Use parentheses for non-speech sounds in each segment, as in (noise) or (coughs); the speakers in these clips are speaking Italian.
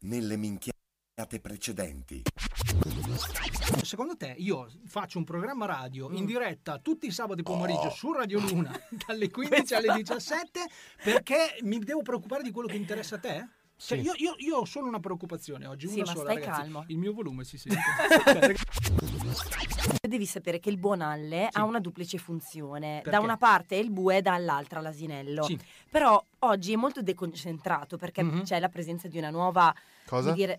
nelle minchiate precedenti. Secondo te io faccio un programma radio Mm. in diretta tutti i sabati pomeriggio Oh. su Radio (laughs) Luna dalle 15 alle 17 perché mi devo preoccupare di quello che interessa a te? Cioè, Sì. io, io- io ho solo una preoccupazione oggi, Sì, una ma sola, stai ragazzi. calmo. Il mio volume (laughs) si sente. Cioè, Devi sapere che il buonalle ha una duplice funzione. Perché? Da una parte è il bue, dall'altra l'asinello. Sì. Però oggi è molto deconcentrato perché Mhm. c'è la presenza di una nuova... Cosa? di dire-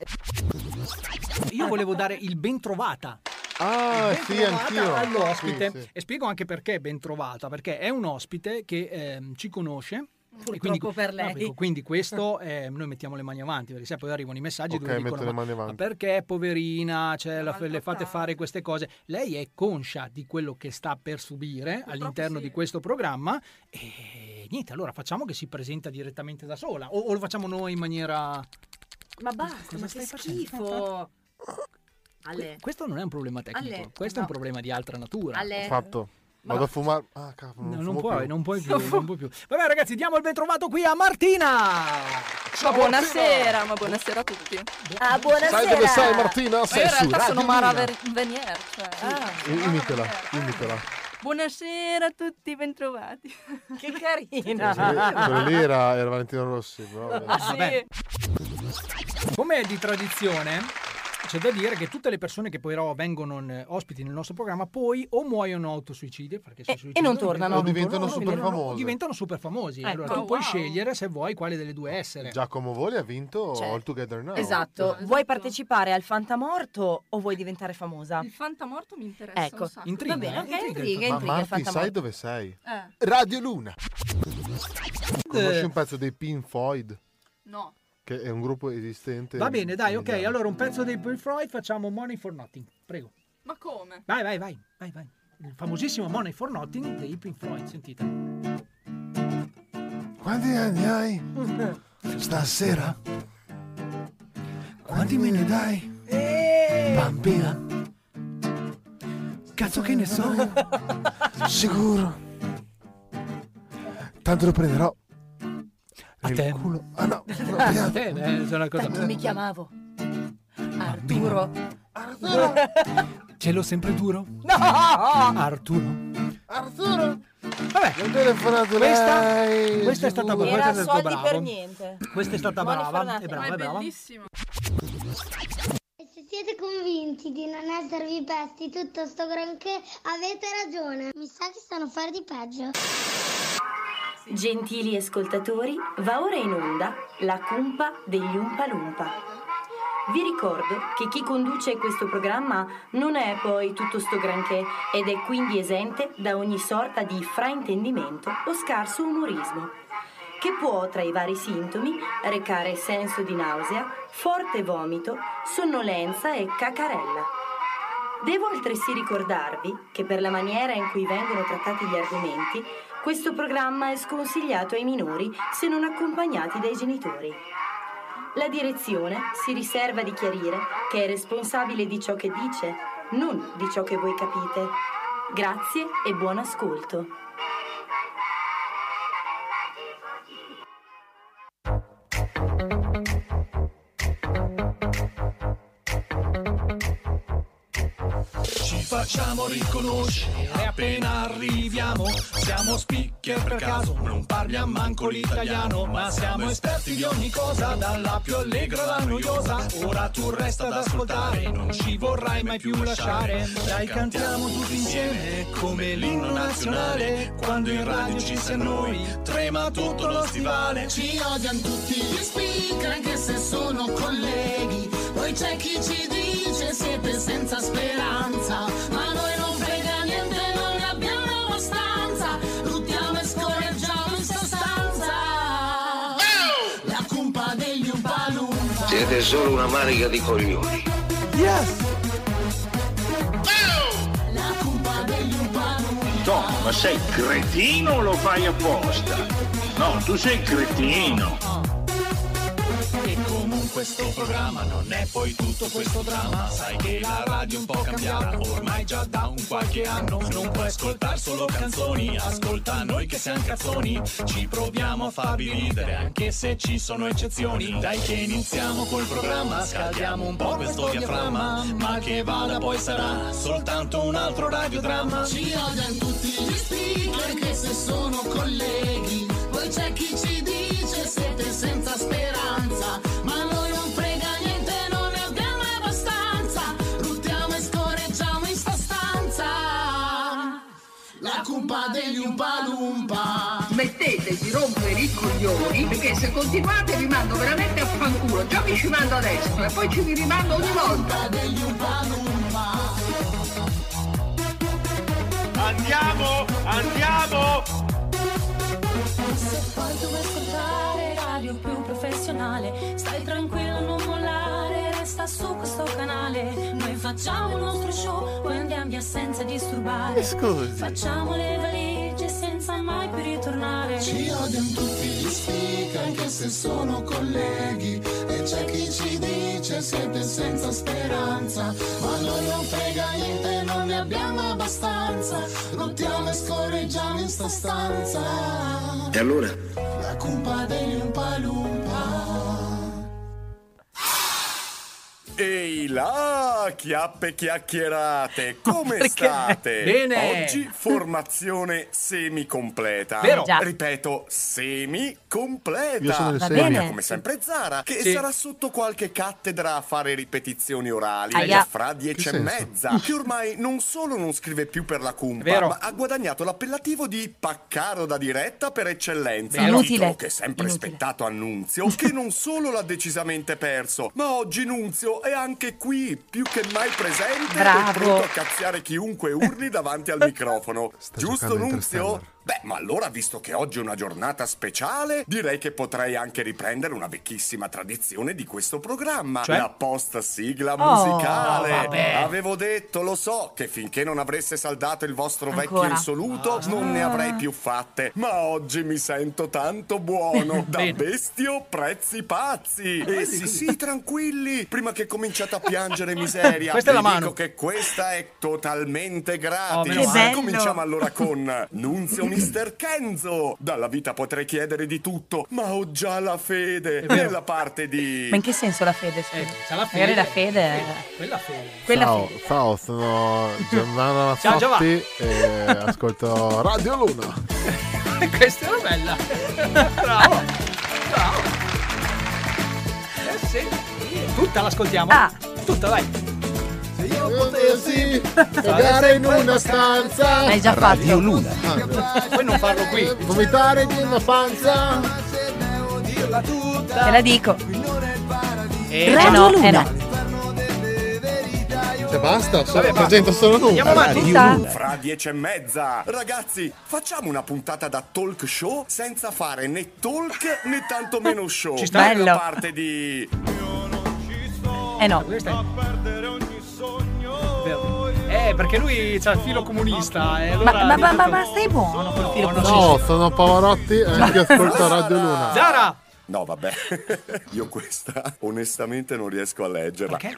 Io volevo dare il ben trovata. Ah, ben sì, trovata anch'io. all'ospite. Sì, sì. E spiego anche perché ben trovata, perché è un ospite che ehm, ci conosce. Purtroppo e quindi, per lei. No, dico, quindi questo eh, noi mettiamo le mani avanti, perché sai, poi arrivano i messaggi Ok, dove metto dicono le "Ma- mani ma avanti. perché poverina, cioè, la- le fate Maltrattata. fare queste cose. Lei è conscia di quello che sta per subire all'interno sì. di questo programma e niente, allora facciamo che si presenta direttamente da sola o, o lo facciamo noi in maniera... Ma basta, Cosa ma stai che facendo? schifo! Ale, Questo non è un problema tecnico, Ale, questo è un no. problema di altra natura. Ale. Fatto. Ma- Vado a fumare. Ah, cavolo. Non, No, non fumo puoi, più. non puoi più, non puoi più. Vabbè ragazzi, diamo il ben trovato qui a Martina! Ma buonasera, ma buonasera a tutti. Ah, buonasera! Sai dove sei, Martina? Ma io Sei in su realtà sono Radio Mara Luna. Ver- Venier. Cioè. Ah, I- Imitela, imitela. Buonasera a tutti, bentrovati. che Quello lì- carina! quello lì era, era Valentino Rossi. però Ah, vabbè. Ah, sì? vabbè. Come è di tradizione, c'è da dire che tutte le persone che però vengono in- ospiti nel nostro programma poi o muoiono autosuicidi perché si E- e suicidano, non tornano. O diventano tornano, superfamosi. o diventano super famosi. Ecco. allora tu Oh, puoi wow. scegliere se vuoi quale delle due essere. Giacomo Voli ha vinto Cioè, All Together Now. Esatto, Esatto. vuoi partecipare al Fantamorto o vuoi diventare famosa? Il fantamorto mi interessa Ecco. un sacco. Intriga, Va bene, eh? ok, Intriga il intriga, Ma intriga il Marti, sai Fantamorto. dove sei? Eh, Radio Luna. Conosci Eh, un pezzo dei Pink Floyd, no. che è un gruppo esistente. Va bene, dai, ok. mondiale. Allora un pezzo dei Pink Floyd facciamo Money for Nothing. Prego. Ma come? Vai, vai, vai, vai, vai. Il famosissimo Money for Nothing dei Pink Floyd, sentite. oh. Quanti anni hai? Stasera? Quanti me ne dai? Bambina? Cazzo che ne so? Sicuro. Tanto lo prenderò. A nel te. Culo. Ah no. (laughs) Eh, beh, sono una cosa. mi chiamavo Ah, Arturo. Ce l'ho sempre duro? No! Ah! Arturo. Arturo! Vabbè, Ho telefonato Questa- lei, questa è stata sicuro. quella- Era Guardate il tuo soldi per bravo. niente. Questa è stata Buoni brava, fornate. Ma è brava, è è brava. bellissimo. E Se siete convinti di non esservi pesti tutto sto granché, avete ragione. Mi sa che stanno a fare di peggio. Gentili ascoltatori, va ora in onda la cumpa degli Umpa Lumpa. Vi ricordo che chi conduce questo programma non è poi tutto sto granché ed è quindi esente da ogni sorta di fraintendimento o scarso umorismo, che può tra i vari sintomi recare senso di nausea, forte vomito, sonnolenza e cacarella. Devo altresì ricordarvi che per la maniera in cui vengono trattati gli argomenti, questo programma è sconsigliato ai minori se non accompagnati dai genitori. La direzione si riserva di chiarire che è responsabile di ciò che dice, non di ciò che voi capite. Grazie e buon ascolto. Ci facciamo riconoscere appena arriviamo. Siamo speaker per caso, non parliamo manco l'italiano. Ma siamo esperti di ogni cosa, dalla più allegra alla noiosa. Ora tu resta ad ascoltare, non ci vorrai mai più lasciare. Dai, cantiamo tutti insieme come l'inno nazionale. Quando in radio ci sei noi, trema tutto lo stivale. Ci odiano tutti gli speaker, anche se sono colleghi. Poi c'è chi ci dice siete senza speranza, ma noi non frega niente, non ne abbiamo abbastanza, luttiamo e scorreggiamo in sostanza. La cumpa degli Umpalumpa. Siete solo una manica di coglioni. la cumpa degli Umpalumpa. Tom, ma sei cretino o lo fai apposta? No, tu sei cretino. E comunque con questo programma non è poi tutto questo dramma Sai che la radio è un po' cambiata ormai già da un qualche anno Non puoi ascoltare solo canzoni, ascolta noi che siamo cazzoni Ci proviamo a farvi ridere anche se ci sono eccezioni Dai che iniziamo col programma, scaldiamo un po' questo diaframma Ma che vada poi sarà soltanto un altro radiodramma Ci odiano tutti gli speaker anche se sono colleghi Poi c'è chi ci dice siete senza speranza Ma noi non frega niente, non ne abbiamo abbastanza Ruttiamo e scorreggiamo in sta stanza La cumpa degli Umpalumpa Smetteteci rompere i coglioni perché se continuate vi mando veramente a fanculo. Già vi ci mando adesso e poi ci vi rimando ogni volta. Andiamo, andiamo! Se poi vuoi ascoltare radio più professionale, stai tranquillo, non mollare, resta su questo canale. Noi facciamo il nostro show, poi andiamo via senza disturbare. Eh, Mi scusi. Facciamo le valigie senza mai più ritornare. Ci odiano tutti gli sfiga anche se sono colleghi E c'è chi ci dice siete senza speranza Ma a noi non frega niente, non ne abbiamo abbastanza Lottiamo e scorreggiamo in sta stanza E allora? La cumpa degli Umpalumpa Ehi là, chiappe chiacchierate, (laughs) come Perché? state? Bene. Oggi formazione semicompleta. Vero. Già. Ripeto, semicompleta. Io sono il Va semi. Maria, bene. come sempre Zara, che Sì. sarà sotto qualche cattedra a fare ripetizioni orali Aia. fra dieci Che e senso? mezza, che ormai non solo non scrive più per la cumpa, Vero. ma ha guadagnato l'appellativo di paccaro da diretta per eccellenza. Vero. Titolo Inutile. Che è sempre Inutile. spettato dato a Nunzio (laughs) che non solo l'ha decisamente perso, ma oggi Nunzio è anche qui, più che mai presente Bravo. e pronto a cazziare chiunque urli (laughs) davanti al microfono. Sta Giusto giocando a Nunzio? Interstellar. Beh, ma allora, visto che oggi è una giornata speciale, direi che potrei anche riprendere una vecchissima tradizione di questo programma, Cioè? la post sigla Oh, musicale. no, vabbè. Avevo detto, lo so, che finché non avreste saldato il vostro vecchio Ancora. insoluto, Ah. non ne avrei più fatte. Ma oggi mi sento tanto (laughs) buono, da Bene. Ah, bestio prezzi pazzi. E sì, sì, tranquilli, prima che cominciate a piangere miseria. (laughs) Questa è vi la mano. dico che questa è totalmente gratis. Oh, meno Che male. bello. Cominciamo allora con Nunzio Mister Kenzo. Dalla vita potrei chiedere di tutto, ma ho già la fede È vero. nella parte di Ma in che senso la fede? scusa? Eh, c'ha la fede. Magari la fede. Eh, Quella fede. Quella ciao, fede. ciao, sono Giovanna (laughs) Ciao, Giovanna. Mazzotti e ascolto Radio Luna. (laughs) Questa era bella. Bravo. Bravo. Eh sì. Tutta l'ascoltiamo? Ah. Tutta, dai. Se io potessi cagare in una stanza, L'hai già fatto. Radio Luna. Puoi non farlo qui. vomitare di una panza, Te la dico. Eh, Eh no. no, eh no. cioè basta, Vabbè, sono, basta. presento solo Andiamo Luna. avanti. Tutta. Fra dieci e mezza, ragazzi, facciamo una puntata da talk show senza fare né talk né tantomeno show. Ci sta. Nella Bello. parte di Eh no. Questa è- Vero. Eh, perché lui c'ha il filo comunista. E allora Ma, ma, ma, ma, ma Sono stai buono col filo buono. No, sono Pavarotti e (laughs) anche ascolto Radio Luna. Zara! Ah. No, vabbè. (laughs) Io questa onestamente non riesco a leggerla. Perché?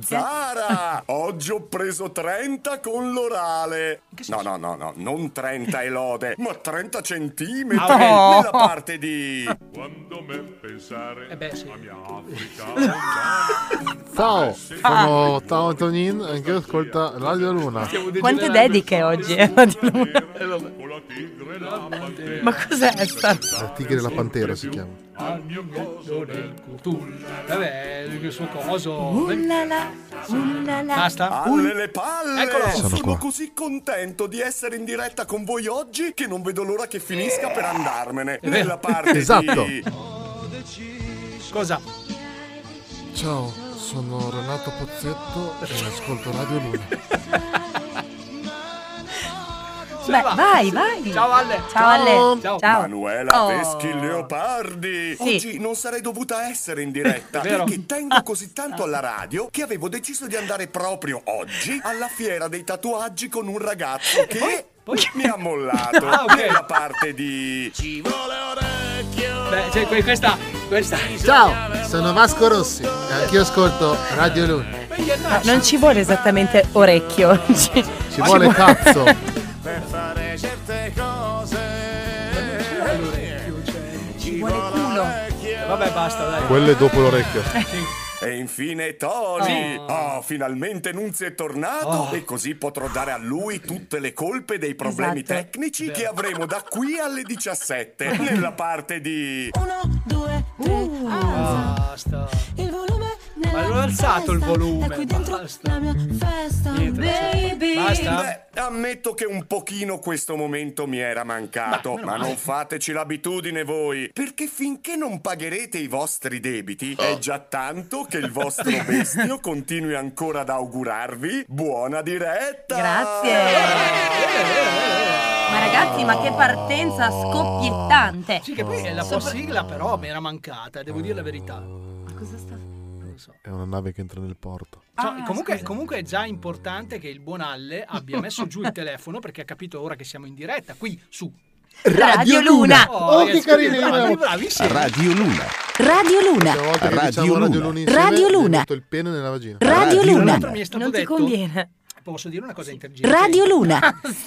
Zara! Oggi ho preso 30 con l'orale. che No, senso? no, no, no, non 30 e lode, ma 30 centimetri Ah, ok. nella parte di Quando me pensare Eh beh, sì. mia Africa Ciao, Ah. sono Tao Antonin e anche io ascolto Radio Luna. Quante dediche oggi? eh? (laughs) con la tigre la pantera ma cos'è sta? La tigre e la pantera si chiama. Al mio coso del cutul. Vabbè, il suo coso. Ullala, ullala. Basta. Alle le palle! Eccolo. Sono Sono qua. così contento di essere in diretta con voi oggi che non vedo l'ora che finisca per andarmene. vero. Nella parte Esatto. di Cosa? Ciao, sono Renato Pozzetto e ascolto Radio (laughs) Luna. Se ne Beh, va. vai, vai. Ciao, Ale. Ciao Ale. Ciao. Ciao. Manuela Oh. Veschi Leopardi. Sì. Oggi non sarei dovuta essere in diretta (laughs) Vero. (laughs) perché tengo così tanto alla radio che avevo deciso di andare proprio oggi alla fiera dei tatuaggi con un ragazzo Eh, che Poi? mi ha (laughs) mollato Ah, ok. nella parte di Beh, cioè, que- questa Ciao, sono Vasco Rossi e anch'io ascolto Radio Luna. Eh, Ma non ci vuole esattamente (laughs) orecchio. Ci, Ci vuole cazzo. per fare cioè. certe cose. Ci vuole culo. Eh, Vabbè, basta, dai. Quelle (laughs) dopo l'orecchio. E infine Tony! Oh, finalmente Nunzio è tornato Oh. e così potrò dare a lui tutte le colpe dei problemi Esatto. tecnici che avremo da qui alle 17 nella parte di... Due, tre, Basta. Il volume Uh. Ah. Ma nella non ho alzato il È qui volume. dentro la mia festa, Niente, baby. Beh, ammetto che un pochino questo momento mi era mancato, Ma, meno ma male. non fateci l'abitudine voi, perché finché non pagherete i vostri debiti, Oh. è già tanto che il vostro (laughs) bestio continui ancora ad augurarvi buona diretta! Ma ragazzi, ma che partenza scoppiettante! Sì, che poi è Eh, la sua Sopra- sigla, però mi era mancata, devo dire la verità. Cosa sta? È una nave che entra nel porto. Cioè, comunque, comunque è già importante che il buon Alle abbia messo giù il telefono perché ha capito ora che siamo in diretta qui su Radio Luna. Oh, Oh, che ragazzi, carini bravi, che siamo. bravi, sì. Radio Luna. Radio Luna. Diciamo Radio Luna. Radio Luna. Il pene nella vagina. Ah, Radio Tra Luna. l'altro mi è stato Non ti detto- conviene. Posso dire una cosa intelligente? Radio Luna.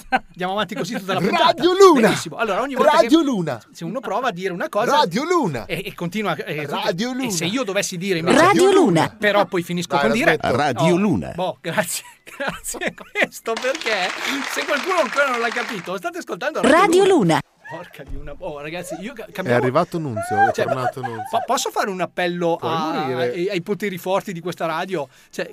Andiamo avanti così tutta (laughs) la puntata. Radio Luna. Benissimo. Allora, ogni volta Radio che- Luna. se uno prova a dire una cosa Eh, Radio Luna. e, e continua e, Radio e Luna. se io dovessi dire invece Radio Luna. però poi finisco Dai, con dire l'aspetto. Radio Oh, Luna. boh grazie (laughs) grazie a questo perché se qualcuno ancora non l'ha capito state ascoltando Radio Luna. porca di una oh ragazzi io ca- È cambiamo arrivato Nunzio, è Cioè, tornato Nunzio. (laughs) po- posso fare un appello Puoi a- morire. ai, ai poteri forti di questa radio cioè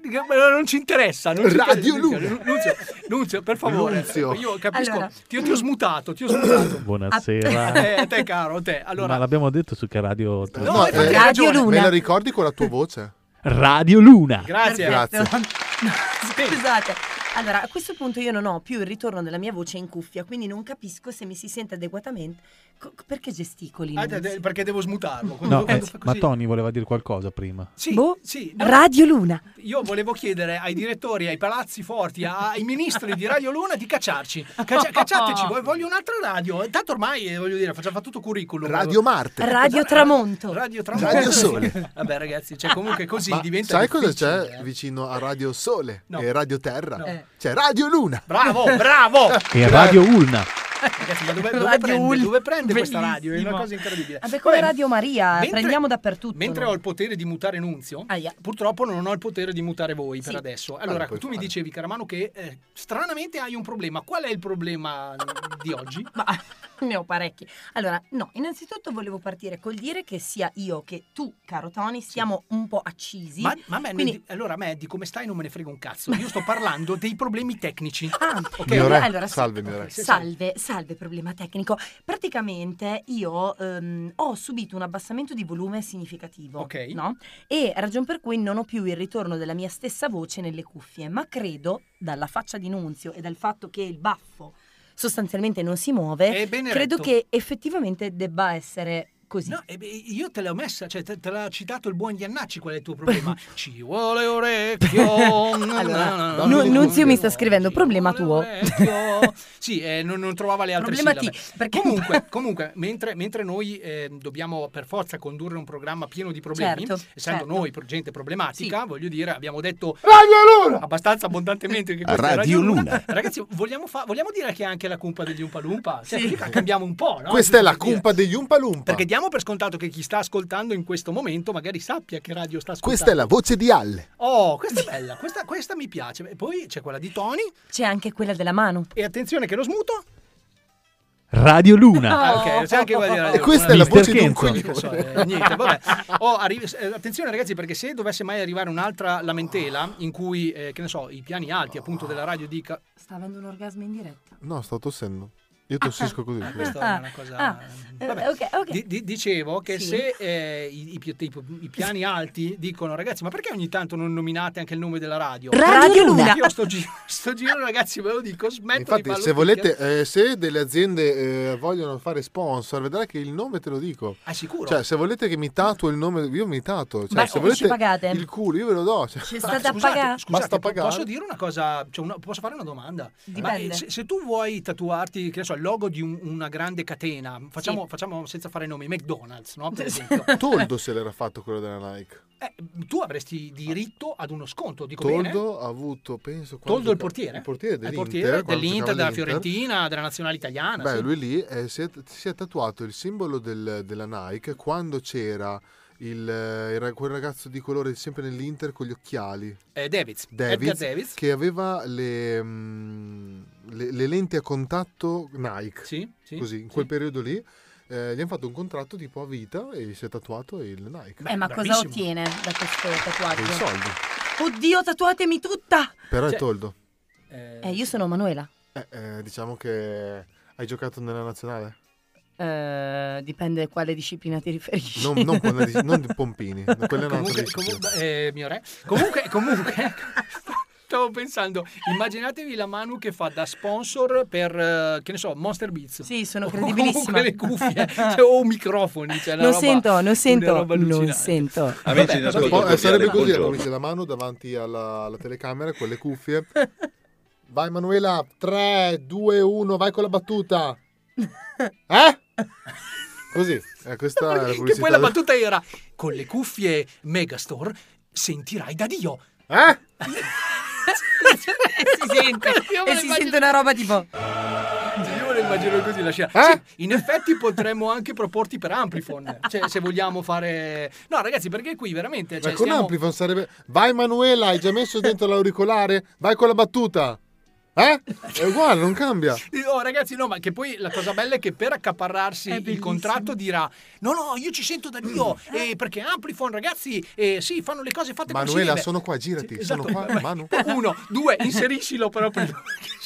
non ci interessa, non ci Radio interessa. Luna. Nunzio, Nunzio, per favore, Eh, Nunzio. io capisco, Allora. ti, ti ho smutato, ti ho smutato. (coughs) Buonasera. Eh, te caro, te. Allora, Ma l'abbiamo detto su che radio? No, eh, hai ragione. Radio Me Luna. la ricordi con la tua voce? Radio Luna. Grazie. Grazie. Scusate. Allora, a questo punto io non ho più il ritorno della mia voce in cuffia, quindi non capisco se mi si sente adeguatamente. Co- co- perché gesticoli? Ah, de- de- perché devo smutarlo. Quando- No, quando eh, fa ma così- Tony voleva dire qualcosa prima. Sì, sì, no. Luna. Io volevo chiedere ai direttori, ai palazzi forti, a- ai ministri di Radio Luna di cacciarci. Caccia- cacciateci, voglio- voglio un'altra radio. Tanto ormai, eh, voglio dire, facciamo tutto curriculum. Eh, Radio Marte. Radio Tramonto. Radio Tramonto. Radio sì. Sole. Vabbè ragazzi, cioè comunque così Ma diventa sai cosa difficile. eh. c'è vicino a Radio Sole No. e Radio Terra? No. C'è Radio Luna. Bravo, (laughs) bravo! E Radio Ulna. Ragazzi, ma dove, dove Radio prende, Ul- dove prende questa Bellissimo. radio? È una cosa incredibile. Vabbè, come Vabbè, Radio Maria, mentre- prendiamo (laughs) dappertutto. Mentre ho il potere di mutare Nunzio, purtroppo non ho il potere di mutare voi per adesso. Allora, Allora, tu puoi mi fare. dicevi, Caramano, che eh, stranamente hai un problema. Qual è il problema di oggi? Ne ho parecchi. Allora, no, innanzitutto volevo partire col dire che sia io che tu, caro Tony, siamo un po' accisi. Ma, ma a me, Quindi- di- allora a me di come stai non me ne frega un cazzo. Io sto parlando dei problemi tecnici. Ah, ok. Miore, allora, sì. salve Miore. Salve, salve problema tecnico. Praticamente io ehm, ho subito un abbassamento di volume significativo, Ok. no? E ragion per cui non ho più il ritorno della mia stessa voce nelle cuffie, ma credo dalla faccia di Nunzio e dal fatto che il baffo sostanzialmente non si muove, È ben credo eretto. che effettivamente debba essere così. No, eh beh, io te l'ho messa, cioè te, te l'ha citato il buon Iannacci qual è il tuo (laughs) problema. Ci vuole orecchio. Allora, Nu- Nunzio mi sta scrivendo problema tuo. Sì, eh, non, non trovava le altre Problema sillabe. T, perché- (laughs) Comunque, comunque mentre, mentre noi eh, dobbiamo per forza condurre un programma pieno di problemi, Certo, essendo certo. noi pro- gente problematica, voglio dire, abbiamo detto abbastanza abbondantemente che Radio questa è Radio Luna. Luna. Ragazzi, vogliamo, fa- vogliamo dire che è anche la cumpa degli Umpalumpa? Cioè, così cambiamo un po', no? Questa è la Giusto per dire. cumpa degli Umpalumpa. Perché diamo per scontato che chi sta ascoltando in questo momento magari sappia che radio sta ascoltando. Questa è la voce di Alle. Oh, questa è bella, questa, questa mi piace. E poi c'è quella di Tony. C'è anche quella della mano. E attenzione che lo smuto. Radio Luna. Ah, Oh. ok, c'è anche quella di (laughs) radio. E questa è la Mister voce di un Kenzo. coglione. Che so, eh, niente, vabbè. Oh, arri- eh, attenzione ragazzi perché se dovesse mai arrivare un'altra lamentela in cui, eh, che ne so, i piani alti appunto della radio dica... Sta avendo un orgasmo in diretta. No, sto tossendo. Io tossisco così. Ah, questa è una cosa... Ah, eh, Vabbè. ok, ok. Di- di- dicevo che Sì. se eh, i, i pi- tipo, i piani alti dicono ragazzi ma perché ogni tanto non nominate anche il nome della radio Radio Radio Luna. Luna. io sto, gi- (laughs) sto giro ragazzi ve lo dico smetto di Infatti, farlo se volete, eh, se delle aziende eh, vogliono fare sponsor, vedrai che il nome te lo dico. Ah, sicuro? Cioè, se volete che mi tatuo il nome, io mi tatuo. Cioè, Beh, se o volete ci pagate. il culo, io ve lo do. Cioè, C'è Ma stata scusate, pagata. scusate, Basta po- pagare. posso dire una cosa? Cioè, una- posso fare una domanda? Ma, Dipende. eh, se, se tu vuoi tatuarti, che ne so, il logo di un- una grande catena, facciamo, facciamo senza fare nomi, McDonald's, no? Per esempio. Toldo se l'era fatto quello della Nike. Eh, tu avresti diritto ad uno sconto, dico bene? Toldo ha avuto, penso... quando Toldo gioca- il portiere. Il portiere È il dell'Inter. portiere quando dell'Inter, giocava della all'Inter. Fiorentina, della nazionale italiana. Beh, Ah, sì. lui lì eh, si, è, si è tatuato il simbolo del- della Nike quando c'era il, eh, il ra- quel ragazzo di colore sempre nell'Inter con gli occhiali. Eh, Davids, Edgar Davids, Davids. che aveva le, mm, le- le lenti a contatto Nike. sì, Così, in quel periodo lì. eh, gli hanno fatto un contratto tipo a vita e si è tatuato il Nike. Eh, ma cosa ottiene da questo tatuaggio? Dei soldi. Oddio, tatuatemi tutta! Però è Cioè, toldo. Eh, io sono Manuela. Eh, eh, diciamo che hai giocato nella nazionale? Eh, dipende a quale disciplina ti riferisci. Non, non, con la dis- non (laughs) Pompini, quella è un'altra comunque, disciplina. comunque- eh, mio re. Comunque, comunque, (laughs) stavo pensando, immaginatevi la Manu che fa da sponsor per, eh, che ne so, Monster Beats. Sì, sono credibilissima. le (laughs) cuffie cioè, o microfoni. Cioè, una non roba- sento, non una roba sento, non allucinante. sento. Amici in Vabbè, ascolto, po- eh, cordiale, sarebbe così, buongiorno. (laughs) amici la mano davanti alla, alla telecamera con le cuffie. Vai Manuela, 3, 2, 1, vai con la battuta. Eh? Così, eh, questa è la (laughs) Che pubblicità poi la del- battuta era, con le cuffie Megastore sentirai da Dio. (laughs) Eh? si (laughs) sente, e si sente una roba tipo... Ah, Io me lo immagino così la scena. Eh? Sì, in effetti potremmo anche proporti per Amplifon. Cioè, se vogliamo fare. No, ragazzi, perché qui veramente. Ma Cioè, con stiamo- Amplifon sarebbe... Vai Manuela, hai già messo dentro l'auricolare? Vai con la battuta. Eh? È uguale, non (laughs) cambia. Oh, ragazzi, no, ma che poi la cosa bella è che per accaparrarsi il contratto dirà: No, no, io ci sento da Dio. eh, perché Amplifon, ragazzi, eh, sì, fanno le cose fatte come si Manuela, deve. sono qua, girati, sono esatto. qua, Manu. (laughs) Uno, due, inseriscilo però prima.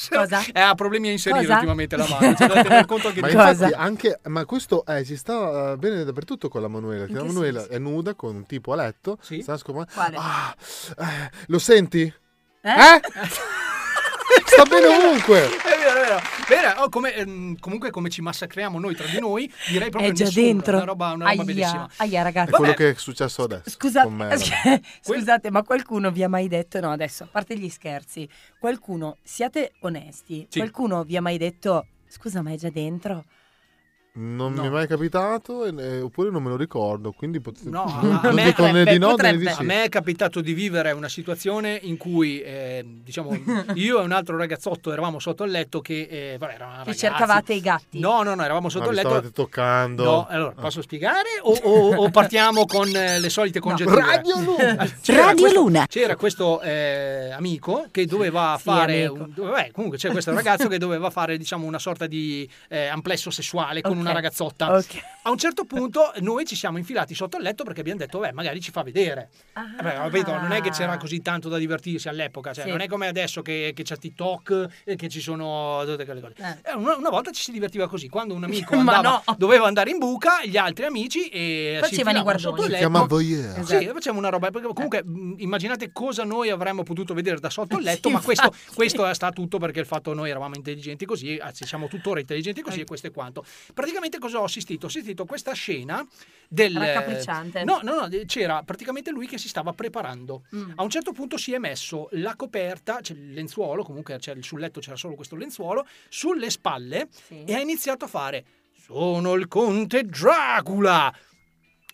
Cosa? Eh, ha problemi a inserire Cosa? ultimamente la mano. Cioè, deve tener conto che ma infatti anche ma questo eh, si sta eh, bene dappertutto con la Manuela che In la che Manuela è nuda con un tipo a letto sta scom- Quale? Ah, eh, lo senti? Eh? sta (laughs) bene ovunque È vero, è vero. Vero, oh, come, ehm, comunque come ci massacriamo noi tra di noi, direi proprio È già nessuno. dentro. Una roba, una roba Aia, bellissima. aia, è ragazzi. quello che è successo adesso Scusate, con me, (laughs) scusate, ma qualcuno vi ha mai detto, no adesso, a parte gli scherzi, qualcuno, siate onesti, Sì. qualcuno vi ha mai detto, scusa ma è già dentro? non mi è mai capitato e- eh, oppure non me lo ricordo quindi potete No, (laughs) non a, me, Ah, dico né di no né di a sì me è capitato di vivere una situazione in cui, eh, diciamo, io e un altro ragazzotto eravamo sotto il letto che... Eh, vabbè, eravamo Che ragazzi. cercavate i gatti? No, no, no, eravamo Ma sotto vi il letto... stavate toccando No, allora, posso spiegare o, o- o partiamo con eh, le solite congetture? Radio Luna. C'era Radio questo- Luna. C'era questo eh, amico che doveva Sì, fare... amico. un- vabbè, comunque c'era questo ragazzo che doveva fare, diciamo, una sorta di eh, amplesso sessuale con Ok. una ragazzotta. A un certo punto noi ci siamo infilati sotto il letto perché abbiamo detto, beh, magari ci fa vedere. Eh beh, capito, non è che c'era così tanto da divertirsi all'epoca, cioè, Sì. non è come adesso che, che c'è TikTok e che ci sono tutte quelle cose. Eh, Una, una volta ci si divertiva così, quando un amico (laughs) Ma andava- no. doveva andare in buca, gli altri amici e si Facevano i infilavano guardoni. sotto il Si letto. chiama voyeur. Sì, Esatto. facciamo una roba. perché Comunque, mh, immaginate cosa noi avremmo potuto vedere da sotto (laughs) il letto, ma questo, questo sta tutto perché il fatto noi eravamo intelligenti così, anzi, siamo tuttora intelligenti così, Ecco. e questo è quanto. Praticamente, cosa ho assistito? Ho assistito a questa scena del. Raccapricciante. No, no, no, de- c'era praticamente lui che si stava preparando. Mm. A un certo punto si è messo la coperta, cioè il lenzuolo, comunque c'era- sul letto c'era solo questo lenzuolo, sulle spalle e ha iniziato a fare sono il conte Dracula.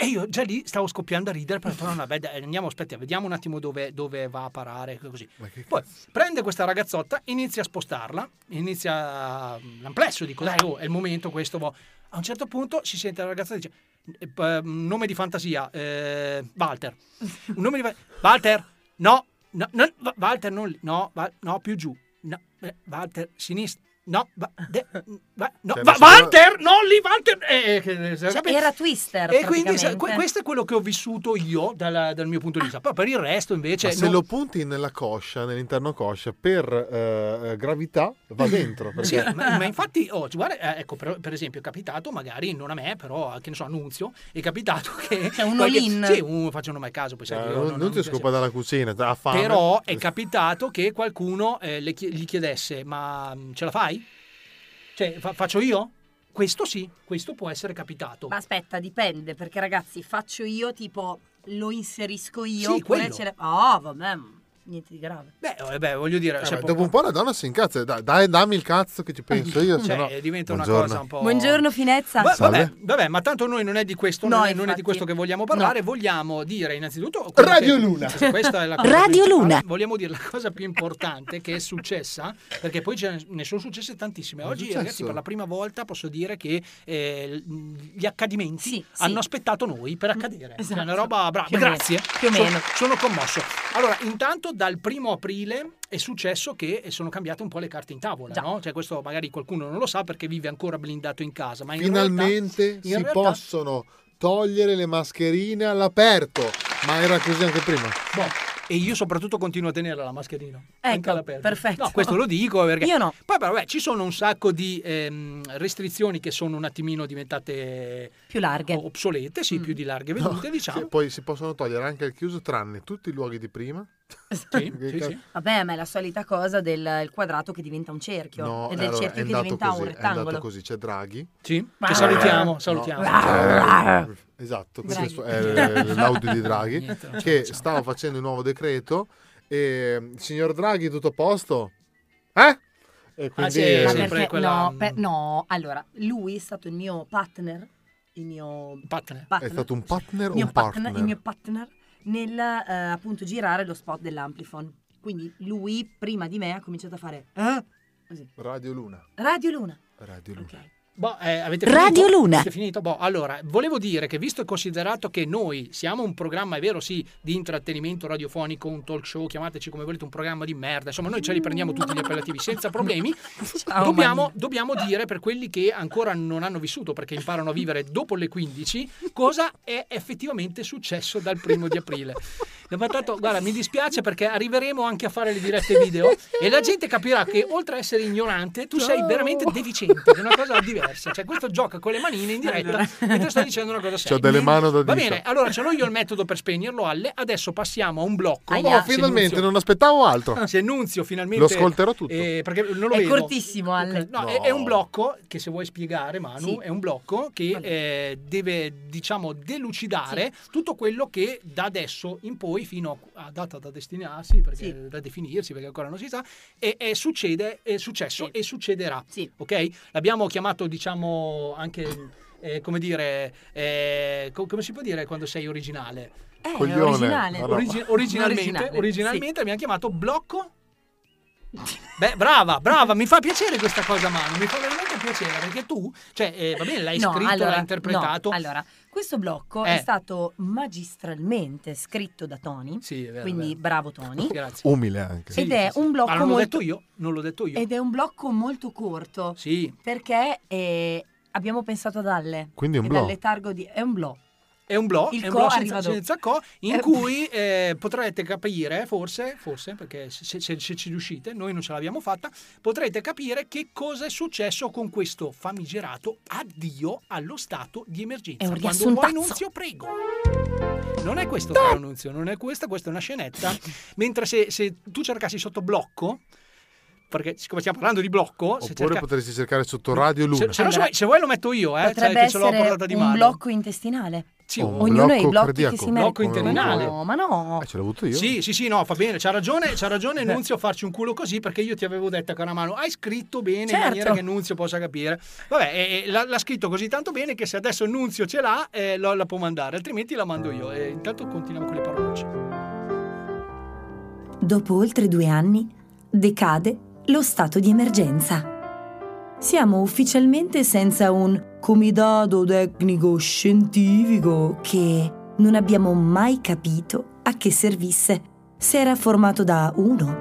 E io già lì stavo scoppiando a ridere, però ho detto, "No, no, beh, dai, andiamo, aspetta, vediamo un attimo dove, dove va a parare. Così. Poi prende questa ragazzotta, inizia a spostarla, inizia mm, l'amplesso, dico, dai, oh, è il momento questo. boh." A un certo punto si sente la ragazza e dice, eh, p- nome di fantasia, eh, Walter. Un nome di fa- Walter, no, no, no, Va- Walter, non, lì, no, Va- no, più giù. No, eh, Walter, sinistra. No, Va- de- Va- no, Cioè, non si Va- può- Walter, non lì, Walter. eh, eh, che- Cioè, sapete- era Twister e quindi sa- que- praticamente. questo è quello che ho vissuto io dalla- dal mio punto di vista. Poi per il resto invece... Ma se non- lo punti nella coscia, nell'interno coscia, per eh, gravità (laughs) va dentro. (laughs) Sì, Perché... ma, ma infatti, oh, guarda, eh, ecco, per, per esempio, è capitato, magari non a me, però a, che ne so, annunzio, è capitato (laughs) che. C'è un qualche- all-in. Sì, un, faccio mai caso, poi sai che Eh, io non, non ti mi scopa dalla cucina, ha fame. Però è capitato che qualcuno eh, le chie- gli chiedesse: Ma mh, ce la fai? Cioè, fa- faccio io? Questo sì, questo può essere capitato. Ma aspetta, dipende, perché ragazzi, faccio io tipo, lo inserisco io, Sì, oppure quello. ce l'ho... Oh, vabbè, niente di grave. Beh, oh, eh beh, voglio dire, Eh, cioè, beh, dopo un po' la donna si incazza, dai, dai, dammi il cazzo che ci penso io. Cioè, sennò- diventa una Buongiorno. cosa un po'. Buongiorno Finezza. oh. Va- vabbè, Salve. Eh? vabbè, ma tanto noi non è di questo, No, non, è, non è infatti. di questo che vogliamo parlare. Vogliamo dire innanzitutto quello Radio che- Luna. cioè, Questa è la cosa Radio principale. Luna. Vogliamo dire la cosa più importante che è successa, perché poi ce ne- ne sono successe tantissime. Cosa è Oggi, successo? ragazzi, per la prima volta posso dire che eh, l- gli accadimenti sì. hanno aspettato noi per accadere. Cioè, Esatto. una roba brava. Più o meno, Grazie. più o Sono- meno. sono commosso. Allora, intanto dal primo aprile è successo che sono cambiate un po' le carte in tavola, no? Cioè questo magari qualcuno non lo sa perché vive ancora blindato in casa, ma Ah, in Finalmente realtà, in si realtà- possono togliere le mascherine all'aperto. Ma era così anche prima. Boh, e io soprattutto continuo a tenerla la mascherina. Ecco, perfetto. No, questo lo dico perché... Io no. Poi però, vabbè, ci sono un sacco di ehm, restrizioni che sono un attimino diventate... Più larghe. Obsolete, sì, più di larghe vedute, No, diciamo. sì, poi si possono togliere anche al chiuso, tranne tutti i luoghi di prima. (laughs) Eh, sì, sì. Vabbè, ma è la solita cosa del il quadrato che diventa un cerchio No, e del allora, cerchio è che andato diventa così, un È andato rettangolo. così, c'è Draghi. Sì, che Eh, salutiamo, no, salutiamo. cioè, esatto, Draghi. questo è l- l'audio di Draghi (laughs) Niente, non ce la che stava facendo un nuovo decreto e mm, signor Draghi tutto a posto? Eh? E quindi Ah, sì, è eh, Ma sempre perché- quella- mm, no, per- no, allora, lui è stato il mio partner, il mio partner, è stato un partner o mio un partner? il mio partner nel eh, appunto girare lo spot dell'Amplifon. Quindi lui prima di me ha cominciato a fare eh, così. Radio Luna, Radio Luna. Radio Luna. Boh, eh, avete Radio finito? Luna. Avete finito? Boh, allora, volevo dire che visto e considerato che noi siamo un programma, è vero sì, di intrattenimento radiofonico, un talk show, chiamateci come volete, un programma di merda, insomma noi ce li prendiamo tutti gli appellativi (laughs) senza problemi, dobbiamo, dobbiamo dire per quelli che ancora non hanno vissuto, perché imparano a vivere dopo le 15, cosa è effettivamente successo dal primo di aprile. No, Ma tanto, guarda, mi dispiace perché arriveremo anche a fare le (laughs) dirette video e la gente capirà che oltre a essere ignorante, tu sei No. veramente deficiente, che è una cosa diversa. Cioè, questo gioca con le manine in diretta Allora. mentre sta dicendo una cosa seria. C'ho delle mani da dita. Va bene, allora ce l'ho io il metodo per spegnerlo, Alle. Adesso passiamo a un blocco. Oh, Se finalmente, Nunzio- non aspettavo (laughs) altro. Se Nunzio Lo finalmente... ascolterò tutto. eh, perché non lo È vedo. cortissimo, Ale. No, È, è un blocco che se vuoi spiegare, Sì. Manu, è un blocco che eh, deve, diciamo, delucidare tutto quello che da adesso in poi, fino a data da destinarsi, perché da definirsi, perché ancora non si sa, e, e succede, è successo e succederà. Ok? L'abbiamo chiamato, diciamo, anche. eh, come dire, eh, co- come si può dire quando sei originale? Eh, Coglione, originale. vabbè. Origi- originalmente Originale, originalmente abbiamo chiamato blocco Beh, brava, brava, mi fa piacere questa cosa, Manu, mi fa veramente piacere perché tu, cioè, eh, va bene, l'hai No, scritto, allora, l'hai interpretato. no, allora, questo blocco Eh. è stato magistralmente scritto da Tony. Sì, è vero, quindi è vero. bravo Tony. Grazie. Umile anche. Ed è un blocco Ma non l'ho molto- detto io, non l'ho detto io. Ed è un blocco molto corto. Sì. Perché eh, abbiamo pensato ad Alle. Quindi è un e blocco. Dal letargo di... È un blocco. È un blog, Il è un co blog arriva senza, dopo. senza co, in Eh. cui eh, potrete capire, forse, forse perché se, se- se ci riuscite, noi non ce l'abbiamo fatta, potrete capire che cosa è successo con questo famigerato addio allo stato di emergenza. È un Quando vuoi, riassuntazzo. Nunzio, prego. Non è questo caro Nunzio, non è questa, questa è una scenetta. Mentre se, se tu cercassi sotto blocco, perché siccome stiamo parlando di blocco, se, Oppure cerca- potresti cercare sotto Radio se- Luna. se lo- se vuoi, se vuoi lo metto io, eh, cioè Potrebbe che ce l'ho a essere portata di un mano. blocco intestinale. Sì, Oh, un Ognuno ha i blocco blocchi cardiaco. che si merita. Blocco intestinale. No, ma no. Eh, ce l'ho avuto io. Eh. Sì, sì, sì, no, fa bene, c'ha ragione, c'ha ragione Nunzio a farci un culo così perché io ti avevo detto cara mano, hai scritto bene in Certo. maniera che Nunzio possa capire. Vabbè, e- e l'ha, l'ha scritto così tanto bene che se adesso Nunzio ce l'ha, eh, lo- la può mandare, altrimenti la mando io. E intanto continuiamo con le parolacce. Dopo oltre due anni decade lo stato di emergenza. Siamo ufficialmente senza un comitato tecnico scientifico che non abbiamo mai capito a che servisse. Se era formato da 1,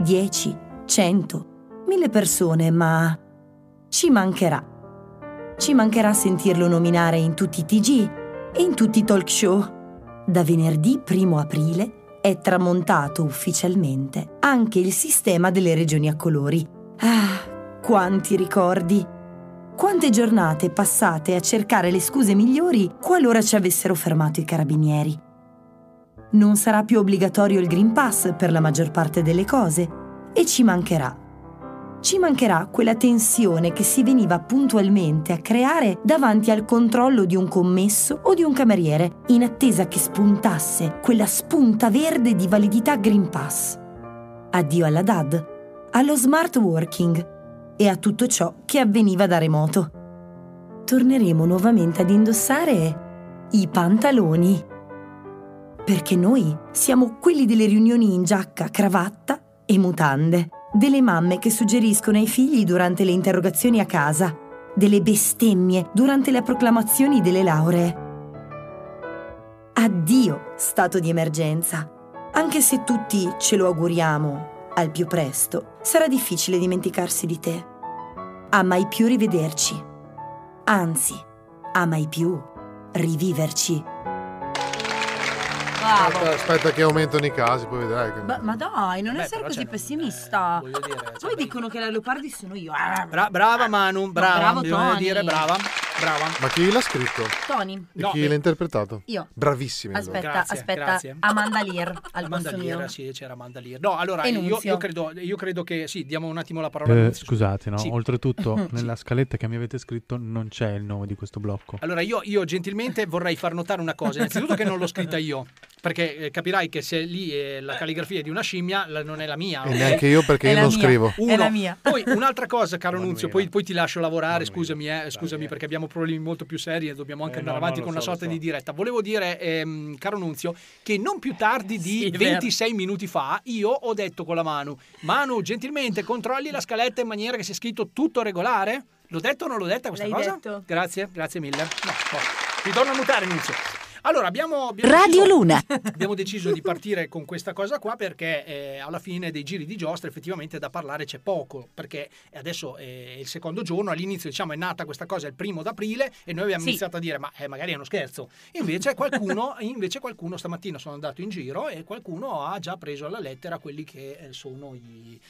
10, 100, 1000 persone, ma ci mancherà. Ci mancherà sentirlo nominare in tutti i TG e in tutti i talk show. Da venerdì 1 aprile è tramontato ufficialmente anche il sistema delle regioni a colori. Ah, quanti ricordi! Quante giornate passate a cercare le scuse migliori qualora ci avessero fermato i carabinieri. Non sarà più obbligatorio il Green Pass per la maggior parte delle cose e ci mancherà. Ci mancherà quella tensione che si veniva puntualmente a creare davanti al controllo di un commesso o di un cameriere, in attesa che spuntasse quella spunta verde di validità Green Pass. Addio alla DAD, allo smart working e a tutto ciò che avveniva da remoto. Torneremo nuovamente ad indossare i pantaloni. Perché noi siamo quelli delle riunioni in giacca, cravatta e mutande, delle mamme che suggeriscono ai figli durante le interrogazioni a casa, delle bestemmie durante le proclamazioni delle lauree. Addio stato di emergenza. Anche se tutti ce lo auguriamo al più presto, sarà difficile dimenticarsi di te. A mai più rivederci. Anzi, a mai più riviverci. Aspetta, aspetta che aumentano i casi, poi vedrai che... Ma, ma dai, non Beh, essere però così c'è- eh, pessimista. cioè, Poi dicono che la Leopardi sono io. Ah, Bra- brava Manu, brava, bravo bisogna Tony. dire brava, brava. Ma chi l'ha scritto? Tony. E chi eh. l'ha interpretato? Io. Bravissimi. allora. Aspetta, Grazie, aspetta. grazie. Amanda Lear al Amanda posto mio. Lear, sì, c'era Amanda Lear. No, allora E io, Nunzio. io credo, io credo che sì, diamo un attimo la parola a Eh, Nunzio. scusate, no? Sì. Oltretutto, (laughs) Sì. nella scaletta che mi avete scritto non c'è il nome di questo blocco. Allora, io, io gentilmente vorrei far notare una cosa. Innanzitutto che non l'ho scritta io, perché eh, capirai che se lì eh, la calligrafia è di una scimmia, la- non è la mia. E neanche io, perché È io la non mia, scrivo. è Uno. la mia. Poi un'altra cosa, caro Nunzio, poi, poi ti lascio lavorare, scusami, eh, scusami perché abbiamo problemi molto più seri e dobbiamo anche Eh, andare no, avanti no, con lo una so, lo sorta so. di diretta. Volevo dire, ehm, caro Nunzio, che non più tardi di Sì, è vero. 26 minuti fa io ho detto con la Manu, Manu, gentilmente controlli la scaletta in maniera che sia scritto tutto regolare? L'ho detto o non l'ho detta questa L'hai cosa? detto. Grazie, grazie mille. No, no. Ti torno a mutare, Nunzio. Allora, abbiamo, abbiamo Radio deciso- Luna. (laughs) Abbiamo deciso di partire con questa cosa qua perché eh, alla fine dei giri di giostra effettivamente da parlare c'è poco, perché adesso è il secondo giorno, all'inizio diciamo è nata questa cosa il primo d'aprile e noi abbiamo Sì. iniziato a dire ma eh, magari è uno scherzo. (laughs) Invece qualcuno, invece qualcuno stamattina sono andato in giro e qualcuno ha già preso alla lettera quelli che eh, sono i-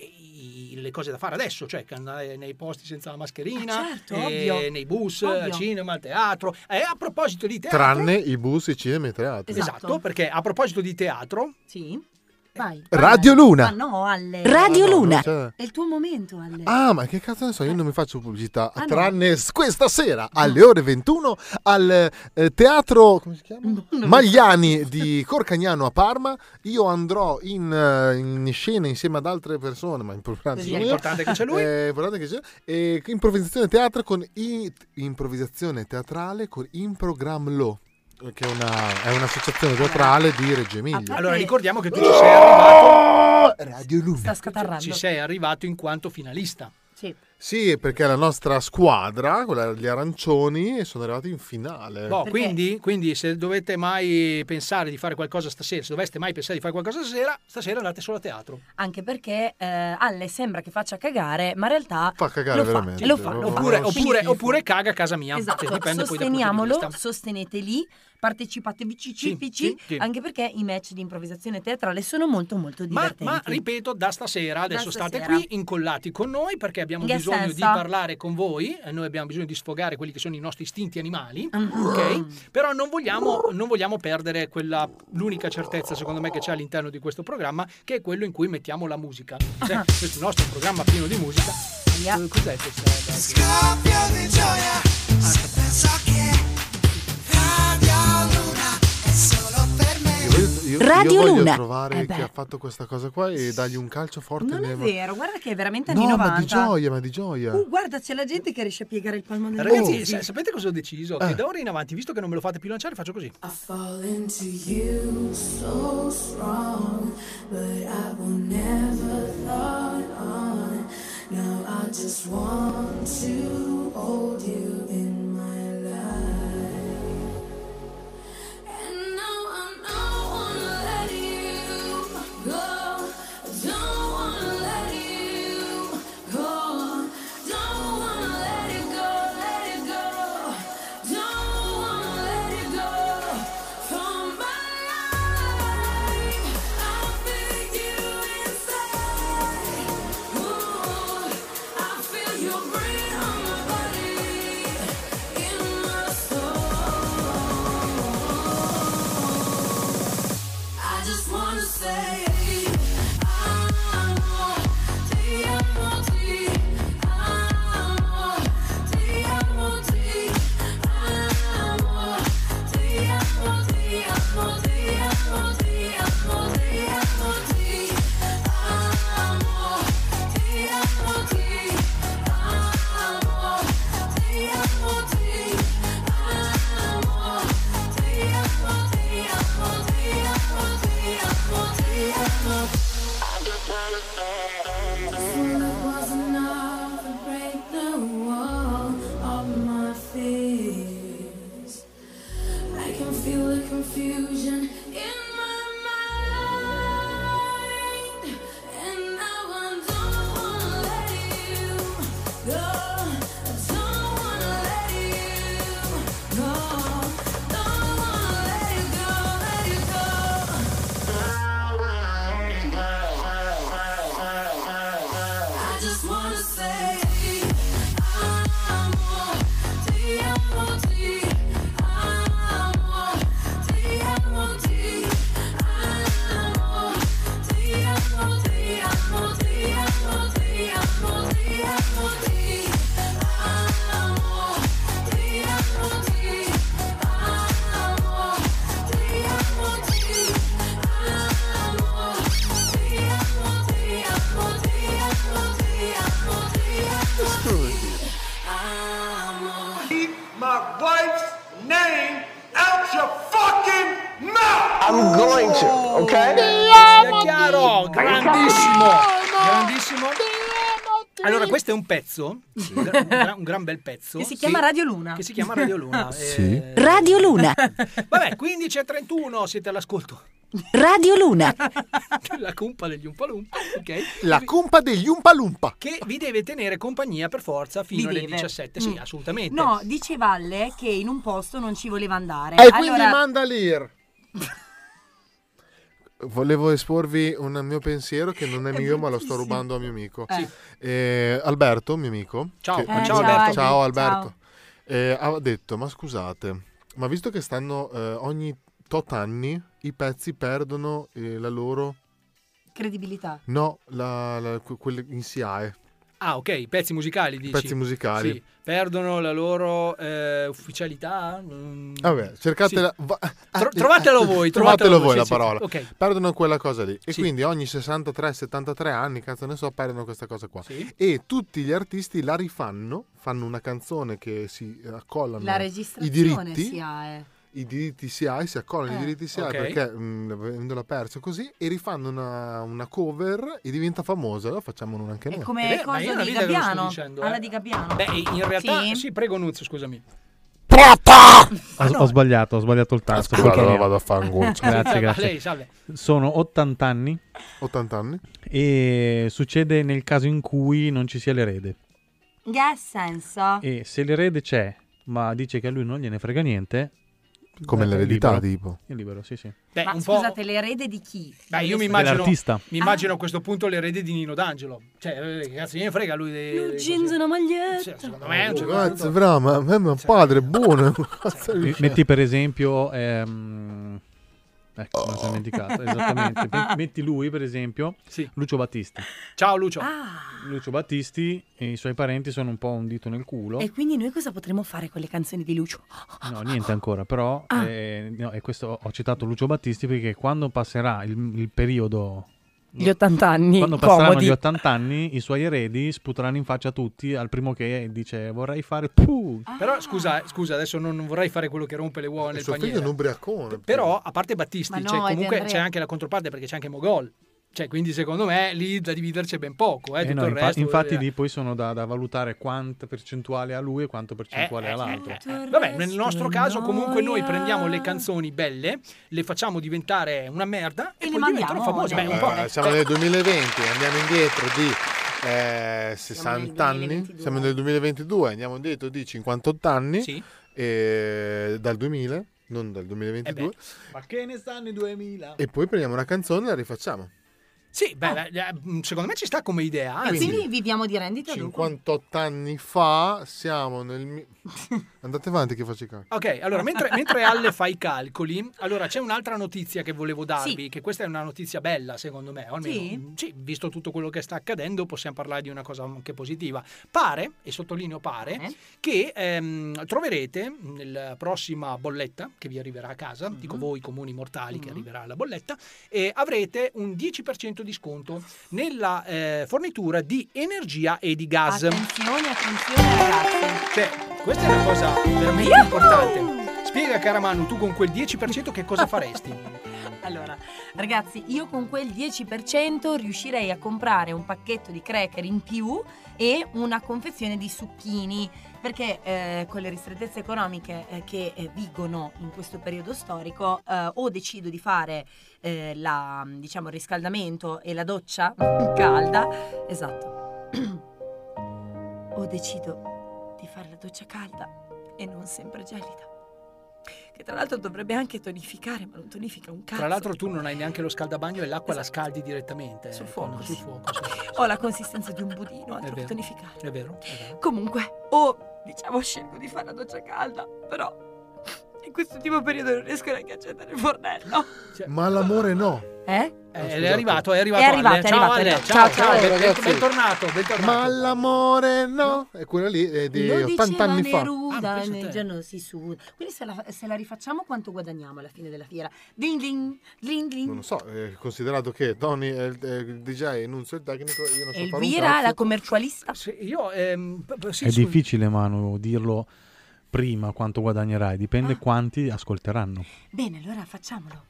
i- le cose da fare adesso, cioè che andare nei posti senza la mascherina, Ah, certo, eh, ovvio. nei bus, Ovvio. al cinema, al teatro. E a proposito di teatro... Tranne i bus, i cinema e i teatri. Esatto. perché a proposito di teatro... Eh, Sì. Vai. Radio Luna. Ma Ah, no, Ale. Radio Ah, no, Luna. cioè- È il tuo momento, Ale. Ah, ma che cazzo ne so, io non mi faccio pubblicità. Eh. Ah, no. tranne s- questa sera alle ore 21 al eh, teatro come si chiama? Magliani di Corcagnano a Parma. Io andrò in, eh, in scena insieme ad altre persone, ma importante, Sì, sono è io. importante che c'è lui. Eh, importante che c'è. E improvvisazione teatro con i- improvvisazione teatrale con Improgram Lo. Che è, una- è un'associazione teatrale di Reggio Emilia. Allora ricordiamo che tu ci sei arrivato... Oh! Radio Luna. Eh, Sta scatarrando. Ci sei arrivato in quanto finalista. Sì. Sì, perché la nostra squadra, quella degli arancioni, sono arrivati in finale. Boh, quindi, quindi se dovete mai pensare di fare qualcosa stasera, se doveste mai pensare di fare qualcosa stasera, stasera andate solo a teatro. Anche perché eh, Ale sembra che faccia cagare, ma in realtà Fa cagare lo veramente. Fa, lo fa, lo fa. Oppure, Quindi- oppure, oppure caga a casa mia. Esatto, Cioè, dipende poi dal punto di sosteniamolo, vista. sostenete lì, partecipate Sì, VCCPC, sì, sì. anche perché i match di improvvisazione teatrale sono molto molto Ma, divertenti. ma, ripeto, da stasera, adesso state stasera. qui incollati con noi perché abbiamo In che bisogno di senso? parlare con voi, eh, noi abbiamo bisogno di sfogare quelli che sono i nostri istinti animali, Mm. ok? Però non vogliamo, non vogliamo perdere quella, l'unica certezza secondo me che c'è all'interno di questo programma, che è quello in cui mettiamo la musica. Cioè, Ah. questo nostro programma pieno di musica. Eh, Cos'è questa? Scoppio di gioia se penso che Radio Luna è solo per me. Io, Radio io voglio Luna. trovare Eh beh. chi ha fatto questa cosa qua e dargli un calcio forte Non è nelle- vero, guarda che è veramente anni No, 90. ma di gioia, ma di gioia. Uh, guarda, c'è la gente che riesce a piegare il palmo del Ragazzi, dito. sa- sapete cosa ho deciso? Che da ora in avanti, visto che non me lo fate più lanciare, faccio così. fall into you so strong, but I will never thought on. Now I just want to hold you in my life. And now I don't wanna let you go. Don't wanna let you go. Don't wanna let it go, let it go. Don't wanna let it go. From my life, I feel you inside. Ooh, I feel your brain on my body, in my soul. I just wanna say, I ti amo, ti amo, ti amo, ti amo. Ti amo, ti amo, ti amo, ti amo, ti amo, ti amo. It was enough to break the wall of my fears. I can feel the confusion in my mind, and now I don't wanna let you go. I don't wanna let you go. Don't wanna let you go, let you go. I just wanna say. Keep my wife's name out your fucking mouth! I'm going to, È chiaro, grandissimo. Grandissimo. Allora, questo è un pezzo, un gra- un gran bel pezzo. Che si chiama Radio Luna. Che si chiama Radio Luna. Sì. Radio Luna. Vabbè, 15 e 31 siete all'ascolto Radio (laughs) Luna. della cumpa degli Umpalumpa, ok? La cumpa degli Umpalumpa. Che vi deve tenere compagnia per forza fino Vi alle deve. 17, sì, Mm. assolutamente. No, dice Valle che in un posto non ci voleva andare. Eh, E Eh, quindi Allora- manda l'IR. Volevo esporvi un mio pensiero che (laughs) non è mio, ma lo sto rubando a mio amico. Sì. Eh, Alberto, mio amico. Ciao. che- Eh, ciao, Alberto. Ciao, Alberto. Ciao. Eh, ha detto, ma scusate, ma visto che stanno eh, ogni tot anni i pezzi perdono eh, la loro... Credibilità. No, la, la, que- quelle in eh. SIAE, Ah, ok, i pezzi musicali i dici. pezzi musicali. Sì, perdono la loro eh, ufficialità. mm, Vabbè, Ah, cercatela. sì. va- Tro- trovatelo voi, trovatelo voi sì, la sì, parola. ok. Perdono quella cosa lì. E quindi ogni 63-73 anni, cazzo ne so, perdono questa cosa qua. E tutti gli artisti la rifanno, fanno una canzone che si accollano La i registrazione diritti. si ha. eh. I diritti si ha, si accollano Eh. i diritti si ha Ok. perché mh, avendola persa così e rifanno una, una cover e diventa famosa. Allora facciamolo anche noi. Eh, Come ma io cosa è una di vita che non sto Gabbiano. dicendo, eh. Alla di Gabbiano. Beh, in realtà... Sì, Sì. prego Nunzio, scusami. Ho, Ah, Ah, ho sbagliato, ho sbagliato il tasto. Scusa, perché- allora vado a fare un (laughs) goccio. Grazie, Salve, grazie. lei, salve. Sono 80 anni 80 anni. e succede nel caso in cui non ci sia l'erede. Che senso? E se l'erede c'è, ma dice che a lui non gliene frega niente... eh, Come è l'eredità, libero. tipo. È libero, sì, sì. Beh, Ma un po'... scusate, l'erede di chi? Beh, io Adesso- mi immagino, Dell'artista. Ah. mi immagino a questo punto l'erede di Nino D'Angelo. Cioè, eh, che cazzo, gliene frega lui. dei- dei- Jeans e una maglietta. secondo me è un certo Grazie, bravo, ma ma- Cioè, ma (laughs) padre, buono. Mi- Metti per esempio... ehm, Ecco, Oh. mi sono (laughs) dimenticato, esattamente. Me- Metti lui, per esempio, Lucio Battisti. Ciao Lucio. Lucio Battisti e i suoi parenti sono un po' un dito nel culo. Ecco. E quindi noi cosa potremmo fare con le canzoni di Lucio? No, niente ancora, però Ah. eh, no, e questo ho citato Lucio Battisti perché quando passerà il, il periodo... Gli 80 anni, Quando passeranno comodi. gli 80 anni, i suoi eredi sputeranno in faccia a tutti al primo che dice vorrei fare... Puh. Ah. Però scusa, eh, scusa, adesso non non vorrei fare quello che rompe le uova nel suo figlio paniere. è un ubriacone. Però, a parte Battisti, Ma no, cioè, è di comunque Andrea. c'è anche la controparte perché c'è anche Mogol. Cioè, quindi secondo me lì da dividerci è ben poco. Eh, Eh tutto no, il infa- resto, infatti eh. lì poi sono da, da valutare quanta percentuale ha lui e quanto percentuale Eh, ha eh, l'altro. eh, eh. Vabbè, nel nostro caso comunque noi prendiamo le canzoni belle, le facciamo diventare una merda e, le poi diventano mandiamo famose. Beh, un po'. cioè Eh, siamo nel 2020, andiamo indietro di eh, 60 anni, siamo nel 2022, andiamo indietro di 58 anni, eh, dal 2000, non Eh dal 2022, Ma che ne stanno i 2000? e poi prendiamo una canzone e la rifacciamo. Sì, beh, eh, eh, secondo me ci sta come idea. E Anzi, quindi viviamo di rendita dopo. 58 anni fa siamo nel... (laughs) mi- Andate avanti che faccio i cacchi. Ok, allora mentre, mentre Alle fa i calcoli, allora c'è un'altra notizia che volevo darvi, che questa è una notizia bella secondo me, o almeno Sì? mh, sì, visto tutto quello che sta accadendo possiamo parlare di una cosa anche positiva. Pare, e sottolineo pare, Eh. che ehm, troverete nella prossima bolletta che vi arriverà a casa, Mm-hmm. dico voi comuni mortali che arriverà la bolletta, e avrete un 10% di sconto nella eh, fornitura di energia e di gas. Attenzione, attenzione ragazzi. Cioè, questa è una Ah, cosa veramente importante. Spiega, cara Manu, tu con quel 10% che cosa faresti? Allora, ragazzi, io con quel 10% riuscirei a comprare un pacchetto di cracker in più e una confezione di succhini, perché eh, con le ristrettezze economiche eh, che eh, vigono in questo periodo storico, eh, o decido di fare eh, la, diciamo, il riscaldamento e la doccia (laughs) calda, esatto, (clears throat) o decido di fare la doccia calda e non sempre gelida. Che tra l'altro dovrebbe anche tonificare, ma non tonifica un cazzo. Tra l'altro tu non hai neanche lo scaldabagno e l'acqua la Esatto. scaldi direttamente. Sul fuoco. Sul fuoco, sì. Ho la consistenza di un budino, altro che vero. tonificare. È vero. Comunque, o diciamo scelgo di fare la doccia calda, però in quest'ultimo periodo non riesco neanche a accendere il fornello. Ma l'amore no. Cioè Eh? è arrivato, è arrivato. È arrivato, Ale. è Ciao, arrivato, Ale. è arrivato. Ciao, Ciao, ciao, ciao, ben- ragazzi. bentornato, bentornato. Ma l'amore no. E quella lì è di Lo 80 diceva anni fa. Ah, Neruda nel giorno si suda. Quindi se la, se la rifacciamo quanto guadagniamo alla fine della fiera? Ding ding, ding ding. Non lo so, eh, considerato che Tony è il, è il DJ, Nunzio è il tecnico, io non so fare un Elvira, cazzo. la commercialista. io, ehm, p- p- sì, È scusi. difficile, Manu, dirlo prima quanto guadagnerai, dipende Ah. quanti ascolteranno. Bene, allora facciamolo.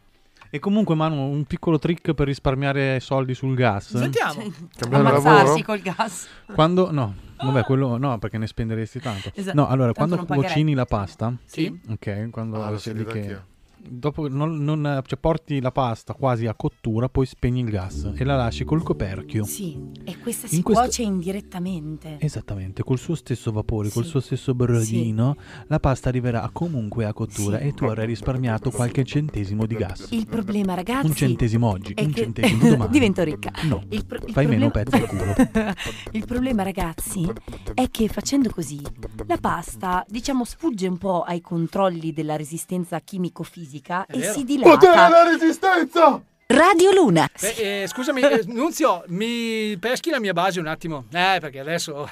E comunque, Manu, un piccolo trick per risparmiare soldi sul gas. Sentiamo. Cambiare lavoro? Ammazzarsi col gas. Quando no, vabbè, quello no, perché ne spenderesti tanto. Esatto. No, allora, Tanto quando non pagherei. cuocini la pasta, Sì. ok, quando Ah, l'ho sei lì sentita che anch'io. dopo non, non- cioè, porti la pasta quasi a cottura, poi spegni il gas e la lasci col coperchio. Sì, e questa In si questo- cuoce indirettamente. Esattamente, col suo stesso vapore, col Sì. suo stesso broglino, la pasta arriverà comunque a cottura e tu avrai risparmiato qualche centesimo di gas. Il problema, ragazzi, Un centesimo oggi, è un che- (laughs) centesimo domani. divento ricca. No, Il pro- il fai meno pezzo al problema- culo. (laughs) Il problema, ragazzi, è che facendo così la pasta, diciamo, sfugge un po' ai controlli della resistenza chimico-fisica e si dilata. Potere la resistenza! Radio Luna. Beh, eh, scusami, eh, Nunzio, mi peschi la mia base un attimo? Eh, perché adesso...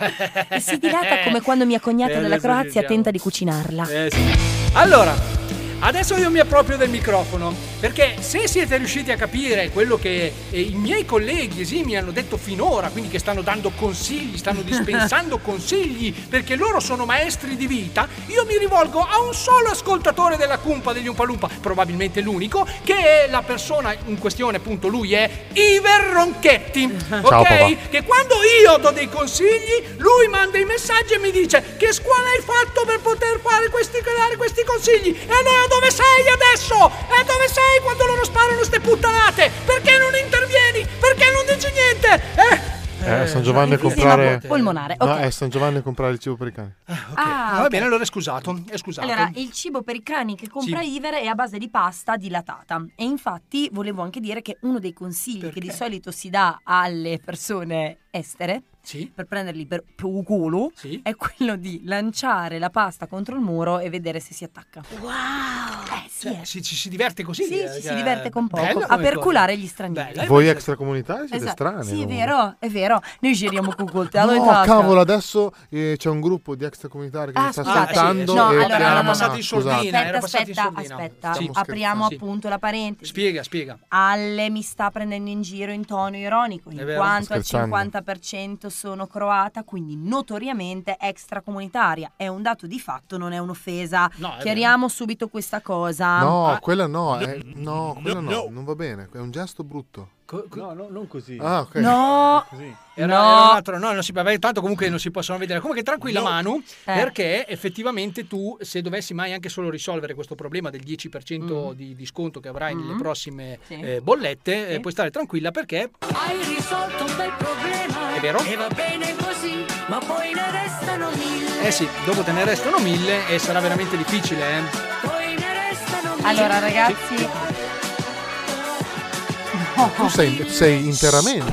E (laughs) si dilata come quando mia cognata Eh, dalla adesso Croazia ci siamo. tenta di cucinarla. Eh, sì. Allora, adesso io mi approprio del microfono, perché se siete riusciti a capire quello che eh, i miei colleghi esimi hanno detto finora, quindi che stanno dando consigli, stanno dispensando consigli, perché loro sono maestri di vita, io mi rivolgo a un solo ascoltatore della cumpa degli Umpalumpa, probabilmente l'unico, che è la persona in questione, appunto lui è Iver Ronchetti. Ciao, ok? papà. che quando io do dei consigli, lui manda i messaggi e mi dice che scuola hai fatto per poter fare questi, dare questi consigli? E allora dove sei adesso? E dove sei quando loro sparano ste puttanate? Perché non intervieni? Perché non dici niente? Eh? Eh, San Giovanni a Enfisema comprare... polmonare, No, ok. è San Giovanni a comprare il cibo per i cani. Ah, va bene, allora è scusato. È scusato. Allora, il cibo per i cani che compra Sì. Iver è a base di pasta dilatata. E infatti volevo anche dire che uno dei consigli che di solito si dà alle persone estere per prenderli per per un culo è quello di lanciare la pasta contro il muro e vedere se si attacca. Wow! Eh sì, Cioè, eh. ci, ci si diverte così. Sì, eh, ci si cioè, diverte con poco. bello A come cosa. perculare gli stranieri. Bella, eh, Voi invece- extracomunitari siete Esatto. strani. Sì, è comunque. vero, è vero. Noi giriamo con coltello in No, tasca. cavolo, adesso eh, c'è un gruppo di extracomunitari che Ah, mi sta scusate. ascoltando. No, e allora, chiama- no, no, no. Ah, scusate. Aspetta, passato in aspetta, sordina. aspetta. Stiamo Apriamo scherzando. appunto la parentesi. Spiega, spiega. Alle mi sta prendendo in giro in tono ironico, in È vero. quanto al Scherzando. 50% sono croata, quindi notoriamente extracomunitaria. È un dato di fatto, non è un'offesa. è Chiariamo subito questa cosa. No, Ah, quella no, eh, no, quella no, no. non va bene, è un gesto brutto. No, non così. Ah, ok. No. Era, No. era un altro, no, non si, vabbè, tanto comunque non si possono vedere. Comunque tranquilla Manu, Eh. perché effettivamente tu, se dovessi mai anche solo risolvere questo problema del Mm. 10% di, di sconto che avrai nelle prossime eh, bollette, eh, puoi stare tranquilla perché Hai risolto un bel problema. È vero? E va bene così, ma poi ne restano mille. Eh sì, dopo te ne restano mille e sarà veramente difficile, eh. Poi ne restano mille. Allora ragazzi, Tu sei, sei interamente.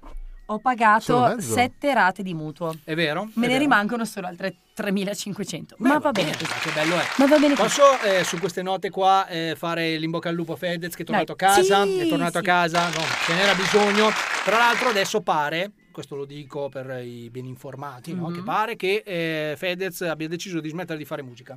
ho Sono pagato mezzo. 7 rate di mutuo. È vero? È Me ne vero. Ah, rimangono solo altre 3.500. Ma va bene così. Che bello è. Ma va bene così. Posso eh, su queste note qua eh, fare l'imbocca al lupo a Fedez che è tornato Dai. a casa? Sì, è tornato a sì. casa? No, ce n'era bisogno. Tra l'altro adesso pare, questo lo dico per i ben informati, no? Mhm. che pare che eh, Fedez abbia deciso di smettere di fare musica.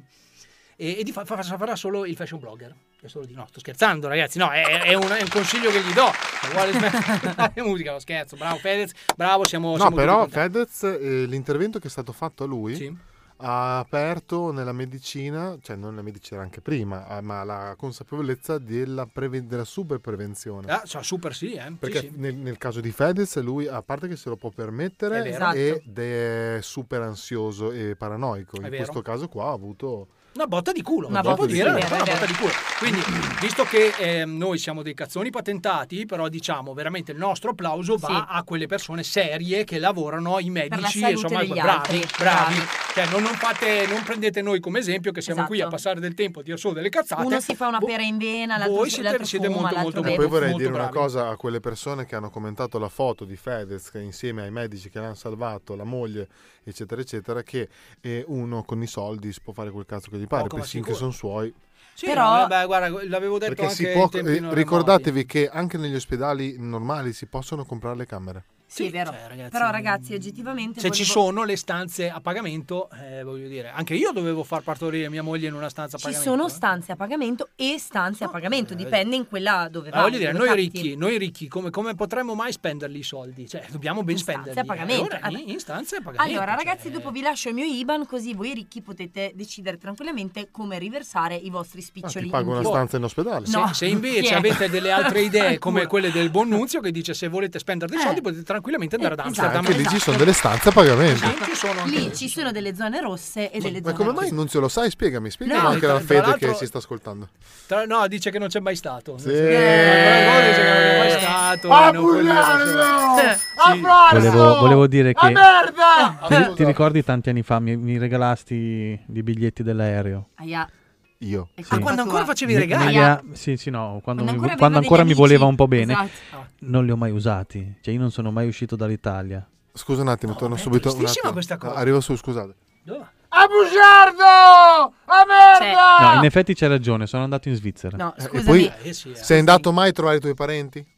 E, e di fa- fa- farà solo il fashion blogger. Questo lo dico. No, sto scherzando, ragazzi. No, è, è un, è un consiglio che gli do. Se vuole smettere di (laughs) fare musica, lo scherzo. Bravo Fedez, bravo, siamo, No, siamo tutti però contenti. Fedez, eh, l'intervento che è stato fatto a lui ha aperto nella medicina, cioè non nella medicina anche prima, eh, ma la consapevolezza della, preven- della superprevenzione. Ah, cioè, super sì, eh. Sì, Perché sì. Nel, nel caso di Fedez, lui a parte che se lo può permettere, È vero. Esatto. ed è super ansioso e paranoico. È In vero. questo caso qua ha avuto. Una botta di culo, Una una botta, botta di dire, culo. è una Vero, botta vero. di culo. Quindi, visto che ehm, noi siamo dei cazzoni patentati, però diciamo veramente il nostro applauso va Sì. a quelle persone serie che lavorano, i medici, salute insomma, degli bravi, altri, bravi. bravi. Cioè, non, non fate- non prendete noi come esempio che siamo qui a Esatto. passare del tempo a dire solo delle cazzate. Uno si fa una pera in vena, l'altro voi si- siete- l'altro siete fuma, molto, l'altro E beve. poi vorrei molto dire una bravi. cosa a quelle persone che hanno commentato la foto di Fedez che insieme ai medici che l'hanno salvato, la moglie, eccetera, eccetera, che eh, uno con i soldi si può fare quel cazzo che gli pare, Poco, ma persino che sicuro. sono suoi. Sì, Però- no, vabbè, guarda, l'avevo detto Perché anche si ai può, tempi eh, non remoti. ricordatevi che anche negli ospedali normali si possono comprare le camere. Sì, è vero. Però ragazzi, oggettivamente Se Cioè, ci volevo- sono le stanze a pagamento, eh, voglio dire, anche io dovevo far partorire mia moglie in una stanza a Ci pagamento. eh? sono stanze a pagamento e stanze a pagamento, dipende in quella dove Ma vai. eh, voglio dire, dove noi capiti. ricchi, noi ricchi come, come potremmo mai spenderli i soldi? Cioè, dobbiamo ben spenderli. eh. Stanze a pagamento. Allora, in, in stanze a pagamento. Allora, cioè, ragazzi, dopo vi lascio il mio IBAN, così voi ricchi potete decidere tranquillamente come riversare i vostri spiccioli. Ah, Ti pago in una più. stanza in ospedale. Se, se invece chi è? avete delle (laughs) altre idee come Culo. quelle del buon nunzio che dice se volete spendere Eh. dei soldi potete tranquillamente andare ad Cioè, Amsterdam. anche lì ci Esatto. sono delle stanze a pagamento. Sì, Eh, ci sono anche Lì ci sono delle zone rosse e delle Ma zone come rosse. mai non ce lo sai? Spiegami, spiegami No, anche tra- la tra Fede l'altro- che si sta ascoltando. Tra- no, dice che non c'è mai stato. Sì. Eh, però dice che non c'è Eh. mai stato. A non quello- Bulgario! Sì. Volevo, volevo dire A che. merda! Ti, Ah, ti ricordi tanti anni fa mi, mi regalasti dei biglietti dell'aereo? Aia. Io. È Ah, colpa quando ancora tua. facevi i Ne- regali? Eh, nega- sì, sì, no, quando, Quando mi, ancora quando aveva ancora mi degli voleva amici. un po' bene, Esatto. non li ho mai usati. Cioè, io non sono mai uscito dall'Italia. Scusa un attimo, eh, torno subito. Un attimo. Arrivo su, scusate. A bugiardo! A merda! No, in effetti c'è ragione, sono andato in Svizzera. Ah! No, Eh, scusami. E poi sei andato mai a trovare i tuoi parenti?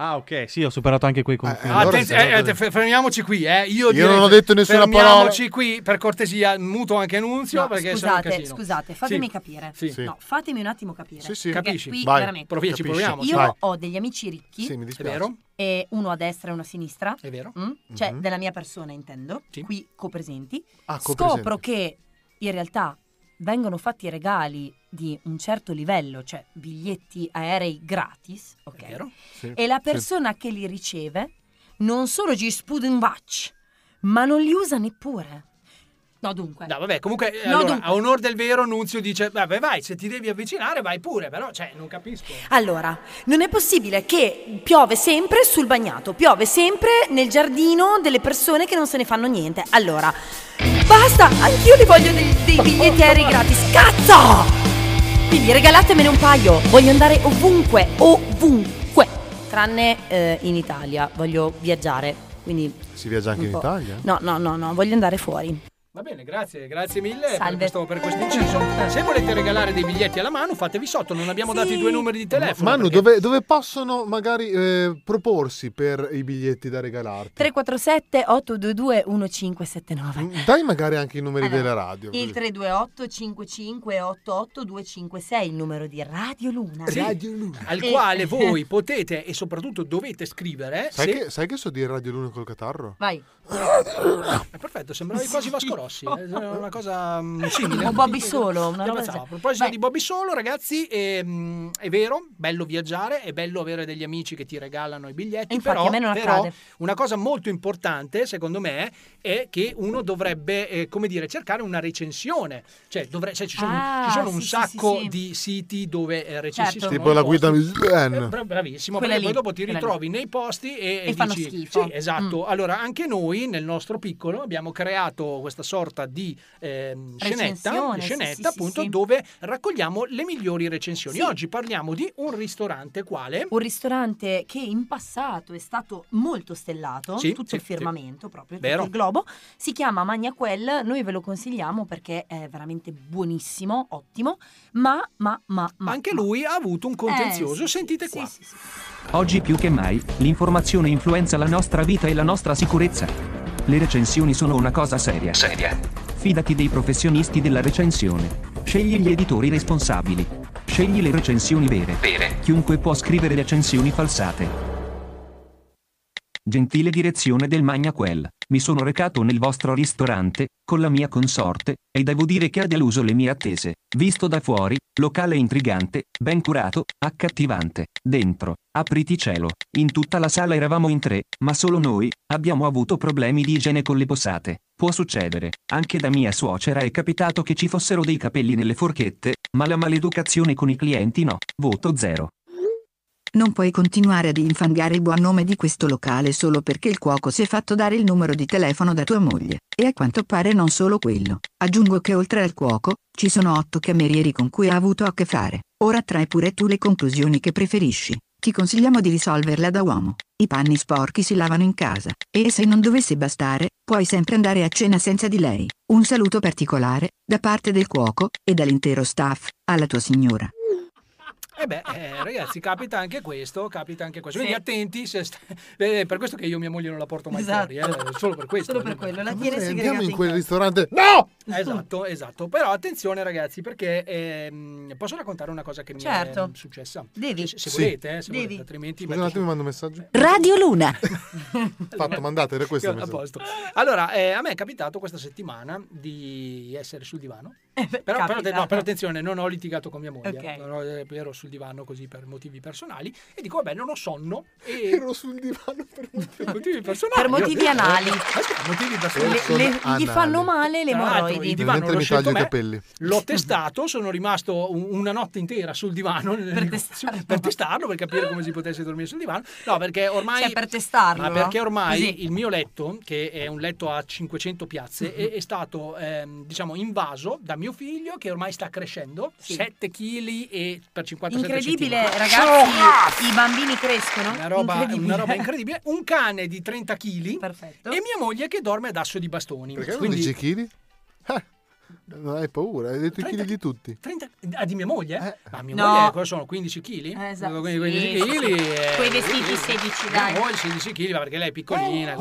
Ah, ok, sì, ho superato anche quei confini. allora Attenz- eh, eh, fe- fermiamoci qui, eh. Io, Io direi- non ho detto nessuna Fermiamoci qui, per cortesia, muto anche Nunzio, No, perché sennò è un scusate, casino. scusate, fatemi Sì. capire. Sì. Sì. No, fatemi un attimo capire. Sì, sì. perché Capisci? Qui, Vai, veramente. provi- ci Capisci. proviamo, Io vai. ho degli amici ricchi. Sì, mi dispiace. È vero. E uno a destra e uno a sinistra. È vero. Mm? Cioè, della mia persona intendo. Qui copresenti. Mhm. Ah, copresenti. Scopro che in realtà vengono fatti regali di un certo livello, cioè biglietti aerei gratis, ok? Sì. E la Sì. persona che li riceve non solo gli spuda in bacio, ma non li usa neppure. No, dunque. No, vabbè, comunque, eh, No, allora, dunque. a onor del vero, Nunzio dice: Vabbè, vai, se ti devi avvicinare, vai pure, però, cioè, non capisco. Allora, non è possibile che piove sempre sul bagnato, piove sempre nel giardino delle persone che non se ne fanno niente. Allora, basta, anch'io li voglio dei, dei biglietti aerei gratis. Cazzo! Quindi regalatemene un paio, voglio andare ovunque, ovunque, tranne eh, in Italia, voglio viaggiare, quindi... Si viaggia anche un in po'. Italia? No, no, no, no, voglio andare fuori. Va bene, grazie, grazie mille per Salve. questo, per questo inciso. Se volete regalare dei biglietti alla mano, fatevi sotto, non abbiamo dato i due numeri di telefono. Manu, perché- dove, dove possono magari eh, proporsi per i biglietti da regalarti? 347 822 1579. Dai magari anche i numeri della radio. Il 328 5588 256, il numero di Radio Luna. Sì, al E- quale (laughs) voi potete e soprattutto dovete scrivere. Sai, se- che, sai che so dire Radio Luna col catarro? Vai. Eh, perfetto, sembravi quasi Vasco Rossi, eh, una cosa mm, simile. O Bobby Solo, una Ti roba ammazzavo. A del- proposito di Bobby Solo, ragazzi, ehm, è vero, bello viaggiare, è bello avere degli amici che ti regalano i biglietti, Infatti, però, a me non però accade. una cosa molto importante, secondo me, è che uno dovrebbe, eh, come dire, cercare una recensione. Cioè, dovre- cioè, ci sono, Ah, ci sono un sì, sì, sacco sì, sì. di siti dove eh, recensi Certo. sono Tipo la guida posti- Michelin. Eh, bra- bravissimo, Quella perché poi lì, dopo ti quella lì. ritrovi nei posti e, E fanno dici- schifo. Mm. Sì, esatto. Allora, anche noi nel nostro piccolo abbiamo creato questa sorta di ehm, scenetta, Recensione, sì, scenetta, sì, sì, appunto, sì. dove raccogliamo le migliori recensioni. Sì. Eh, Oggi parliamo di un ristorante quale. Un ristorante che in passato è stato molto stellato, Sì, tutto sì, il firmamento sì. proprio, Vero. tutto il globo, si chiama Magna Quel, noi ve lo consigliamo perché è veramente buonissimo, ottimo, ma, ma, ma, ma Anche lui ha avuto un contenzioso, sentite qua. Oggi più che mai, l'informazione influenza la nostra vita e la nostra sicurezza. Le recensioni sono una cosa seria. Seria. Fidati dei professionisti della recensione. Scegli gli editori responsabili. Scegli le recensioni vere. Vere. Chiunque può scrivere recensioni falsate. Gentile direzione del Magna Quel, mi sono recato nel vostro ristorante, con la mia consorte, e devo dire che ha deluso le mie attese. Visto da fuori, locale intrigante, ben curato, accattivante. Dentro, apriti cielo. In tutta la sala eravamo in tre, ma solo noi abbiamo avuto problemi di igiene con le posate. Può succedere, anche da mia suocera è capitato che ci fossero dei capelli nelle forchette, ma la maleducazione con i clienti no. Voto zero. Non puoi continuare ad infangare il buon nome di questo locale solo perché il cuoco si è fatto dare il numero di telefono da tua moglie. E a quanto pare non solo quello. Aggiungo che oltre al cuoco, ci sono otto camerieri con cui ha avuto a che fare. Ora trai pure tu le conclusioni che preferisci. Ti consigliamo di risolverla da uomo. I panni sporchi si lavano in casa. E se non dovesse bastare, puoi sempre andare a cena senza di lei. Un saluto particolare, da parte del cuoco, e dall'intero staff, alla tua signora. E beh, eh, ragazzi, capita anche questo, capita anche questo. Quindi attenti, se sta- eh, per questo che io mia moglie non la porto mai fuori, eh, solo per questo. Solo per quello, la Forse Eh, Andiamo in quel ristorante. No! Esatto, esatto. Però attenzione ragazzi, perché ehm, posso raccontare una cosa che mi Certo. è successa? Devi. Se, se Sì. volete, eh, se Devi. volete, altrimenti... Scusa un attimo, mi mando un messaggio. Radio Luna. (laughs) Fatto, eh, mandate, era questo. il Io- a messaggio. posto. Allora, eh, a me è capitato questa settimana di essere sul divano. Eh, però, però- capita. no, però attenzione, non ho litigato con mia moglie. Ok. Però, eh, ero sul divano così per motivi personali e dico, vabbè, non ho sonno. E... Ero sul divano (laughs) per motivi, personali. Per motivi Io- anali. (laughs) Aspetta, motivi personali. Le- le- gli anali. fanno male le Tra l'altro, emorroidi. il divano Mentre l'ho mi scelto taglio i me, capelli. L'ho testato, sono rimasto un- una notte intera sul divano per testarlo, per, capire come si potesse dormire sul divano. No, perché ormai Cioè, per testarlo. ma no? perché ormai Così. il mio letto, che è un letto a 500 piazze, Mm-hmm. è, è stato ehm, diciamo invaso da mio figlio che ormai sta crescendo, 7 kg e per 57 Incredibile, centimetri. ragazzi, i bambini crescono. Una roba incredibile. incredibile. Una roba incredibile. Un cane di 30 kg e mia moglie che dorme ad asso di bastoni. Perché non Quindi- dici chili? Eh, non hai paura, hai detto i chili 30 di tutti. 30 ah, di mia moglie? Ma mia No. moglie cosa sono 15 kg? esatto. Quindi Sì, 15 sì, kg. sì. eh, Quei vestiti quindi- 16, Mia dai. moglie 16 kg ma perché lei è piccolina.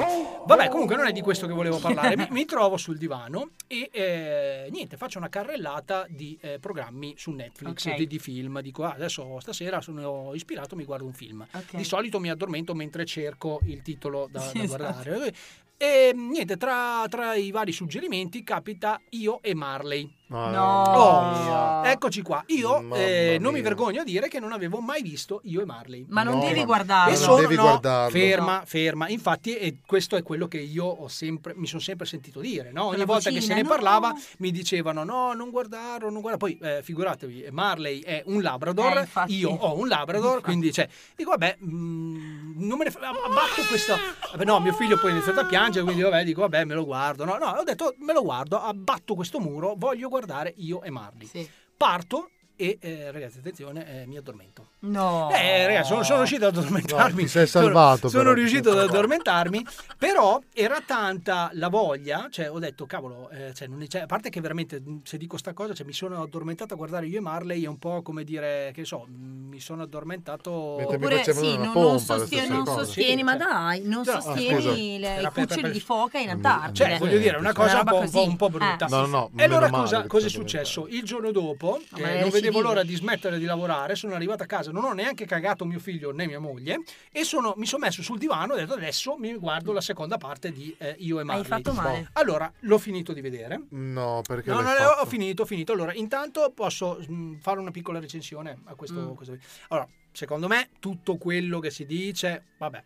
Vabbè, comunque non è di questo che volevo parlare. Mi, mi trovo sul divano e eh, niente, faccio una carrellata di eh, programmi su Netflix, Ok. di, di film. Dico, ah, adesso stasera sono ispirato, mi guardo un film. Ok. Di solito mi addormento mentre cerco il titolo da, Sì, da esatto. guardare. E niente, tra, tra i vari suggerimenti capita Io e Marley. No. Oh, eccoci qua. Io Mamma eh, non mi mia. vergogno a dire che non avevo mai visto io e Marley. Ma non No, devi ma- guardarlo. guardarlo. E non sono, devi no, guardarlo. Ferma, No. ferma. Infatti, e questo è quello che io ho sempre, mi sono sempre sentito dire. no? Ogni Con la volta che vocina, se ne no. parlava mi dicevano: no, non guardarlo, non guardarlo. Poi eh, figuratevi, Marley è un Labrador. Eh, infatti. io ho un Labrador, quindi cioè, dico, vabbè, mm, non me ne frega, abbatto questa. Vabbè, no, mio figlio poi ha iniziato a piangere, quindi vabbè, dico, vabbè, me lo guardo. No, no, ho detto, me lo guardo, abbatto questo muro, voglio guardare io e Marley parto e eh, ragazzi attenzione eh, mi addormento No. eh ragazzi sono, sono riuscito ad addormentarmi No, ti sei Sono- salvato, sono, però. riuscito ad addormentarmi però era tanta la voglia cioè ho detto cavolo eh, cioè, non è- cioè, a parte che veramente mh, se dico sta cosa cioè, mi sono addormentato a guardare io e Marley è un po' come dire che so mh, mi sono addormentato Eh, Mentre mi Oppure, facevano sì, una non- non pompa, le sostieni- stesse non cose. sostieni, ma dai, non No, scusa. sostieni le- ah, Era i per- cuccioli per- di foca Eh, in Antartide. cioè, voglio dire, è una cosa un roba po', un po'- così. un po' Eh. brutta. No, no, e allora meno male cosa, che cosa è sta successo? Il giorno dopo, Ma eh, magari non ci vedevo vivi. l'ora di smettere di lavorare, sono arrivato a casa, non ho neanche cagato mio figlio né mia moglie e sono- mi sono messo sul divano e ho detto adesso mi guardo la seconda parte di eh, Io e Marley. fatto male. Allora, l'ho finito di vedere. No, perché No, l'hai no, no, fatto? ho finito, ho finito. Allora, intanto posso mh, fare una piccola recensione a questo, Mm. questo- Allora, secondo me tutto quello che si dice, vabbè,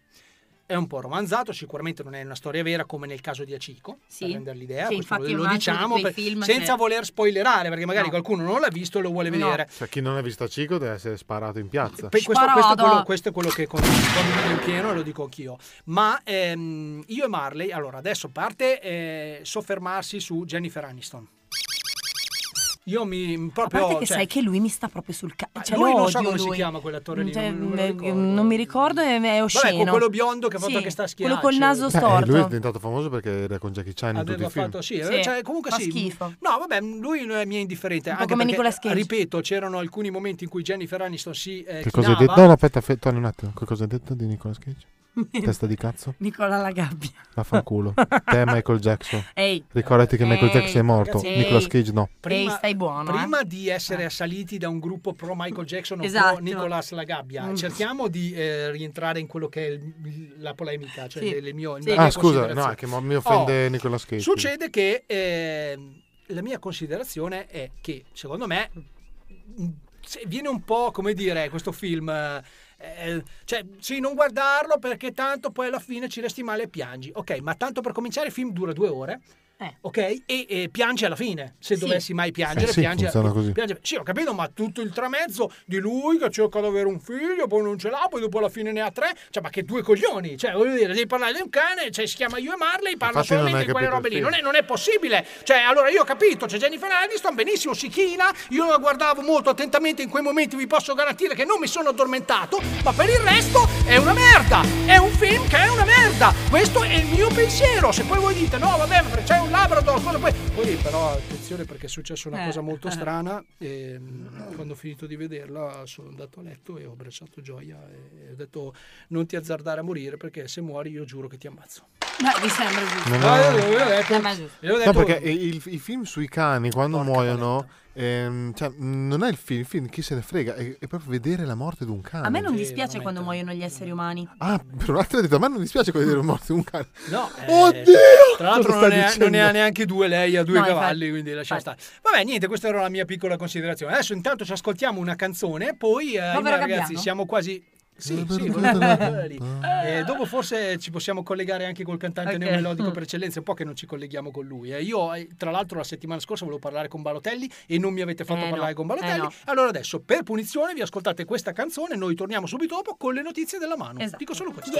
è un po' romanzato, sicuramente non è una storia vera come nel caso di Acico, per rendere l'idea, Sì, questo infatti è lo un altro di diciamo quei per- film senza che- voler spoilerare, perché magari No. qualcuno non l'ha visto e lo vuole vedere. Cioè, chi non ha visto Cico deve essere sparato in piazza. Pe- questo, questo è quello, questo è quello che con, con in pieno lo dico anch'io. Ma ehm, io e Marley, allora adesso parte eh, soffermarsi su Jennifer Aniston. Io mi A proprio. parte che cioè, sai che lui mi sta proprio sul cazzo. Cioè, lui lo non so odio come si lui. chiama quell'attore lì, Cioè, non mm, me lo eh, ricordo. non mi ricordo, è, è osceno. con quello biondo che ha fatto Sì, che sta a Quello schiacci. col naso Beh, eh, storto. lui è diventato famoso perché era con Jackie Chan in tutti Aveva i film. fatto sì, Sì, cioè, comunque fa sì. schifo. No, vabbè, lui non è- mi è indifferente. Un po' anche come perché, Nicolas Cage. Ripeto, c'erano alcuni momenti in cui Jennifer Aniston si eh, Che cosa hai chinava. (laughs) detto? No, no, aspetta, fe- torni un attimo. Che cosa hai detto di Nicolas Cage? Testa di cazzo. Nicola la gabbia. (laughs) Vaffanculo. Te, Michael Jackson. Ehi. Ricordati che Michael Ehi, Jackson è morto. sì. Nicolas Cage no. Ehi, stai buono, eh. Prima di essere assaliti da un gruppo pro Michael Jackson o Esatto. pro Nicolas Lagabbia, Mm. cerchiamo di eh, rientrare in quello che è il- la polemica, cioè Sì. le, le mie, Sì. le mie Ah, scusa, considerazioni. no, è che mo- mi offende Oh, Nicolas Cage. Succede che ehm, la mia considerazione è che secondo me mh, se- viene un po' come dire questo film. eh, cioè, sì, non guardarlo perché tanto poi alla fine ci resti male e piangi. Ok, ma tanto per cominciare il film dura due ore. Ok, e, e piangi alla fine. Se Sì. dovessi mai piangere, Eh sì, piangi funziona così. piangi- Sì, ho capito, ma tutto il tramezzo di lui che cerca di avere un figlio, poi non ce l'ha, poi dopo alla fine ne ha tre. Cioè, ma che due coglioni! Cioè, voglio dire, devi parlare di un cane, cioè, si chiama Io e Marley, parla Infatti non solamente hai di quelle capito robe il lì. film. Non è, non è possibile. Cioè, allora io ho capito, c'è Jennifer Aniston, benissimo, si china, io la guardavo molto attentamente in quei momenti, vi posso garantire che non mi sono addormentato, ma per il resto è una merda, è un film che è una merda. Questo è il mio pensiero. Se poi voi dite no, vabbè, ma c'è un Labrador, quello poi... Poi però attenzione perché è successa una Eh. cosa molto strana e mm, quando ho finito di vederla sono andato a letto e ho abbracciato Gioia e ho detto non ti azzardare a morire perché se muori io giuro che ti ammazzo. Ma mi sembra giusto. No, no, no. Ah, io l'avevo detto. Io l'avevo No, detto- perché i, i- i film sui cani quando muoiono, ehm, cioè, mh, non è il film, il film chi se ne frega, è, è proprio vedere la morte di un cane. A Ah, me non dispiace quando muoiono gli esseri umani. Ah, per un attimo ho detto, a me non dispiace vedere la morte di un cane. No, eh, Oh, Oddio! Tra l'altro Cosa non stai ne, ha, dicendo? non ne ha neanche due lei, ha due No, cavalli, quindi lascia stare. Vabbè, niente, questa era la mia piccola considerazione. Adesso intanto ci ascoltiamo una canzone, poi eh, ahimè, Gabbiano? ragazzi siamo quasi... Eh, Sì, sì, (laughs) (laughs) lì. Eh, dopo forse ci possiamo collegare anche col cantante Ok. Mm. neomelodico per eccellenza, un po' che non ci colleghiamo con lui. eh. Io eh, tra l'altro la settimana scorsa volevo parlare con Balotelli e non mi avete fatto Eh, no. parlare con Balotelli. Eh, no. Allora adesso per punizione vi ascoltate questa canzone, noi torniamo subito dopo con le notizie della mano. Esatto. Dico solo questo.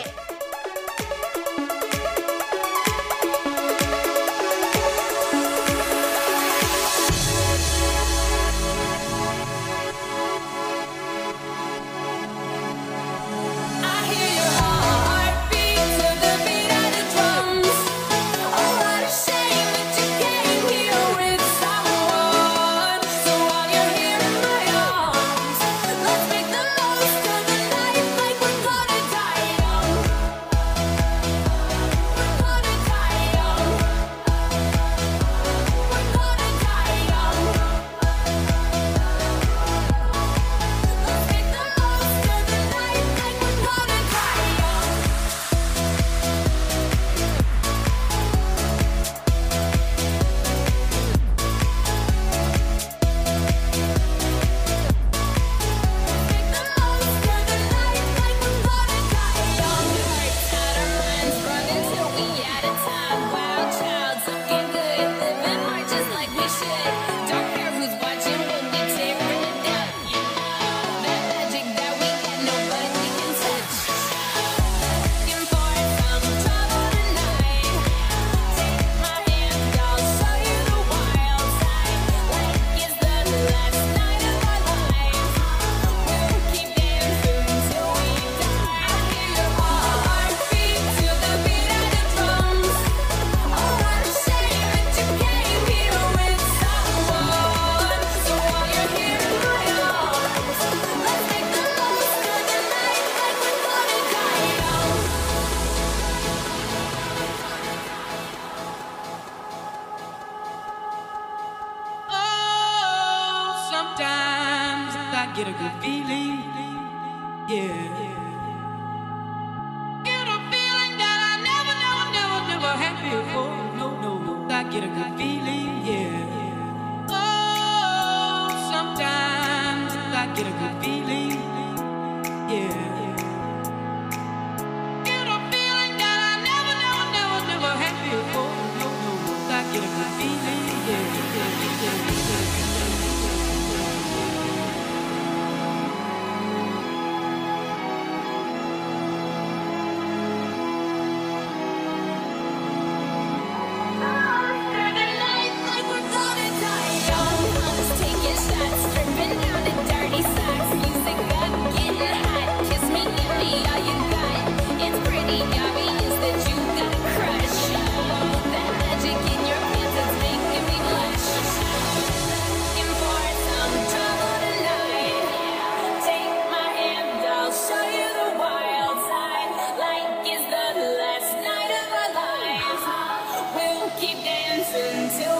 Oh, sometimes I get a good feeling. Yeah. Get a feeling that I never, never, never, never had before. No, no, no. I get a good feeling. Yeah. Oh, sometimes I get a good feeling. Yeah. Get a feeling that I never, never, never, never had before. No, no, no. I get a good feeling. Yeah, yeah, yeah, yeah. Taking shots, stripping down to dirty socks, music. Oh,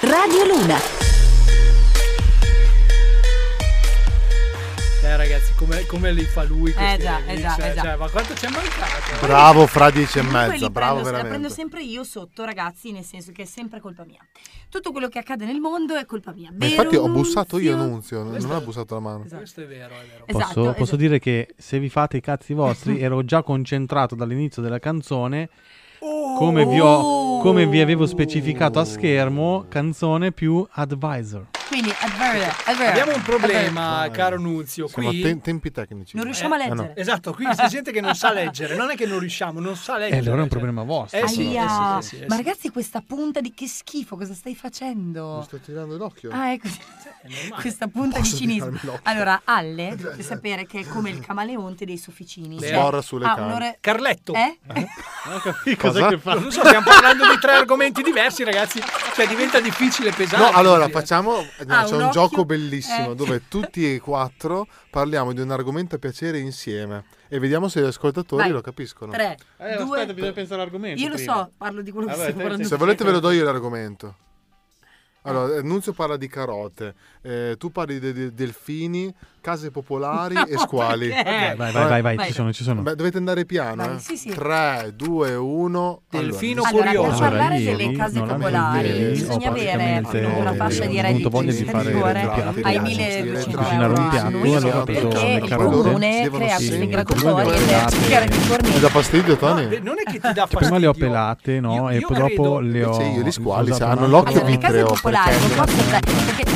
Radio Luna. Eh ragazzi, come, come li fa lui questi già, amici, eh già, cioè, eh già. cioè, ma quanto ci è mancato? Bravo fra dieci e Comunque mezza, li bravo prendo- La prendo veramente. sempre io sotto, ragazzi, nel senso che è sempre colpa mia. Tutto quello che accade nel mondo è colpa mia. Ma Vero, infatti ho Nunzio? bussato io Nunzio, non- non Questo- ha bussato la mano. Questo è vero, è vero. Esatto, Posso, posso dire che se vi fate i cazzi vostri, ero già concentrato dall'inizio della canzone. Come vi, ho- come vi avevo specificato a schermo, canzone più advisor. Quindi, è vero, è vero. Abbiamo un è problema, vero. caro Nunzio. Siamo Qui a tem- tempi tecnici. Eh, Non riusciamo a leggere. Esatto, qui c'è gente che non sa leggere. Non è che non riusciamo, non Eh, sa leggere. allora è un cioè. problema vostro, Eh sì, eh Aia. sì, eh sì, eh Ma sì. ragazzi, questa punta di che schifo, cosa stai facendo? Mi sto tirando l'occhio. Ah, ecco. Questa punta Posso di cinismo. tirarmi l'occhio? Allora, Alle, dovete sapere che è come il camaleonte dei sofficini. Beh. Cioè, Sborra sulle ha canne. un'ore- Carletto. Eh? (laughs) Non ho capito Cosa? cos'è che fa. Non so, (laughs) stiamo parlando di tre argomenti diversi, ragazzi. Cioè, diventa difficile pesare. No, allora facciamo. no, Ah, c'è un un, occhio- gioco bellissimo eh. dove tutti e quattro parliamo di un argomento a piacere insieme e vediamo se gli ascoltatori Vai. lo capiscono. Tre. Eh, due- aspetta, bisogna pensare all'argomento Io lo prima. so, parlo di quello che Vabbè, sto te- parlando. Se volete ve lo do io l'argomento. Allora, eh, Nunzio parla di carote, eh, tu parli di di delfini, case popolari e No, squali. perché? Eh, Ok, vai, vai, vai, vai, ci Vai. sono, ci sono. Beh, dovete andare piano. Vai, eh. sì, sì. 3, 2, 1. Delfino Allora, per curioso. parlare Allora, delle ieri case non popolari avevo- bisogna ho avere praticamente una fascia di avuto reddito voglia di fare inferiore il piatto, ai eh, 1200 cucinare un euro piatto, annui, allora ho preso perché le il carote. comune Devono crea sì, queste il graduatorie comune ed è deve chiaro che fornì- Mi dà fastidio, Tony? Non è che ti (laughs) dà Cioè, prima le ho pelate, no? e poi dopo le ho. Invece io gli squali, ho se usato hanno un'altra- l'occhio vitreo. perché-